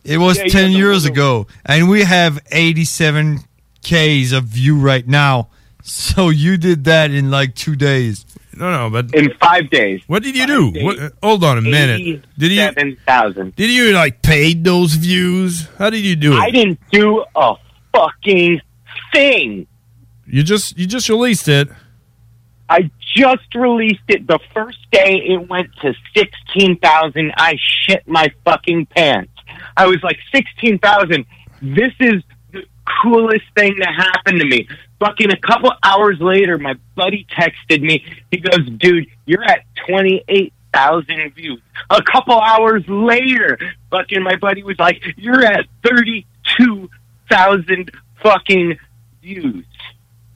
It was
Yeah, yeah,
ten
the
years ago, and we have eighty-seven k's of view right now. So you did that in like two days.
No, no, but
in five days.
What did you do? What, uh, hold on a minute. Did you
seven thousand?
Did you like paid those views? How did you do it?
I didn't do a fucking thing.
You just you just released it.
I just released it the first day it went to 16,000. I shit my fucking pants. I was like, 16,000. This is the coolest thing that happened to me. Fucking a couple hours later, my buddy texted me. He goes, dude, you're at 28,000 views. A couple hours later, fucking my buddy was like, you're at 32,000 fucking views.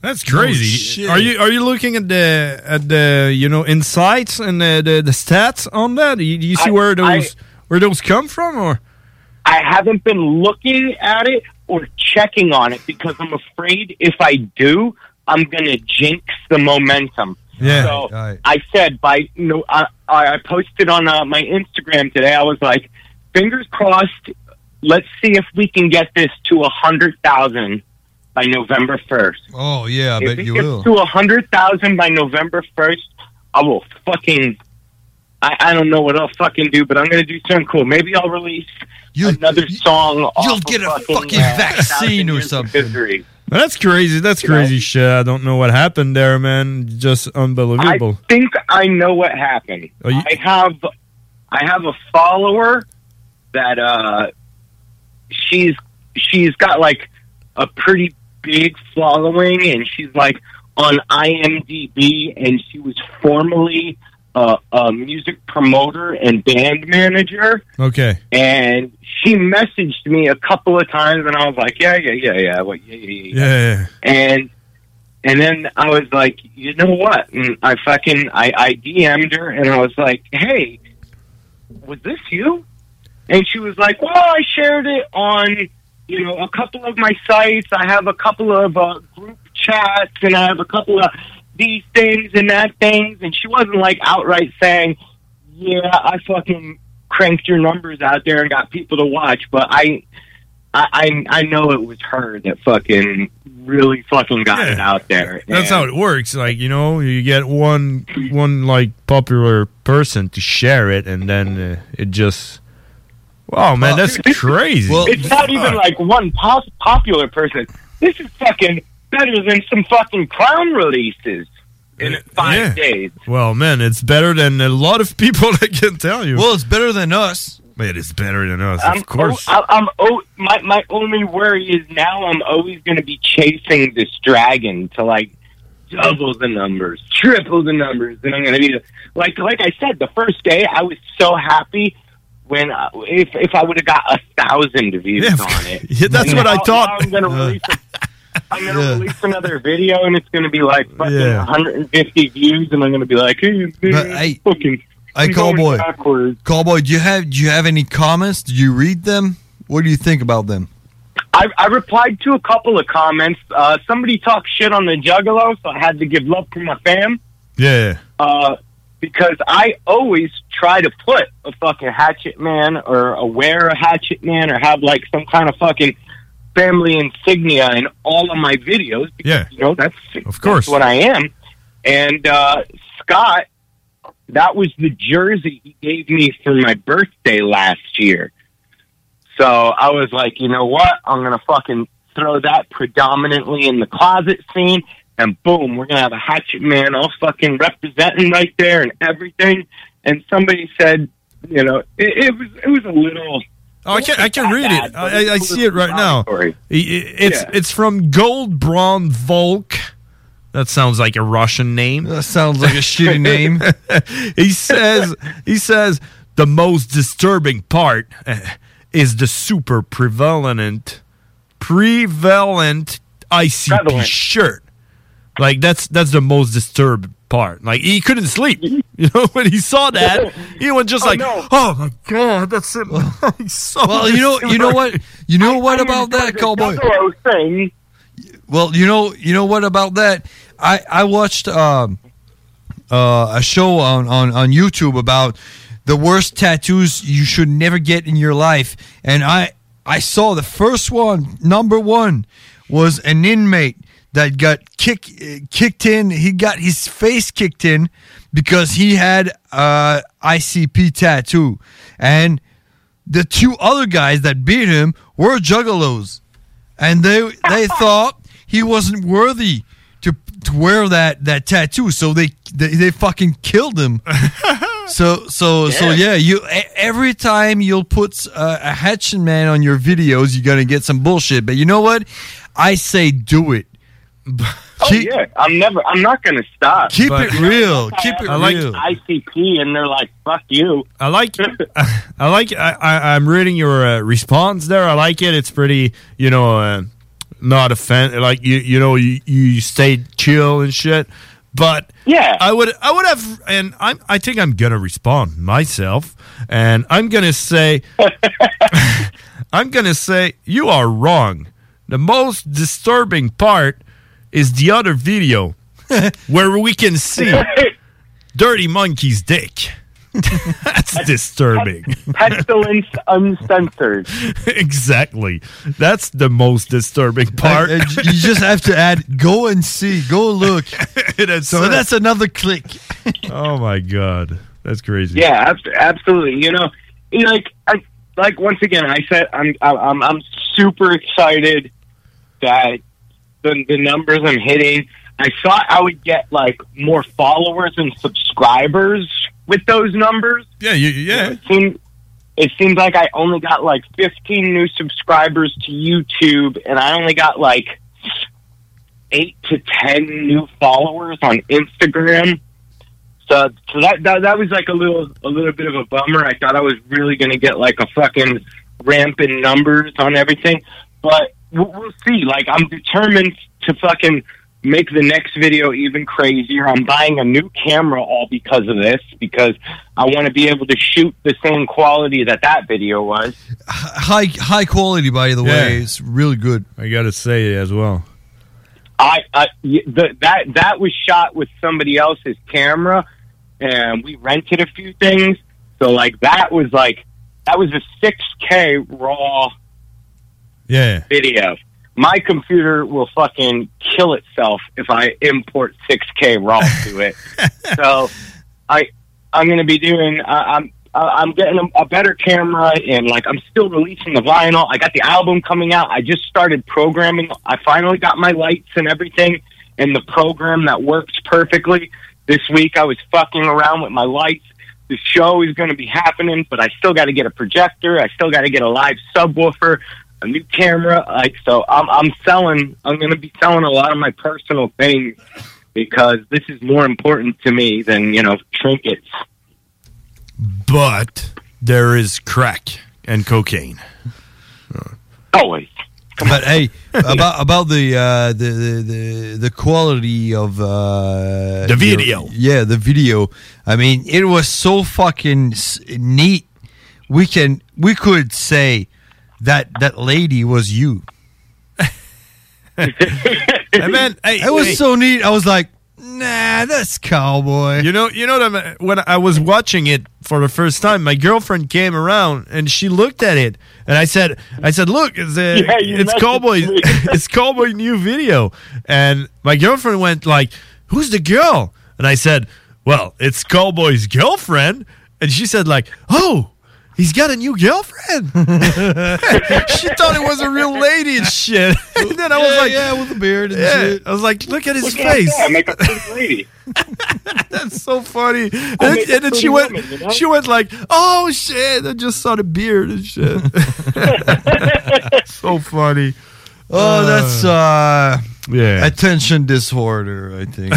That's
Oh,
crazy. are you are you looking at the at the you know insights and the the, the stats on that? Do you, do you see
I-
where
I-
those where those come from? Or
I haven't been looking at it or checking on it because I'm afraid if I do, I'm going to jinx the momentum.
Yeah.
So I said by no, I, I posted on uh, my Instagram today. I was like, fingers crossed. Let's see if we can get this to a hundred thousand by November first.
Oh yeah, I
if
bet
it
you
gets
will.
to a hundred thousand by November first, I will fucking. I, I don't know what I'll fucking do, but I'm gonna do something cool. Maybe I'll release another song. You'll get a fucking, uh,
vaccine or something.
that's crazy. That's crazy shit. I don't know what happened there, man. Just unbelievable.
I think I know what happened.
Oh, you-
I have I have a follower that uh she's she's got like a pretty big following and she's like on IMDb and she was formerly uh, a music promoter and band manager
okay.
and she messaged me a couple of times and I was like yeah yeah yeah yeah what yeah yeah, yeah.
Yeah. yeah.
And and then I was like, you know what? And I fucking I, I DM'd her and I was like, hey, was this you? And she was like, well, I shared it on you know a couple of my sites. I have a couple of uh, group chats and I have a couple of these things and that things. And she wasn't like outright saying, yeah, I fucking cranked your numbers out there and got people to watch, but I. I, I I know it was her that fucking really fucking got it out there.
That's how it works. Like you know, you get one one like popular person to share it, and then uh, it just. Wow, man, that's crazy.
it's not even like one pop- popular person. This is fucking better than some fucking clown releases in five days.
Well, man, it's better than a lot of people. I can tell you. Well,
it's better than us.
It is better than us,
I'm,
of course.
o- I- I'm o- my my only worry is now I'm always going to be chasing this dragon to like double the numbers, triple the numbers, and I'm going to be like like I said the first day I was so happy when I, if if I would have got a thousand views on it.
Yeah, that's what I
Now-
thought. Uh,
now I'm going to release. A, I'm going to release another video and it's going to be like fucking
Yeah.
150 views and I'm going to be like, hey,
But
hey, fucking,
Hey,
I'm going
Cowboy.
backwards.
Cowboy, do you have do you have any comments? Do you read them? What do you think about them?
I, I replied to a couple of comments. Uh, somebody talked shit on the Juggalo, so I had to give love to my fam.
Yeah.
Uh, because I always try to put a fucking hatchet man or a wear a hatchet man or have like some kind of fucking family insignia in all of my videos. Because,
Yeah.
You know, that's,
Of course.
that's what I am. And uh, Scott, that was the jersey he gave me for my birthday last year. So I was like, you know what? I'm going to fucking throw that predominantly in the closet scene. And boom, we're going to have a hatchet man all fucking representing right there and everything. And somebody said, you know, it, it was it was a little.
Oh, I can I can read it. I, I- I see it right now. I- I- It's
Yeah.
it's from Gold Braun Volk. That sounds like a Russian name. That sounds like a shitty name. he says he says the most disturbing part eh, is the super prevalent prevalent ICP shirt. Like that's that's the most disturbed part. Like he couldn't sleep. You know when he saw that, he was just
Oh,
like,
no.
"Oh my god, that's it." He's so
well, you know, you know
disturbed.
what, you know what about that cowboy? Well, you know, you know what about that? I I watched um, uh, a show on, on on YouTube about the worst tattoos you should never get in your life, and I I saw the first one, number one, was an inmate that got kick eh, kicked in. He got his face kicked in because he had a ICP tattoo, and the two other guys that beat him were juggalos, and they they thought he wasn't worthy to, to wear that that tattoo, so they they, they fucking killed him. so so so yeah, you e- every time you'll put uh, a hatchet man on your videos, you're gonna get some bullshit. But you know what? I say do it.
Oh yeah, I'm never. I'm not going to stop.
Keep it real. Keep it
I like
real.
ICP, and they're like, "Fuck you."
I like I like I, I I'm reading your uh, response there. I like it. It's pretty, you know, uh, not offend like you you know you, you stayed chill and shit. But
yeah,
I would I would have and I'm I think I'm gonna respond myself and I'm gonna say I'm gonna say you are wrong. The most disturbing part is the other video where we can see Dirty Monkey's dick. That's disturbing.
Pestilence uncensored.
exactly. That's the most disturbing part.
Uh, you just have to add go and see, go look. so
it.
that's another click.
oh my god, that's crazy.
Yeah, ab- absolutely. You know, you know, like I, like once again, I said I'm I'm- I'm I'm super excited that the the numbers I'm hitting. I thought I would get like more followers and subscribers with those numbers.
Yeah, you, yeah.
It seemed it seemed like I only got like 15 new subscribers to YouTube, and I only got like eight to 10 new followers on Instagram. So, so that, that that was like a little a little bit of a bummer. I thought I was really going to get like a fucking ramp in numbers on everything, but we'll, we'll see. Like I'm determined to fucking make the next video even crazier. I'm buying a new camera all because of this because I want to be able to shoot the same quality that that video was.
High high quality, by the way. It's really good.
I gotta say it as well.
I, I y- the, that that was shot with somebody else's camera, and we rented a few things. So like that was like that was a 6K raw
Yeah.
video. My computer will fucking kill itself if I import 6K raw to it. so I I'm gonna be doing I I'm. I- I'm getting a- a better camera and like I'm still releasing the vinyl. I got the album coming out. I just started programming. I finally got my lights and everything and the program that works perfectly. This week I was fucking around with my lights. The show is going to be happening, but I still got to get a projector. I still got to get a live subwoofer, a new camera. Like so, I'm I'm selling. I'm going to be selling a lot of my personal things because this is more important to me than you know trinkets.
But there is crack and cocaine.
Always.
But hey, about about the uh, the, the the the quality of uh,
The
your-
video.
yeah, the video. I mean, it was so fucking s- neat. We can we could say that that lady was you.
And then, hey,
It was
hey.
so neat. I was like, nah, that's cowboy.
You know, you know what I'm- when I was watching it for the first time, my girlfriend came around and she looked at it, and I said, "I said, look, it's, uh,
Yeah, you
it's
messaged
cowboy,
me.
it's cowboy new video." And my girlfriend went like, "Who's the girl?" And I said, "Well, it's cowboy's girlfriend," and she said like, "Oh." He's got a new girlfriend. she thought it was a real lady and shit. And then I was like,
yeah, with a beard and shit.
I was like, look at his
Look at
face.
that, I make a
lady. That's so funny. And,
I make a
and then she
pretty
went,
woman, you know?
she went like, "Oh shit! I just saw the beard and shit." so funny.
Oh, that's uh,
yeah,
attention disorder. I think.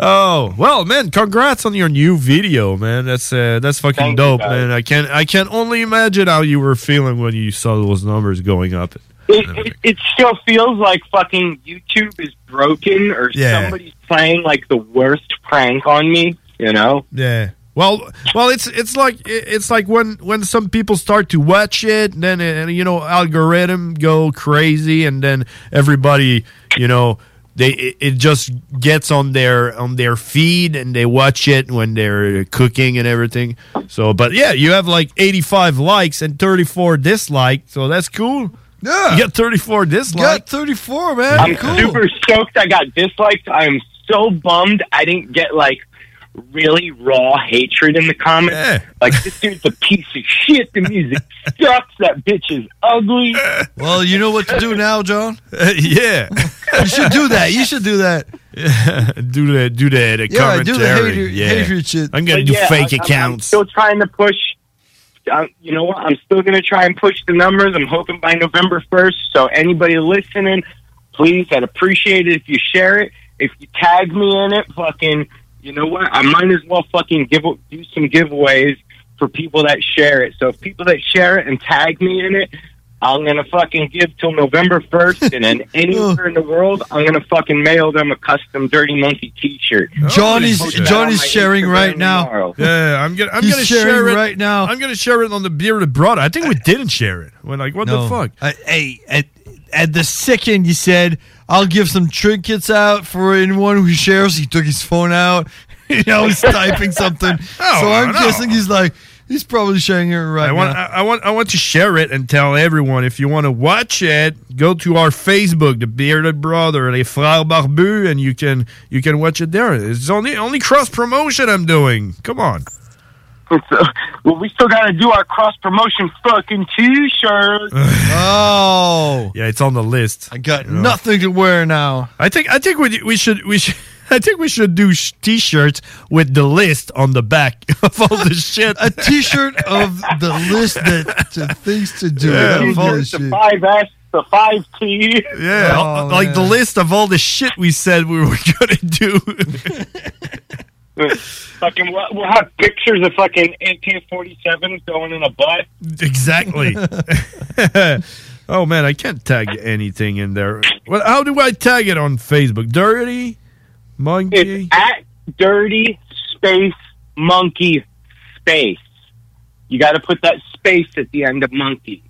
oh well, man! Congrats on your new video, man. That's uh, that's fucking
Thank you,
dope,
guys.
man. I can I can only imagine how you were feeling when you saw those numbers going up.
It, it, it still feels like fucking YouTube is broken or
Yeah.
somebody's playing like the worst prank on me, you know?
Yeah. Well, well, it's it's like it's like when when some people start to watch it, then uh, you know algorithm go crazy, and then everybody, you know, they it, it just gets on their on their feed, and they watch it when they're cooking and everything. So, but yeah, you have like eighty five likes and thirty four dislikes, so that's cool.
Yeah,
you got thirty four
Got
dislikes.
34, man.
I'm super stoked I got disliked. I'm so bummed I didn't get like really raw hatred in the comments. Like this dude's a piece of shit. The music sucks. That bitch is ugly.
Well, you know what to do now, John.
yeah,
you should do that. You should do that.
do the do the, the
Yeah, do
commentary.
the hater- hatred shit.
I'm gonna
But
do
yeah,
fake
I'm- I'm- I'm
accounts.
still trying to push. Uh, you know what? I'm still going to try and push the numbers. I'm hoping by November 1st. So anybody listening, please, I'd appreciate it if you share it. If you tag me in it, fucking, you know what? I might as well fucking give do some giveaways for people that share it. So if people that share it and tag me in it, I'm gonna fucking give till November first, and then anywhere in the world, I'm gonna fucking mail them a custom Dirty Monkey T-shirt.
Johnny's
Post that on
Johnny's
my
sharing
Instagram
right now.
tomorrow.
Yeah, I'm gonna I'm
He's
gonna
sharing
share it
right now.
I'm gonna share it on the beer that brought. it. I think we didn't share it. We're like, what the
No.
fuck?
I- Uh, hey, at, at the second you said, "I'll give some trinkets out for anyone who shares," he took his phone out. You know, he's typing something.
Oh,
so I'm
no.
guessing he's like, he's probably sharing it right
I want
now.
I, I want I want to share it and tell everyone if you want to watch it, go to our Facebook, the Bearded Brother, Les Frères Barbus, and you can you can watch it there. It's only only cross promotion I'm doing. Come on.
well, we still gotta do our cross promotion fucking T-shirt.
oh,
yeah, it's on the list. I
got nothing to wear now.
I think I think we we should we should. I think we should do sh- t-shirts with the list on the back of all the shit.
A T-shirt of the list that to, things to do.
Yeah.
Of all
The
this shit. Oh,
Five S, the five T.
Yeah, all- like the list of all the shit we said we were gonna do.
fucking, we'll, we'll have pictures of fucking AK-47s going in a butt.
exactly. oh man, I can't tag anything in there. Well, how do I tag it on Facebook? Dirty monkey.
At dirty space monkey space. You got to put that space at the end of monkey.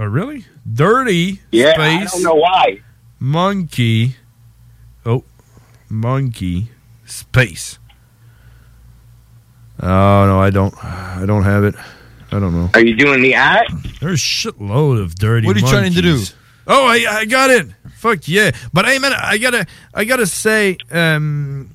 Oh really? Dirty
Yeah, I
space
don't know why.
monkey. Oh, monkey space. Oh no, I don't. I don't have it. I don't know.
Are you doing the at?
There's a shitload of dirty.
What are you trying to do?
monkeys. Oh, I, I got it. Fuck yeah! But hey, man, I gotta I gotta say, um,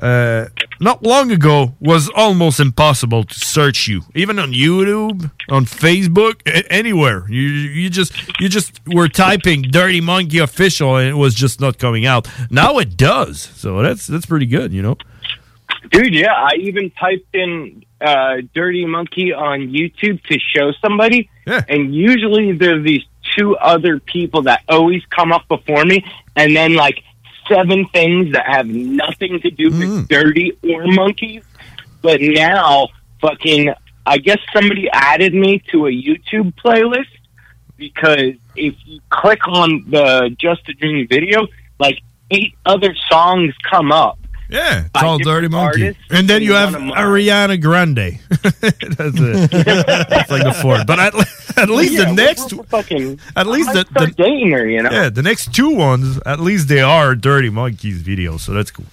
uh, not long ago was almost impossible to search you, even on YouTube, on Facebook, a- anywhere. You you just you just were typing "Dirty Monkey Official" and it was just not coming out. Now it does, so that's that's pretty good, you know.
Dude, yeah, I even typed in uh, Dirty Monkey on YouTube to show somebody. And usually there are these two other people that always come up before me, and then like seven things that have nothing to do with dirty or monkeys. But now, fucking, I guess somebody added me to a YouTube playlist because if you click on the Just a Dream video, like eight other songs come up.
Yeah,
by
it's all Dirty
different
Monkey.
artists.
and then you have
one of
Ariana Grande. That's it. That's like the fourth. But at, le- at least
Yeah,
the
we're-
next,
we're fucking.
at least
I
the,
might start
the-
dating her, you know.
yeah, the next two ones, at least they are Dirty Monkeys videos, so that's cool.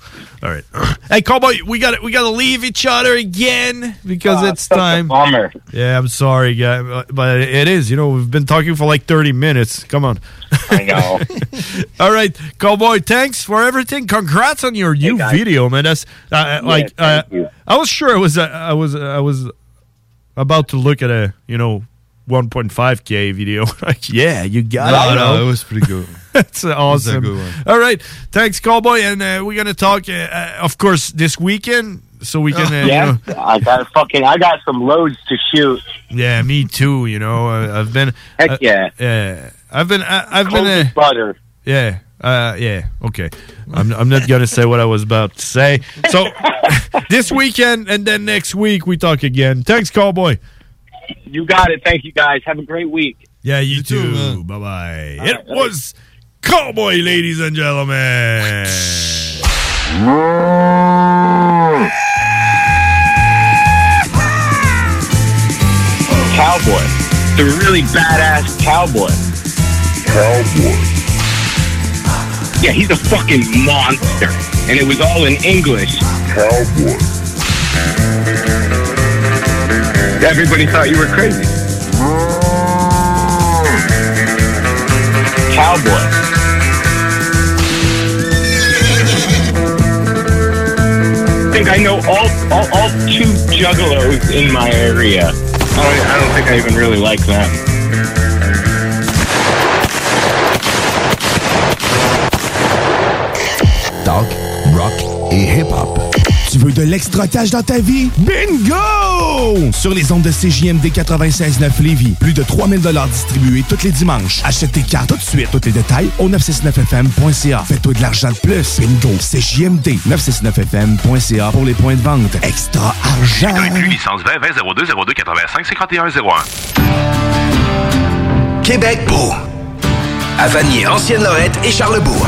All right, uh, hey Cowboy, we got we got to leave each other again because
Ah,
it's time.
Bomber.
Yeah, I'm sorry, guy, but it is. You know, we've been talking for like 30 minutes. Come on.
I know.
All right, Cowboy, thanks for everything. Congrats on your new video, man. That's uh, like uh, I was sure it was uh, I was I was about to look at a, you know, 1.5k video. like, yeah, you got
No,
it.
no,
you know?
it was pretty good.
That's awesome.
good one.
All right, thanks, Cowboy, and uh, we're gonna talk, uh, uh, of course, this weekend, so we can. Uh, you
Oh, yeah,
know,
I got fucking. I got some loads to shoot.
yeah, me too. You know, I, I've been.
Heck
uh,
yeah.
Yeah, I've been. I, I've
Cold
been.
as
Uh,
butter.
yeah. Uh, yeah. Okay. I'm, I'm not gonna say what I was about to say. So this weekend and then next week we talk again. Thanks, Cowboy.
You got it. Thank you guys. Have a great week.
Yeah, you, too. bye bye. It was Cowboy, ladies and gentlemen.
Cowboy. The really badass cowboy. Cowboy. Yeah, he's a fucking monster. And it was all in English. Cowboy. Everybody thought you were crazy. Cowboy.
I think I know all, all, all two juggalos in my area. I don't, I don't think I even really like them.
Talk, rock et hip-hop.
Tu veux de l'extra-cash dans ta vie? Bingo! Sur les ondes de CJMD 96.9 Lévis, plus de 3000 distribués tous les dimanches. Achète tes cartes tout de suite. Tous les détails au 969fm.ca. Fais-toi de l'argent de plus. Bingo! CJMD 969fm.ca pour les points de vente. Extra-argent!
licence 20 20 02 02 85 51 01.
Québec beau. À Vanier, Ancienne-Lorette et Charlebourg.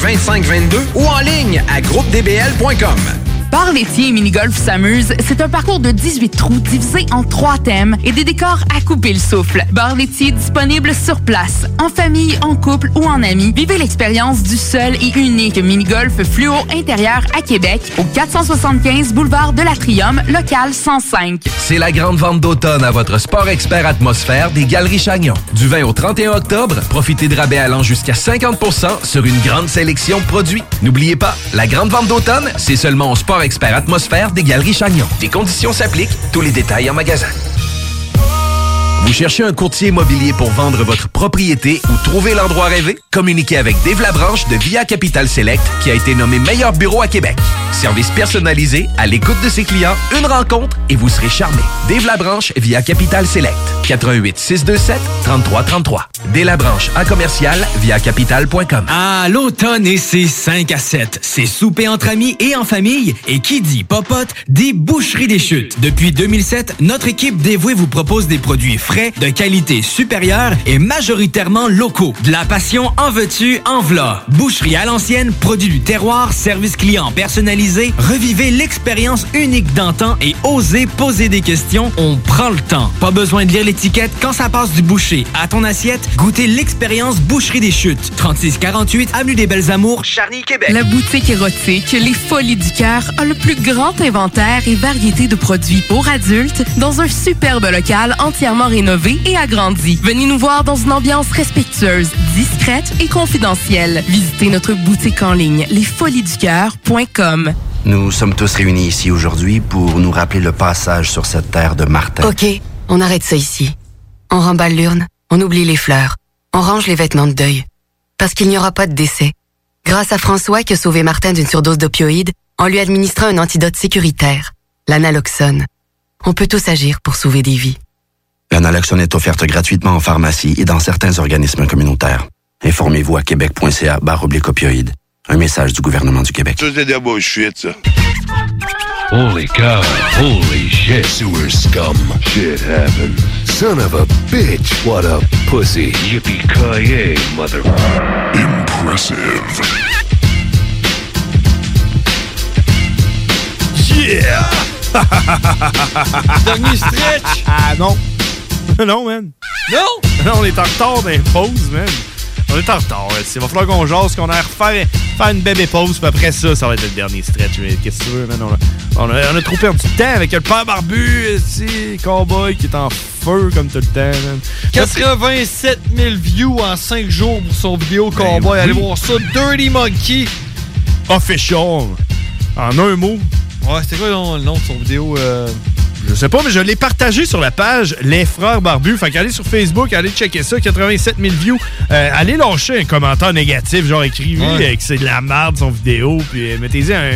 ou en ligne à groupedbl.com.
Bar laitier et mini-golf s'amuse, c'est un parcours de 18 trous divisé en trois thèmes et des décors à couper le souffle. Bar laitier disponible sur place, en famille, en couple ou en amis. Vivez l'expérience du seul et unique mini-golf fluo intérieur à Québec au 475 boulevard de l'Atrium, local 105.
C'est la grande vente d'automne à votre Sport Expert Atmosphère des Galeries Chagnon. Du 20 au 31 octobre, profitez de rabais allant jusqu'à 50 sur une grande sélection de produits. N'oubliez pas, la grande vente d'automne, c'est seulement au Sport Expert Atmosphère des Galeries Chagnon. Des conditions s'appliquent, tous les détails en magasin. Vous cherchez un courtier immobilier pour vendre votre propriété ou trouver l'endroit rêvé? Communiquez avec Dave Labranche de Via Capital Select qui a été nommé meilleur bureau à Québec. Service personnalisé, à l'écoute de ses clients, une rencontre et vous serez charmé. Dave Labranche via Capital Select. 88 627 3333. Dave Labranche à commercial via capital.com.
Ah, l'automne et ses 5 à 7. C'est souper entre amis et en famille. Et qui dit popote, dit boucherie des chutes. Depuis 2007, notre équipe dévouée vous propose des produits frais, de qualité supérieure et majoritairement locaux. De la passion en veux-tu, en v'là. Boucherie à l'ancienne, produits du terroir, service client personnalisé. Revivez l'expérience unique d'antan et osez poser des questions. On prend le temps. Pas besoin de lire l'étiquette quand ça passe du boucher à ton assiette. Goûtez l'expérience Boucherie des Chutes. 3648 Avenue des Belles Amours, Charny, Québec.
La boutique érotique Les Folies du Cœur a le plus grand inventaire et variété de produits pour adultes dans un superbe local entièrement rénové
rénové et agrandi. Venez nous voir dans une ambiance respectueuse, discrète et confidentielle. Visitez notre boutique en ligne lesfoliesducoeur.com.
Nous sommes tous réunis ici aujourd'hui pour nous rappeler le passage sur cette terre de Martin.
Ok, on arrête ça ici. On remballe l'urne, on oublie les fleurs, on range les vêtements de deuil. Parce qu'il n'y aura pas de décès. Grâce à François qui a sauvé Martin d'une surdose d'opioïdes en lui administrant un antidote sécuritaire, l'analoxone. On peut tous agir pour sauver des vies.
L'analoxone est offerte gratuitement en pharmacie et dans certains organismes communautaires. Informez-vous à québec.ca barre oblique opioïde. Un message du gouvernement du Québec.
Tous des débauchuites, ça.
Holy cow. Holy shit. Sewer scum. Shit happened. Son of a bitch. What a pussy. Yippee-ki-yay, mother... Impressive.
Yeah! Dernier stretch! Ah non! Non, man! Non! on est en retard dans les pauses, man! On est en retard, ouais. Il va falloir qu'on jase, qu'on aille refaire faire une bébé pause, puis après ça, ça va être le dernier stretch. Mais qu'est-ce que tu veux, man? On a, on a- on a trop perdu de temps avec le père barbu, ici, cowboy qui est en feu comme tout le temps, man.
87 000 views en 5 jours pour son vidéo cowboy. Allez voir ça. Dirty Monkey.
Official! En un mot.
Ouais, c'était quoi le nom de son vidéo?
euh? Je sais pas, mais je l'ai partagé sur la page Les Frères Barbus. Fait qu'allez sur Facebook, allez checker ça, 87 000 views. Euh, allez lâcher un commentaire négatif, genre écrivez
Ouais.
euh, que c'est de la merde son vidéo, puis euh, mettez-y un,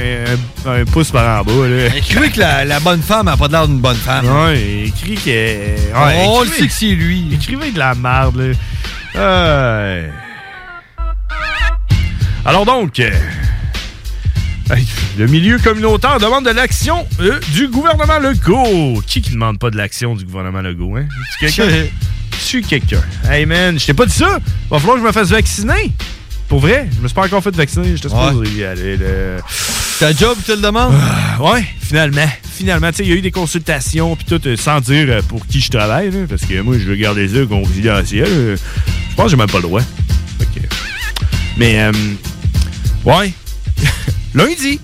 un- un pouce par en bas. Là.
Écrivez que la, bonne femme a pas l'air d'une bonne femme.
Ouais, écrit que. euh, ouais,
On
écrivez-
le sait que c'est lui.
Écrivez de la merde, là. Euh, Alors donc. euh, Hey, Le milieu communautaire demande de l'action euh, du gouvernement Legault. Qui qui demande pas de l'action du gouvernement Legault, hein? Tu quelqu'un? Je suis quelqu'un. Hey man, je t'ai pas dit ça. Va falloir que je me fasse vacciner. Pour vrai, je me suis pas encore fait vacciner. J'étais supposé y aller. là. Ah,
Ta job, tu le demandes?
ouais, finalement. Finalement, tu sais, il y a eu des consultations, puis tout, euh, sans dire euh, pour qui je travaille, là, parce que moi, je veux garder ça confidentiel. euh, Je pense que j'ai même pas le droit. Fait que- Mais, euh, ouais. Lundi.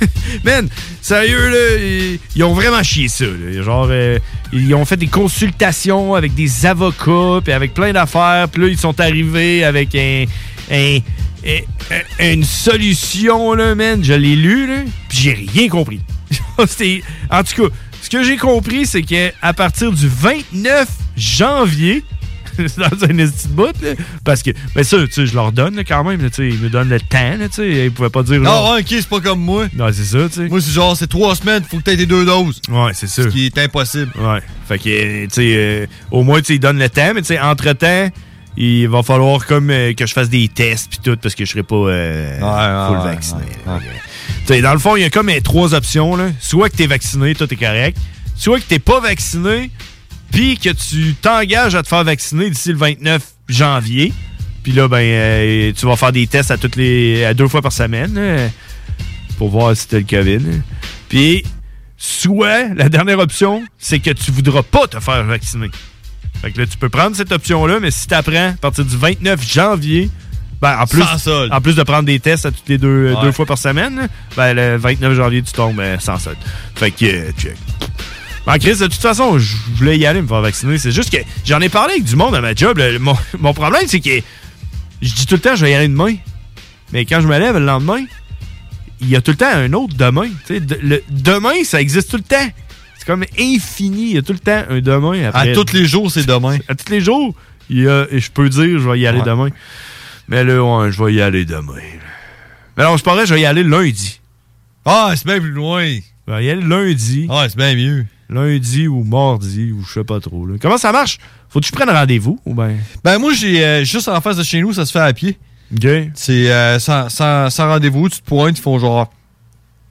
Man, sérieux, là, ils, ils ont vraiment chié ça. là. Genre, euh, ils ont fait des consultations avec des avocats, puis avec plein d'affaires. Puis là, ils sont arrivés avec un, un- un- un- une solution, là, man. Je l'ai lu, là, puis j'ai rien compris. C'était- en tout cas, ce que j'ai compris, c'est que à partir du 29 janvier, c'est dans un esti de bout, là, parce que, mais ça, tu sais, je leur donne là, quand même, là, tu sais, ils me donnent le temps, là, tu sais, ils pouvaient pas dire. genre,
Non, ouais, Ah, ok, c'est pas comme moi.
Non, c'est ça, tu sais.
Moi, c'est genre, c'est trois semaines, faut que t'aies tes deux doses.
Ouais, c'est ça. Ce
qui est impossible.
Ouais. Fait que, euh, tu sais, euh, au moins, tu sais, ils donnent le temps, mais tu sais, entre-temps, il va falloir comme euh, que je fasse des tests puis tout, parce que je serai pas euh, full
ouais,
vacciné. Tu sais, dans le fond, il y a comme euh, trois options, là. Soit que t'es vacciné, tout est correct. Soit que t'es pas vacciné, puis que tu t'engages à te faire vacciner d'ici le 29 janvier. Puis là, ben, euh, tu vas faire des tests à toutes les, à deux fois par semaine. là pour voir si t'as le COVID. Puis, soit, la dernière option, c'est que tu voudras pas te faire vacciner. Fait que là, tu peux prendre cette option-là, mais si t'apprends à partir du 29 janvier, ben, en plus,
Sans solde.
en plus de prendre des tests à toutes les deux,
Ouais.
deux fois par semaine, ben, le 29 janvier, tu tombes euh, sans solde. Fait que, euh, check. En crise, de toute façon, je voulais y aller me faire vacciner. C'est juste que j'en ai parlé avec du monde à ma job. là. Mon, mon problème, c'est que je dis tout le temps, je vais y aller demain. Mais quand je me lève le lendemain, il y a tout le temps un autre demain. Tu sais, de- le, demain, ça existe tout le temps. C'est comme infini. Il y a tout le temps un demain. Après.
À tous les jours, c'est demain.
À tous les jours, il y a- et je peux dire, je vais y aller
Ouais.
demain. Mais là, ouais, je vais y aller demain. Mais non, je pourrais, je vais y aller lundi.
Ah, c'est bien plus loin.
Je vais y aller lundi.
Ah, c'est bien mieux.
Lundi ou mardi ou je sais pas trop. là. Comment ça marche? Faut que je prenne rendez-vous ou ben...
Ben, moi, j'ai euh, juste en face de chez nous, ça se fait à pied. C'est euh, sans, sans- sans rendez-vous, tu te pointes, ils font genre.